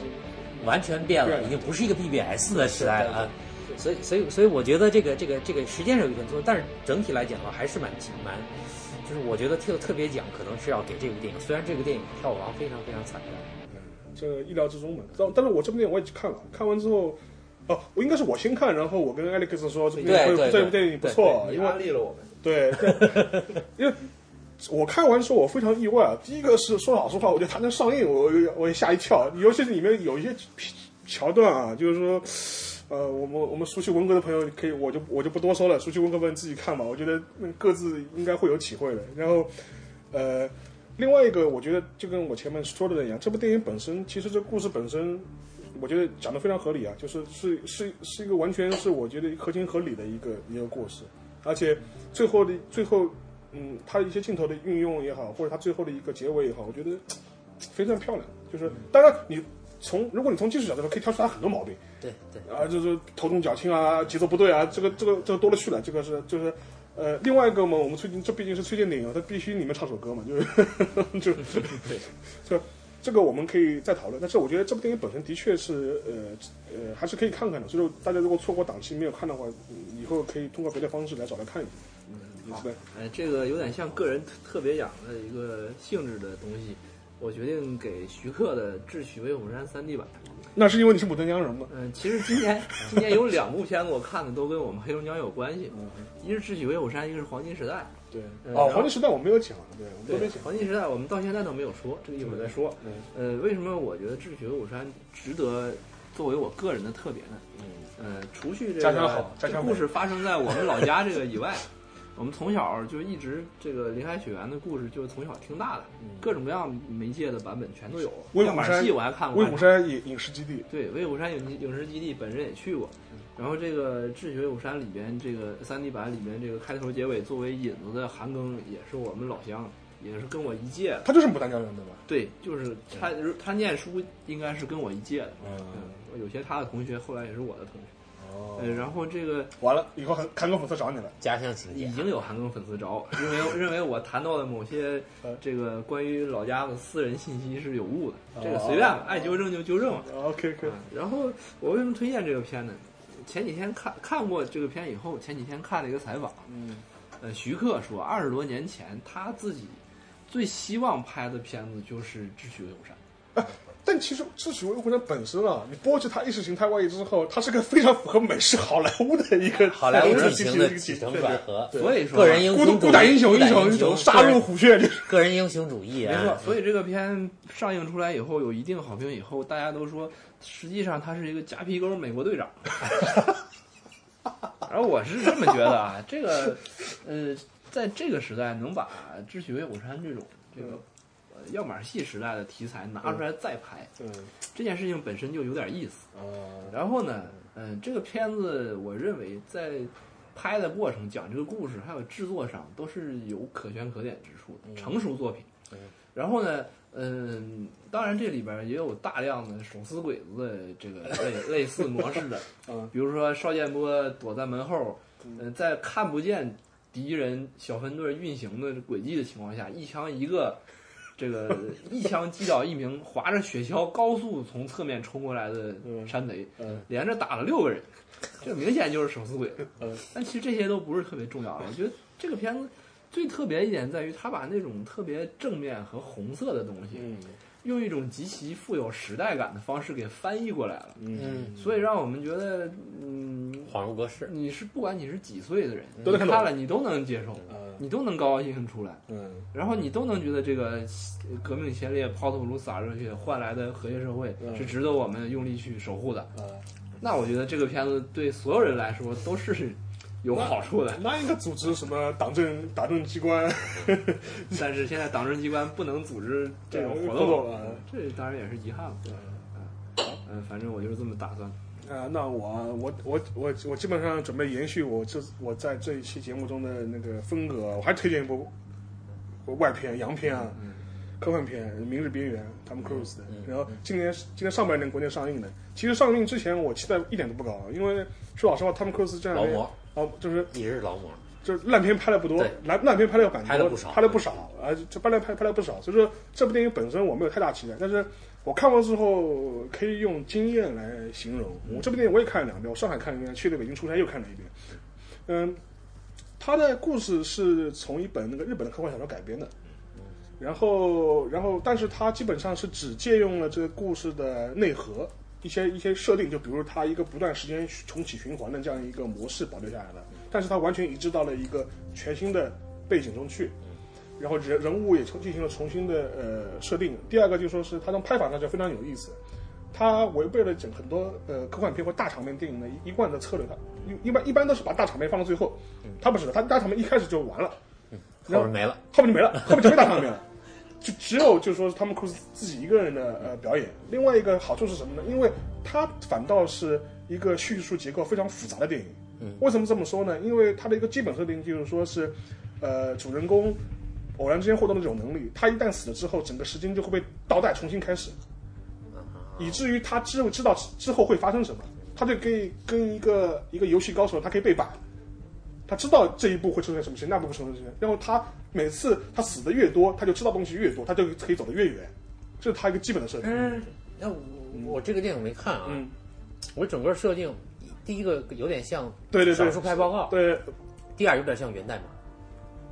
Speaker 2: 完全变
Speaker 1: 对
Speaker 2: 了，已经不是一个 BBS 的时代了啊。所以所以所以我觉得这个这个这个时间上有一点错，但是整体来讲的话还是蛮蛮。就是我觉得特特别奖可能是要给这部电影，虽然这个电影票房非常非常惨淡，
Speaker 1: 这意料之中嘛。但但是我这部电影我也去看了，看完之后，哦，我应该是我先看，然后我跟 Alex 说这部电影
Speaker 2: 对对
Speaker 1: 这部电影不错，
Speaker 3: 你
Speaker 1: 因为
Speaker 3: 安利了我们，
Speaker 1: 对，因为我看完之后我非常意外啊。第一个是说老实话，我觉得它能上映，我我也吓一跳，啊尤其是里面有一些桥段啊，就是说。呃，我们我们熟悉文革的朋友可以，我就我就不多说了，熟悉文革朋友自己看吧。我觉得嗯各自应该会有体会的。然后，呃，另外一个，我觉得就跟我前面说的一样，这部电影本身，其实这故事本身，我觉得讲的非常合理啊，就是是是是一个完全是我觉得合情合理的一个一个故事，而且最后的最后，嗯，它一些镜头的运用也好，或者它最后的一个结尾也好，我觉得非常漂亮。就是当然你从如果你从技术角度来说，可以挑出它很多毛病。
Speaker 2: 对对，
Speaker 1: 啊，就是头重脚轻啊，节奏不对啊，这个这个这个多了去了，这个是就是。呃，另外一个嘛，我们最近这毕竟是推荐电影，它必须你们唱首歌嘛，就是 就 就这个我们可以再讨论。但是我觉得这部电影本身的确是呃呃还是可以看看的，所以说大家如果错过档期没有看的话，嗯以后可以通过别的方式来找来看一下。嗯，好，
Speaker 3: 哎，这个有点像个人特特别养的一个性质的东西。我决定给徐克的《智取威虎山》3 D 版。
Speaker 1: 那是因为你是牡丹江人嘛？
Speaker 3: 嗯，其实今年今年有两部片子我看的都跟我们黑龙江有关系，一是《智取威虎山》，一个是《黄金时代》。
Speaker 1: 嗯对。
Speaker 3: 嗯
Speaker 1: 哦，
Speaker 3: 然后
Speaker 1: 黄金时代我没有讲，啊对，我们都没
Speaker 3: 对，
Speaker 1: 讲。
Speaker 3: 黄金时代我们到现在都没有说，这个一会儿再说。
Speaker 1: 嗯
Speaker 3: 呃，为什么我觉得《智取威虎山》值得作为我个人的特别呢？嗯，呃，除去这
Speaker 1: 家乡
Speaker 3: 个
Speaker 1: 好家乡
Speaker 3: 这
Speaker 1: 美
Speaker 3: 故事发生在我们老家这个以外， 我们从小就一直这个《林海雪原》的故事，就是从小听大的，各种各样媒介的版本全都有。
Speaker 1: 嗯威
Speaker 3: 样
Speaker 1: 虎
Speaker 3: 板
Speaker 1: 山
Speaker 3: 戏我还看过，
Speaker 1: 威虎山影影视基地，
Speaker 3: 对，威虎山影影视基地本身也去过，
Speaker 1: 嗯
Speaker 3: 然后这个《智取威虎山》里边这个三 D 版里边这个开头结尾作为引子的韩庚也是我们老乡，也是跟我一届的。
Speaker 1: 他就是牡丹江人对吧？
Speaker 3: 对，就是他他念书应该是跟我一届的，
Speaker 1: 嗯，
Speaker 3: 嗯，有些他的同学后来也是我的同学。
Speaker 1: 哦，
Speaker 3: 呃，然后这个
Speaker 1: 完了以后韩韩国粉丝找你了，
Speaker 2: 家乡情
Speaker 3: 已
Speaker 2: 节，
Speaker 3: 经有韩庚粉丝找我，认 为认为我谈到的某些
Speaker 1: 呃
Speaker 3: 这个关于老家的私人信息是有误的，这个
Speaker 1: 哦
Speaker 3: 随便吧，爱纠正就纠正吧。
Speaker 1: OK OK，
Speaker 3: 啊然后我为什么推荐这个片呢？前几天看看过这个片以后，前几天看了一个采访，
Speaker 1: 嗯，
Speaker 3: 呃，徐克说二十多年前他自己最希望拍的片子就是《智取威虎山》。
Speaker 1: 但其实智取威虎山本身啊，你剥去它意识形态外衣之后，它是个非常符合美式好莱坞的一 个
Speaker 2: 好莱坞
Speaker 1: 的
Speaker 2: 剧情的起承转合，
Speaker 3: 所以说
Speaker 2: 个人英
Speaker 1: 孤独
Speaker 2: 雄主义
Speaker 1: 孤胆英雄英雄英雄杀入虎穴，就是
Speaker 2: 个人英雄主义
Speaker 3: 没错
Speaker 2: 啊，，
Speaker 3: 所以这个片上映出来以后有一定好评，以后大家都说，实际上他是一个夹皮沟美国队长。 而我是这么觉得啊，这个，呃，在这个时代能把《智取威虎山》这种这个呃样板戏时代的题材拿出来再拍，
Speaker 1: 嗯
Speaker 3: 这件事情本身就有点意思。
Speaker 1: 啊
Speaker 3: 然后呢，嗯、这个片子我认为在拍的过程、讲这个故事还有制作上都是有可圈可点之处的，成熟作品。
Speaker 1: 嗯
Speaker 3: 然后呢，嗯、当然这里边也有大量的手撕鬼子的这个类类似模式的，
Speaker 1: 嗯
Speaker 3: 比如说邵建波躲在门后，呃，在看不见敌人小分队运行的轨迹的情况下，一枪一个。 这个一枪击倒一名划着雪橇高速从侧面冲过来的
Speaker 1: 嗯
Speaker 3: 山贼，
Speaker 1: 嗯
Speaker 3: 连着打了六个人，这明显就是手撕鬼子
Speaker 1: 嗯。
Speaker 3: 但其实这些都不是特别重要的。我觉得这个片子最特别一点在于，他把那种特别正面和红色的东西，
Speaker 1: 嗯
Speaker 3: 用一种极其富有时代感的方式给翻译过来了，
Speaker 1: 嗯，
Speaker 3: 所以让我们觉得，嗯，
Speaker 2: 恍如隔世。
Speaker 3: 你是不管你是几岁的人，
Speaker 1: 都
Speaker 3: 你
Speaker 1: 能看懂
Speaker 3: 看了你都能接受，
Speaker 1: 嗯
Speaker 3: 你都能高高兴兴出来。
Speaker 1: 嗯
Speaker 3: 然后你都能觉得这个革命先烈抛头颅洒热血换来的和谐社会
Speaker 1: 嗯
Speaker 3: 是值得我们用力去守护的，
Speaker 1: 啊，，
Speaker 3: 那我觉得这个片子对所有人来说都是有好处的
Speaker 1: 那应该组织什么党政党政机关
Speaker 3: 但是现在党政机关不能组织这种活动，
Speaker 1: 动啊。
Speaker 3: 这当然也是遗憾了。嗯，反正我就是这么打算。
Speaker 1: 啊，那我我我我我基本上准备延续我这我在这一期节目中的那个风格，我还推荐一部外片、洋片啊，
Speaker 2: 嗯
Speaker 1: 科幻片《明日边缘》，Tom Cruise 的。然后
Speaker 2: 嗯
Speaker 1: 今年今年上半年国内上映的，其实上映之前我期待一点都不高，因为说老实话，Tom Cruise 这样
Speaker 2: 劳模
Speaker 1: 哦，就是
Speaker 2: 也是劳模，
Speaker 1: 就是烂片拍的不多
Speaker 2: 对，
Speaker 1: 烂烂片拍的反
Speaker 2: 拍得不少
Speaker 1: 拍的不少，啊，这拍了拍拍了不少，所以说这部电影本身我没有太大期待，但是我看完之后可以用经验来形容。我这部电影我也看了两遍，我上海看了一遍，去了北京出差又看了一遍。嗯，它的故事是从一本那个日本的科幻小说改编的，然后然后但是它基本上是只借用了这个故事的内核。一些一些设定，就比如它一个不断时间重启循环的这样一个模式保留下来了，但是它完全移植到了一个全新的背景中去，然后人人物也重进行了重新的呃设定。第二个就说是它从拍法上就非常有意思，它违背了整很多呃科幻片或大场面电影的一一贯的策略，它一一般一般都是把大场面放到最后，它不是的，它大场面一开始就完了，
Speaker 2: 后面没了。
Speaker 1: 后面就没了， 后面就没大场面了，就只有就是说是汤姆·克鲁斯自己一个人的呃表演。另外一个好处是什么呢？因为它反倒是一个叙述结构非常复杂的电影。嗯，为什么这么说呢？因为它的一个基本设定就是说是，呃，主人公偶然之间获得了这种能力，他一旦死了之后，整个时间就会被倒带，重新开始，以至于他知知道之后会发生什么，他就可以跟一个一个游戏高手，他可以背板。他知道这一步会出现什么事情，那步会出现什么事情，然后他每次他死的越多，他就知道东西越多，他就可以走得越远，这是他一个基本的设定。
Speaker 2: 嗯，那我我这个电影没看啊，
Speaker 1: 嗯，
Speaker 2: 我整个设定第一个有点像
Speaker 1: 对对对
Speaker 2: 少数派报告，
Speaker 1: 对，
Speaker 2: 第二有点像源代码，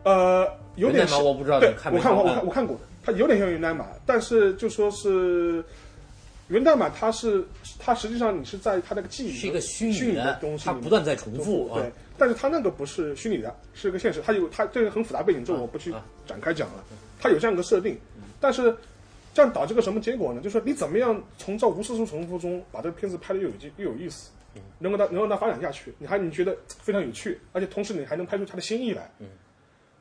Speaker 1: 呃，有点
Speaker 2: 源代码
Speaker 1: 像
Speaker 2: 我不知道你
Speaker 1: 对，
Speaker 2: 看没
Speaker 1: 我看过，我
Speaker 2: 看啊
Speaker 1: 看我看过，它有点像源代码，但是就说是源代码，它是它实际上你是在它那个记忆
Speaker 2: 是一个
Speaker 1: 虚
Speaker 2: 虚拟
Speaker 1: 的东西
Speaker 2: 它
Speaker 1: 里面
Speaker 2: 不断在重复啊
Speaker 1: 对，，但是它那个不是虚拟的，是个现实，它有它这个很复杂背景，这
Speaker 2: 啊
Speaker 1: 我不去展开讲了。它有这样一个设定，但是这样导致个什么结果呢？就是说你怎么样从这无数次重复中把这个片子拍得又有劲又有意思，
Speaker 2: 嗯
Speaker 1: 能够它能让它发展下去，你还你觉得非常有趣，而且同时你还能拍出它的新意来。嗯，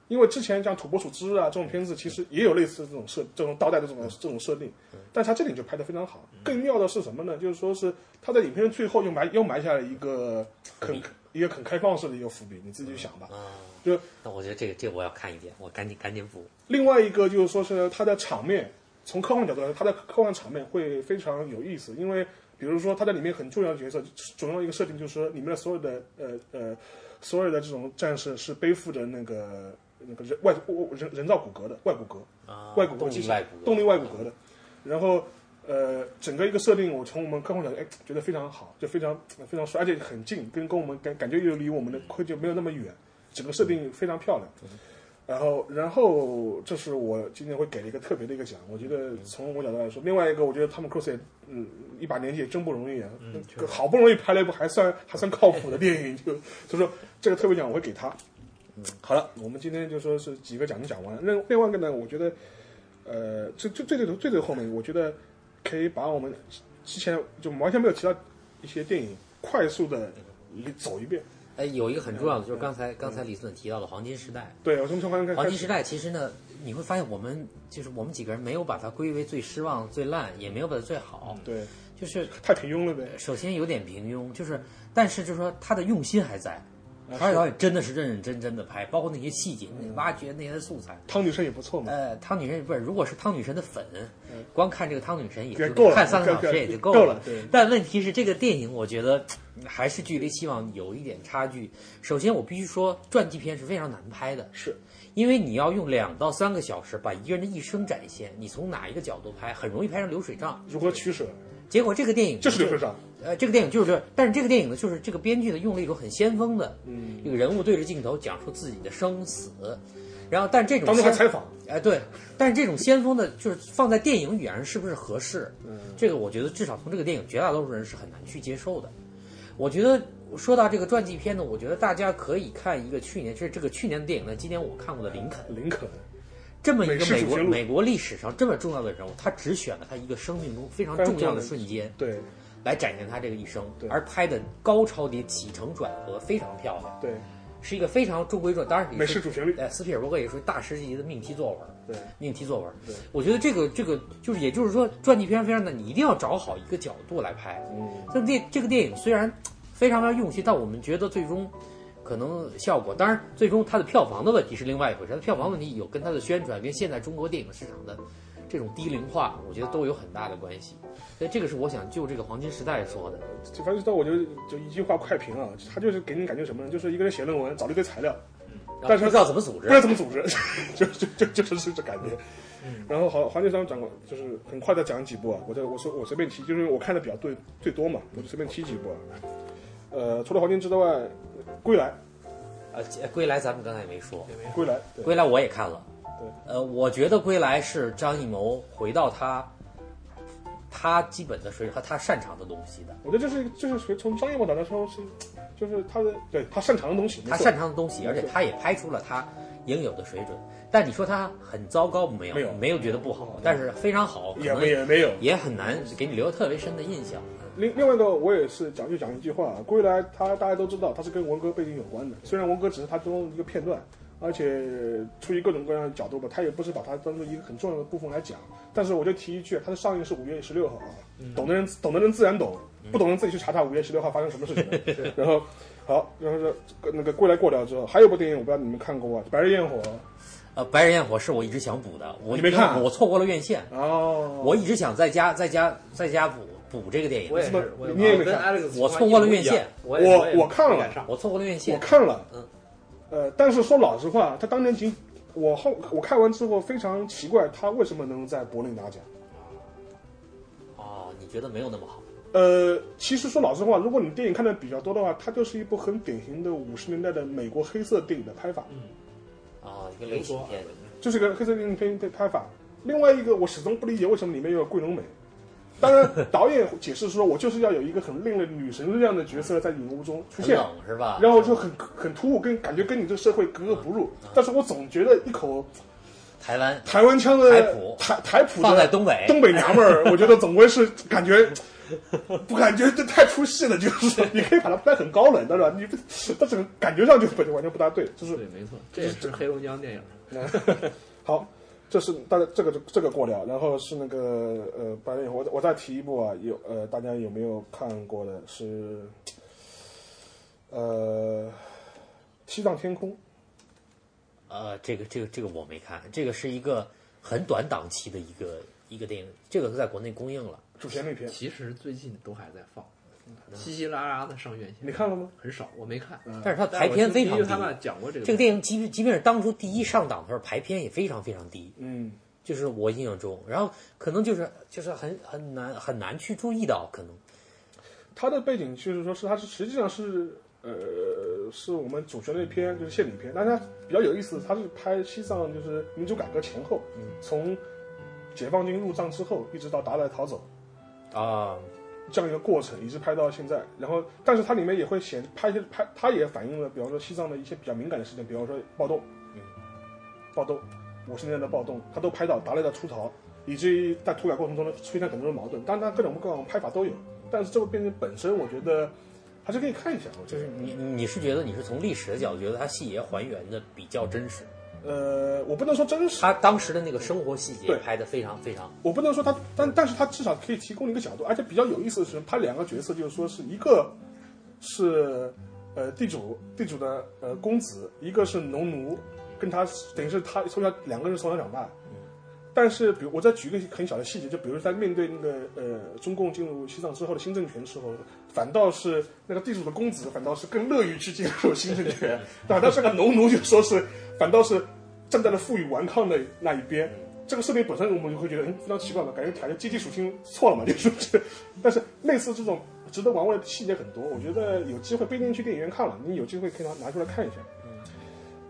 Speaker 1: 因为之前像《土拨鼠之日》啊这种片子，其实也有类似这种设这种倒带的这种这种设定，但它这里就拍得非常好。更妙的是什么呢？就是说是它在影片最后又埋又埋下了一个很一个很开放式的一个伏笔，你自己去想吧。就
Speaker 2: 那我觉得这个这个我要看一遍，我赶紧赶紧补。
Speaker 1: 另外一个就是说是它的场面，从科幻角度来说，它的科幻场面会非常有意思，因为比如说它在里面很重要的角色，重要的一个设定就是里面的所有的呃呃所有的这种战士是背负着那个那个人外人人造骨骼的外骨骼，
Speaker 2: 啊
Speaker 1: 外骨骼
Speaker 2: 动
Speaker 1: 机
Speaker 2: 力
Speaker 1: 器
Speaker 2: 外骨骼，啊
Speaker 1: 动力外骨骼的。然后呃，整个一个设定，我从我们科幻角度，哎，觉得非常好，就非常呃非常帅，而且很近，跟跟我们感感觉又离我们的科技没有那么远，整个设定非常漂亮。然后，然后这是我今年会给的一个特别的一个奖，我觉
Speaker 2: 嗯
Speaker 1: 得从我角度来说，另外一个我觉得汤姆·克鲁斯也，嗯，一把年纪也真不容易啊，
Speaker 2: 嗯
Speaker 3: 确实
Speaker 1: 好不容易拍了一部还算还算靠谱的电影，就所以说这个特别奖我会给他。好了，我们今天就说是几个奖都讲完了。另另外一个呢，我觉得，呃，最最最最最最后面，我觉得可以把我们之前就完全没有提到一些电影快速的走一遍。
Speaker 2: 哎，有一个很重要的就是刚才刚才李总提到的黄金时代。
Speaker 1: 对，我从从刚刚
Speaker 2: 黄
Speaker 1: 开
Speaker 2: 金时
Speaker 1: 始，
Speaker 2: 代其实呢，你会发现我们就是我们几个人没有把它归为最失望、最烂，也没有把它最好，
Speaker 1: 对，
Speaker 2: 就是
Speaker 1: 太平庸了呗。
Speaker 2: 首先有点平庸，就是但是就是说他的用心还在，
Speaker 1: 啊
Speaker 2: 华尔
Speaker 1: 是
Speaker 2: 导演真的是认认真真的拍，包括那些细节、那挖掘那些素材。
Speaker 1: 汤女生也不错嘛。
Speaker 2: 呃，汤女神不是，如果是汤女神的粉，光看这个汤女神也
Speaker 1: 嗯也
Speaker 2: 就
Speaker 1: 够了
Speaker 2: 看三个小
Speaker 1: 够
Speaker 2: 时
Speaker 1: 了
Speaker 2: 也就
Speaker 1: 够
Speaker 2: 了。
Speaker 1: 了对
Speaker 2: 但问题是，这个电影我觉得嗯还是距离期望有一点差距。首先，我必须说，传记片是非常难拍的，
Speaker 1: 是
Speaker 2: 因为你要用两到三个小时把一个人的一生展现，你从哪一个角度拍，很容易拍成流水账。
Speaker 1: 如何取舍？
Speaker 2: 结果这个电影
Speaker 1: 嗯就是流水账。
Speaker 2: 呃，这个电影就是这，但是这个电影呢，就是这个编剧呢用了一种很先锋的，嗯，一个人物对着镜头讲述自己的生死，然后但这种
Speaker 1: 当中还
Speaker 2: 先
Speaker 1: 采访，
Speaker 2: 哎、对，但是这种先锋的，就是放在电影语言上是不是合适？嗯，这个我觉得至少从这个电影，绝大多数人是很难去接受的。我觉得说到这个传记片呢，我觉得大家可以看一个去年，这是这个去年的电影呢，今年我看过的《林肯》，
Speaker 1: 林肯
Speaker 2: 这么一
Speaker 1: 美
Speaker 2: 个
Speaker 1: 式
Speaker 2: 美
Speaker 1: 主
Speaker 2: 国
Speaker 1: 旋律
Speaker 2: 美国历史上这么重要的人物，他只选了他一个生命中非常重要的瞬间。
Speaker 1: 对
Speaker 2: 来展现他这个一生，
Speaker 1: 对
Speaker 2: 而拍的高超迭起承转合非常漂亮，
Speaker 1: 对
Speaker 2: 是一个非常中规中矩。当然也是，
Speaker 1: 美式主旋律
Speaker 2: 呃，斯皮尔伯格也属于大师级的命题作文，
Speaker 1: 对
Speaker 2: 命题作文
Speaker 1: 对。
Speaker 2: 我觉得这个这个就是，也就是说，传记片非常的，你一定要找好一个角度来拍。
Speaker 1: 嗯
Speaker 2: 这个电这个电影虽然非常非常用心，但我们觉得最终可能效果，当然最终它的票房的问题是另外一回事。它的票房问题有跟它的宣传跟现在中国电影市场的这种低龄化，我觉得都有很大的关系。所以这个是我想就这个黄金时代说的。
Speaker 1: 就反正到我就就一句话快评啊，他就是给你感觉什么呢？就是一个人写论文找了一堆材料，
Speaker 2: 嗯然后
Speaker 1: 但是
Speaker 2: 不知道怎么组
Speaker 1: 不
Speaker 2: 织
Speaker 1: 知。道怎么组织，就就就就是是这感觉。
Speaker 2: 嗯
Speaker 1: 然后好，黄金商讲过，就是很快的讲几部啊，我就我说我随便提，就是我看的比较对最多嘛，我就随便提几部啊。呃，除了黄金之外，归来，
Speaker 2: 呃，归来咱们刚才也没说，
Speaker 1: 归来，对，
Speaker 2: 归来我也看了。
Speaker 1: 对，
Speaker 2: 呃，我觉得归来是张艺谋回到他他基本的水准和他擅长的东西的，
Speaker 1: 我觉得这是一个这是属于从商业角度来说是，就是他的对他擅长的东西，没
Speaker 2: 他
Speaker 1: 错
Speaker 2: 擅长的东西，
Speaker 1: 没错
Speaker 2: 而且他也拍出了他应有的水准。但你说他很糟糕没有？
Speaker 1: 没有
Speaker 2: 觉得不好，但是非常好，
Speaker 1: 也
Speaker 2: 可
Speaker 1: 没
Speaker 2: 能
Speaker 1: 也没有。
Speaker 2: 也很难给你留特别深的印象。
Speaker 1: 另另外一个，我也是讲就讲一句话，归来他大家都知道，他是跟文革背景有关的。虽然文革只是他中的一个片段，而且出于各种各样的角度吧，他也不是把它当做一个很重要的部分来讲。但是我就提一句，它的上映是五月十六号啊，懂的人懂的人自然懂，不懂的人自己去查查五月十六号发生什么事情了。然后好，然后是那个归来过掉之后，还有部电影我不知道你们看过啊，《白日焰火》
Speaker 2: 呃，《白日焰火》是我一直想补的，我
Speaker 1: 你没看啊
Speaker 2: 我错过了院线，
Speaker 1: 哦，
Speaker 2: 我一直想在家在家在家补补这个电影。
Speaker 3: 我也是，我
Speaker 1: 你也没
Speaker 3: 跟
Speaker 1: 看
Speaker 3: Alex
Speaker 2: 我错过了院
Speaker 3: 情况一模一
Speaker 2: 线，
Speaker 3: 样我也
Speaker 1: 我
Speaker 3: 也
Speaker 1: 我看了
Speaker 3: 没赶上
Speaker 2: 我错过了院
Speaker 1: 我
Speaker 2: 线，
Speaker 1: 看了，
Speaker 2: 嗯
Speaker 1: 呃，但是说老实话，他当年仅我后我看完之后非常奇怪，他为什么能在柏林拿奖？
Speaker 2: 哦，你觉得没有那么好？
Speaker 1: 呃，其实说老实话，如果你电影看的比较多的话，它就是一部很典型的五十年代的美国黑色电影的拍法，
Speaker 2: 嗯啊，一个流行片，
Speaker 1: 就是一个黑色电影片的拍法。另外一个，我始终不理解为什么里面有桂纶镁。当然，导演解释说，我就是要有一个很另类的女神这样的角色在影幕中出
Speaker 2: 很
Speaker 1: 现，
Speaker 2: 冷是吧？
Speaker 1: 然后就很很突兀，跟感觉跟你这个社会格格不入。
Speaker 2: 嗯
Speaker 1: 但是我总觉得一口
Speaker 2: 台湾
Speaker 1: 台湾腔的
Speaker 2: 台普
Speaker 1: 台台普的
Speaker 2: 放在东北
Speaker 1: 东北娘们儿，我觉得总归是感觉不感觉这太出戏了， 就是你可以把它拍得很高冷，但是吧，你不，它整个感觉上就本就完全不大对，就是
Speaker 3: 对，没错，这也是黑龙江电影。
Speaker 1: 好，这是大家这个这个过了，然后是那个呃，白人，我我再提一部啊，有呃，大家有没有看过的是呃《西藏天空》
Speaker 5: 呃，这个这个这个我没看，这个是一个很短档期的一个一个电影，这个是在国内公映了。
Speaker 1: 主旋律片，
Speaker 3: 其实最近都还在放，稀稀拉拉的上院线。
Speaker 1: 你看了吗？
Speaker 3: 很少，我没看。
Speaker 5: 但是它排片非
Speaker 3: 但
Speaker 5: 常
Speaker 3: 是我听他们
Speaker 5: 低，
Speaker 3: 讲过这个
Speaker 5: 这个电影即即便是当初第一上档的时候，排片也非常非常低，
Speaker 1: 嗯，
Speaker 5: 就是我印象中，然后可能就是就是很很难很难去注意到，可能
Speaker 1: 它的背景就是说是它是实际上是呃是我们主旋律片，就是献礼片，但它比较有意思，它是拍西藏就是民主改革前后，从解放军入藏之后一直到达赖逃走。
Speaker 5: 啊、
Speaker 1: 这样一个过程，一直拍到现在。然后，但是它里面也会显拍一些拍，它也反映了，比方说西藏的一些比较敏感的事情，比方说暴动，嗯暴动，五十年代的暴动，它都拍到达赖的出逃，以至于在土改过程中呢出现很多的矛盾。当然，它各种各样的拍法都有，但是这部片子本身，我觉得还是可以看一下。我觉
Speaker 5: 就
Speaker 1: 得
Speaker 5: 是你你是觉得你是从历史的角度觉得它细节还原的比较真实，
Speaker 1: 呃，我不能说真实，
Speaker 5: 它当时的那个生活细节
Speaker 1: 对
Speaker 5: 拍的非常非常
Speaker 1: 我不能说他，但但是他至少可以提供一个角度，而且比较有意思的是，他两个角色就是说是一个是呃地主地主的呃公子，一个是农奴，跟他等于是他从小两个人从小长大。但是，比如我再举一个很小的细节，就比如在面对那个呃中共进入西藏之后的新政权的时候，反倒是那个地主的公子，反倒是更乐于去进入新政 权，反倒是个农奴就说是，反倒是站在了负隅顽抗的那一边。这个设定本身我们就会觉得，嗯，非常奇怪嘛，感觉感觉阶级属性错了嘛，就是这。但是类似这种值得玩味的细节很多，我觉得有机会不一定去电影院看了，你有机会可以拿拿出来看一下。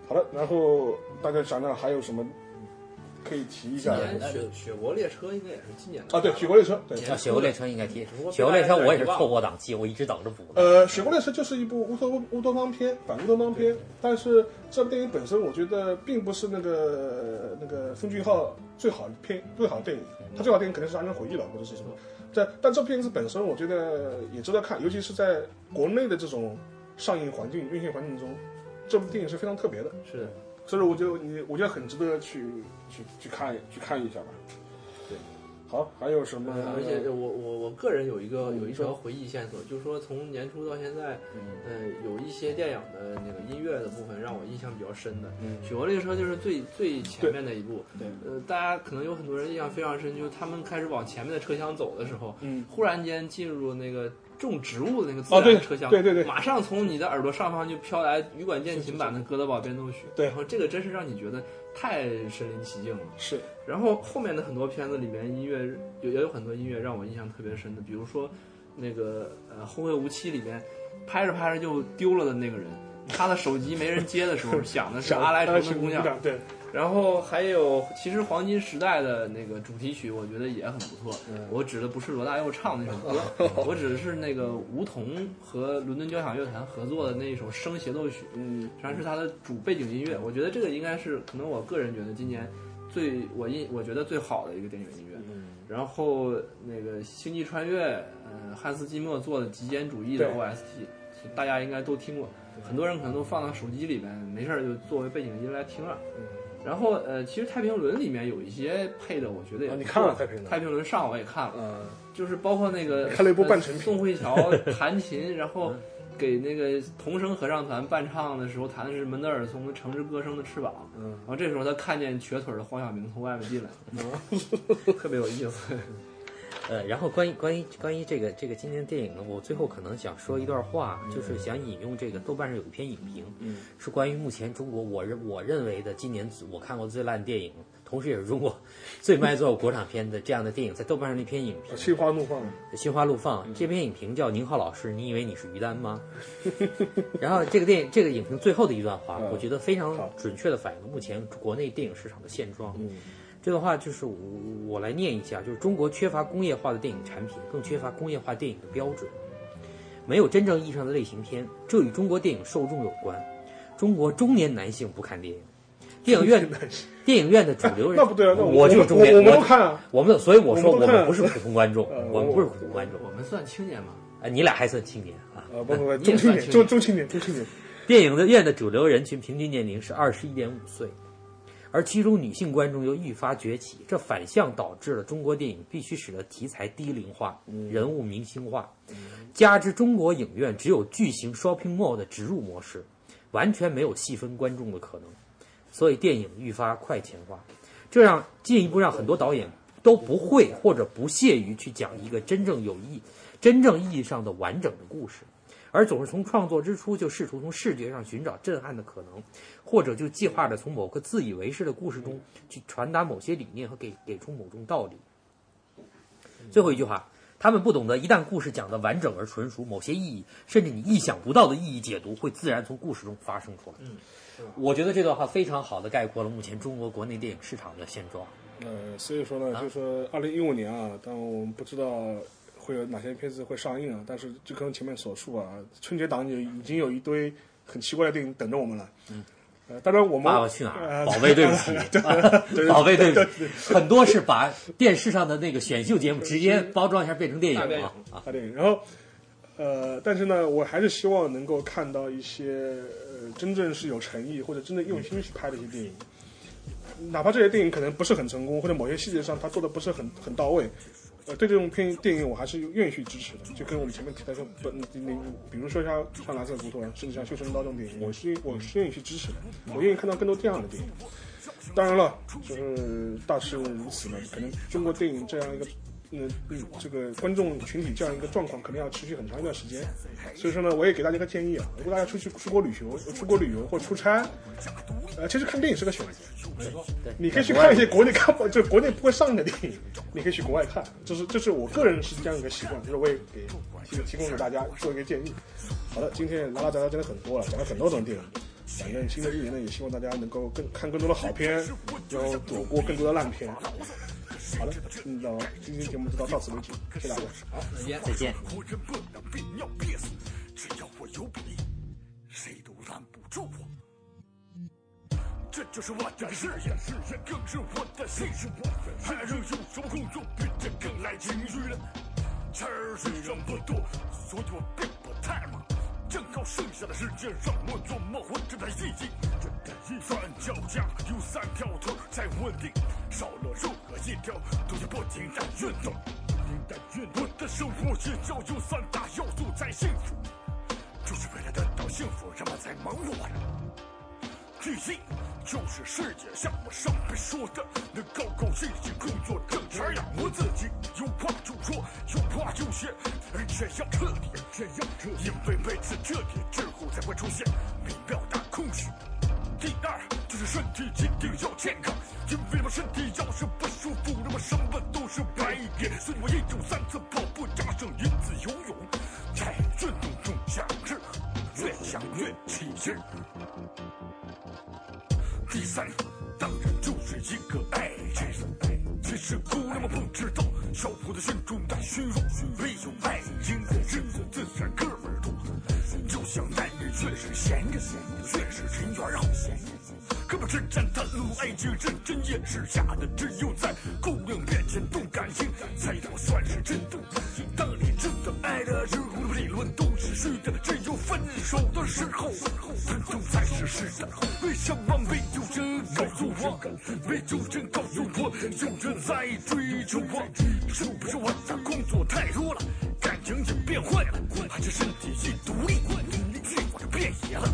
Speaker 1: 好了，然后大家想想还有什么可以提一下
Speaker 3: 今
Speaker 1: 的？
Speaker 3: 年呃雪雪国列车应该也是今年的
Speaker 1: 啊，对，雪国列车，对，
Speaker 5: 啊，雪国列车应该提
Speaker 3: 只不，过被
Speaker 5: 雪国列车
Speaker 3: 大家
Speaker 5: 我也是
Speaker 3: 遗忘
Speaker 5: 错过档期，我一直等着补呢。
Speaker 1: 呃，《雪国列车》就是一部乌托乌托邦片，反乌托邦片。但是这部电影本身，我觉得并不是那个那个奉俊昊最好的片最好的电影，
Speaker 3: 嗯
Speaker 1: 他最好的电影肯定是《安生回忆》了，或者是什么。但但这部片子本身，我觉得也值得看，尤其是在国内的这种上映环境、运行环境中，这部电影是非常特别的。
Speaker 3: 是的，
Speaker 1: 所以说，我就你我觉得很值得去去去看去看一下吧。
Speaker 3: 对，呃
Speaker 1: 好，还有什么？
Speaker 3: 而且我我我个人有一个
Speaker 1: 嗯
Speaker 3: 有一条回忆线索，就是说从年初到现在，呃，有一些电影的那个音乐的部分让我印象比较深的，
Speaker 1: 嗯
Speaker 3: 《雪国列车》就是最最前面的一部。
Speaker 1: 对
Speaker 3: 呃，大家可能有很多人印象非常深，就是他们开始往前面的车厢走的时候，
Speaker 1: 嗯，
Speaker 3: 忽然间进入那个种植物的那个自
Speaker 1: 哦对
Speaker 3: 然车厢，
Speaker 1: 对对对
Speaker 3: 马上从你的耳朵上方就飘来羽管键琴版的《哥德堡变奏曲》，
Speaker 1: 对
Speaker 3: 然后这个真是让你觉得太身临其境了。
Speaker 1: 是
Speaker 3: 然后后面的很多片子里面音乐有也有很多音乐让我印象特别深的，比如说那个呃《后会无期》里面拍着拍着就丢了的那个人，他的手机没人接的时候响的是阿莱城的姑娘，，
Speaker 1: 对，
Speaker 3: 然后还有，其实黄金时代的那个主题曲，我觉得也很不错。
Speaker 1: 嗯
Speaker 3: 我指的不是罗大佑唱的那 首歌，我指的是那个吴彤和伦敦交响乐团合作的那一首《生协奏曲》，
Speaker 1: 嗯。
Speaker 3: 实际上是它的主背景音乐。我觉得这个应该是，可能我个人觉得今年最我印我觉得最好的一个电影音乐。
Speaker 1: 嗯
Speaker 3: 然后那个《星际穿越》，呃，汉斯季默做的《极简主义》的
Speaker 1: 对
Speaker 3: OST，大家应该都听过，很多人可能都放到手机里面，没事儿就作为背景音来听了。然后呃，其实《太平轮》里面有一些配的，我觉得也
Speaker 1: 啊
Speaker 3: 不
Speaker 1: 你
Speaker 3: 错、
Speaker 1: 看了太平轮
Speaker 3: 太平轮》上我也看了，
Speaker 1: 嗯，
Speaker 3: 就是包括那个
Speaker 1: 看了一部半成品嗯
Speaker 3: 呃宋慧乔 弹琴，然后给那个童声合唱团伴唱的时候弹的是门德尔松《城之歌声的翅膀》，
Speaker 1: 嗯
Speaker 3: 然后这时候他看见瘸腿儿的黄晓明从外面进来，特别有意思。
Speaker 5: 呃，然后关于关于关于这个这个今年电影呢，我最后可能想说一段话，就是想引用这个豆瓣上有一篇影评，嗯，是关于目前中国我认我认为的今年我看过最烂电影，同时也是中国 最卖座国产片的这样的电影，在豆瓣上那篇影评
Speaker 1: 心啊花怒放，
Speaker 5: 《心花怒放》
Speaker 1: 嗯
Speaker 5: 这篇影评叫宁浩老师，你以为你是于丹吗？ 然后这个电影这个影评最后的一段话，
Speaker 1: 嗯
Speaker 5: 我觉得非常
Speaker 1: 好嗯
Speaker 5: 准确的反映了目前国内电影市场的现状。这段话就是我我来念一下，就是中国缺乏工业化的电影产品，更缺乏工业化电影的标准，没有真正意义上的类型片，这与中国电影受众有关。中国中年男性不看电影，
Speaker 2: 电影院电影院的主流人，
Speaker 1: 那不对啊，那
Speaker 2: 我就是中
Speaker 1: 我
Speaker 2: 间，
Speaker 1: 我们
Speaker 2: 我
Speaker 1: 都看啊，
Speaker 2: 我们所以我说
Speaker 1: 我们
Speaker 2: 我
Speaker 1: 都看
Speaker 2: 们不是普通观众
Speaker 1: 呃，
Speaker 2: 我们
Speaker 1: 我
Speaker 2: 不是普通观众，
Speaker 3: 我们算青年吗？
Speaker 2: 啊，
Speaker 5: 哎
Speaker 2: 你俩还算青年啊。
Speaker 1: 呃，不不不，
Speaker 3: 你
Speaker 1: 中
Speaker 3: 也
Speaker 1: 青
Speaker 3: 算
Speaker 1: 年，
Speaker 3: 青
Speaker 1: 中
Speaker 3: 年
Speaker 1: 中青年，中青年，
Speaker 2: 电影的院的主流人群平均年龄是二十一点五岁，而其中女性观众又愈发崛起，这反向导致了中国电影必须使得题材低龄化、
Speaker 1: 嗯
Speaker 2: 人物明星化，加之中国影院只有巨型 shopping mall 的植入模式，完全没有细分观众的可能，所以电影愈发快钱化，这让进一步让很多导演都不会或者不屑于去讲一个真正有意、真正意义上的完整的故事。而总是从创作之初就试图从视觉上寻找震撼的可能，或者就计划着从某个自以为是的故事中去传达某些理念和给给出某种道理。最后一句话，他们不懂得，一旦故事讲得完整而纯熟，某些意义，甚至你意想不到的意义解读，会自然从故事中发生出来。嗯，我觉得这段话非常好的概括了目前中国国内电影市场的现状。
Speaker 1: 呃，所以说呢，就是说二零一五年啊，但我们不知道会有哪些片子会上映啊，但是就跟前面所述啊，春节档就已经有一堆很奇怪的电影等着我们了。嗯，呃，当然我们
Speaker 2: 爸爸去哪
Speaker 1: 呃
Speaker 2: 儿？宝贝，对不起，宝 贝，对不起，很多是把电视上的那个选秀节目直接包装一下变成电影
Speaker 3: 大电
Speaker 2: 了
Speaker 3: 影
Speaker 2: 啊。
Speaker 1: 大电影。然后，呃，但是呢，我还是希望能够看到一些呃真正是有诚意或者真正用心去拍的一些电影，哪怕这些电影可能不是很成功，或者某些细节上他做的不是很很到位。呃，对这种片电影，我还是愿意去支持的。就跟我们前面提到说，不，你你你比如说像像《蓝色骨头》，甚至像《绣春刀》这种电影，我是我是愿意去支持的，我愿意看到更多这样的电影。当然了，就是大势如此嘛，可能中国电影这样一个，嗯嗯，这个观众群体这样一个状况，可能要持续很长一段时间。所以说呢，我也给大家一个建议啊，如果大家出去出国旅游、出国旅游或出差，呃，其实看电影是个选择，
Speaker 2: 对
Speaker 1: 你可以去看一些国内看不，就国内不会上映的电影，你可以去国外看。这是这是我个人是这样一个习惯，就是我也给提提供给大家做一个建议。好的，今天拉拉杂杂真的很多了，讲了很多种电影。反正新的一年呢，也希望大家能够更看更多的好片，然后躲过更多的烂片。好了，那今天节目就到到此为止，谢谢大家。
Speaker 3: 再见。
Speaker 2: 再见。
Speaker 4: 活人不能被尿憋死，只要我有笔，谁都拦不住我。这就是我的事业，事业更是我的信是我的还能有什么共用比这更来情绪了？词儿是上不多，所以我并不太忙。正好剩下的时间让我琢磨活着的意义。这的意义，三脚架有三条腿儿才稳定，少了任何一条都是不停的运动。我的生活也要有三大要素才幸福，就是为了得到幸福，人们才忙活着。第一就是世界像我上面说的，能高高兴兴工作挣钱养活自己，有话就说，有话就写，而且要彻底，而且要彻底，因为每次彻底之后才会出现美妙的空虚。第二就是身体一定要健康，因为我身体要是不舒服，那么什么都是白给。所以我一周三次跑步加上一次游泳，在运动中享受，越想越起劲。第三，当然就是一个爱字。其实姑娘们不知道，小伙子心中的虚荣，没有爱情的日子自然哥们儿多。就像男人越是闲着，越是人缘啊好。哥们儿之间探路，爱情认真也是假的，只有在姑娘面前动感情，才不算是真的。当你真的爱了之后，理论都是虚的，只有分手的时候，分手才是实的。为什么没有人告诉我？没有人告诉我，有人在追求我，是不是我的工作太多了，感情也变坏了，还是身体一独立，屁股就变野了？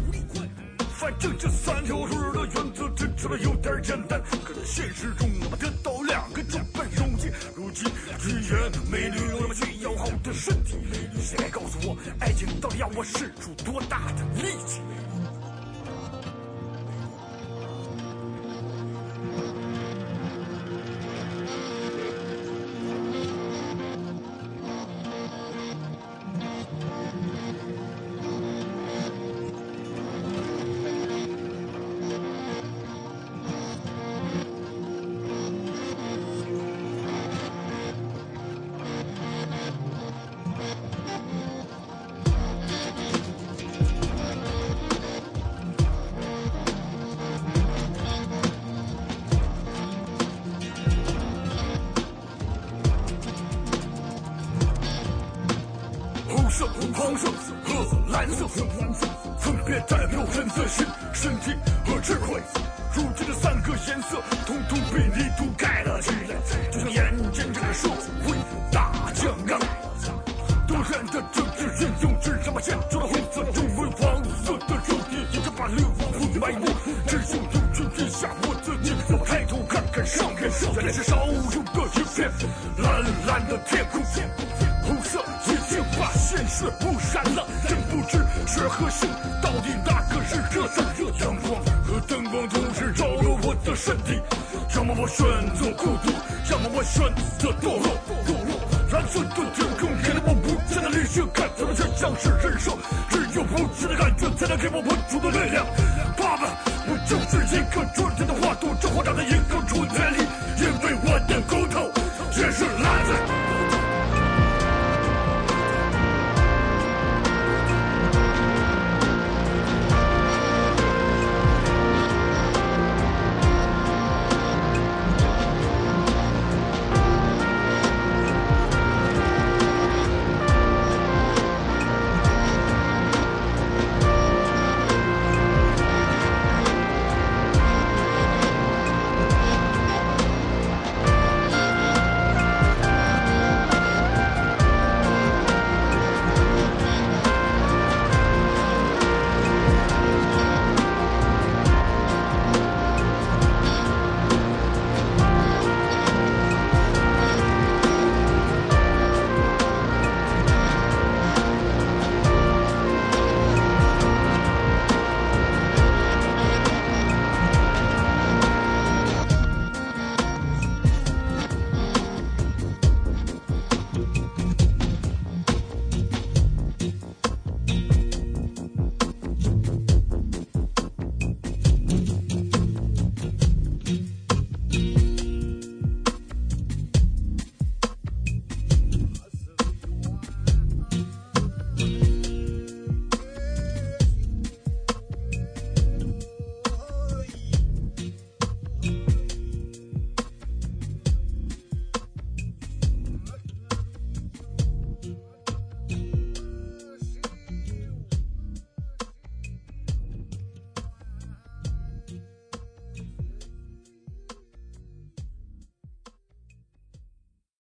Speaker 4: 反正这三条腿儿的原则听起来有点简单，可在现实中我们得到两个就很容易。如今语言美女，我们需要好的身体。谁来告诉我，爱情到底要我使出多大的力气？
Speaker 6: Thank
Speaker 4: 盛，黄色和蓝色，分别代表人的心、身体和智慧。如今的三个颜色，通通被泥土盖了起来，就像眼睛这个社会大酱缸。多元的政治运用，只想把现状的灰色成为黄色的肉体，也就把绿黄昏埋没。只有用去一下我自己，我抬头看看上面，原来是少有的一片蓝蓝的天空。红色已经把现实污染了，真不知血和性到底哪个是热身。阳光和灯光同时照耀我的身体，要么我选择孤独，要么我选择堕落。堕落蓝色的天空给了我无限的理性，看透了真相是人生，只有无尽的感觉才能给我无穷的力量。爸爸，我就是一个纯真的花朵，这花长的一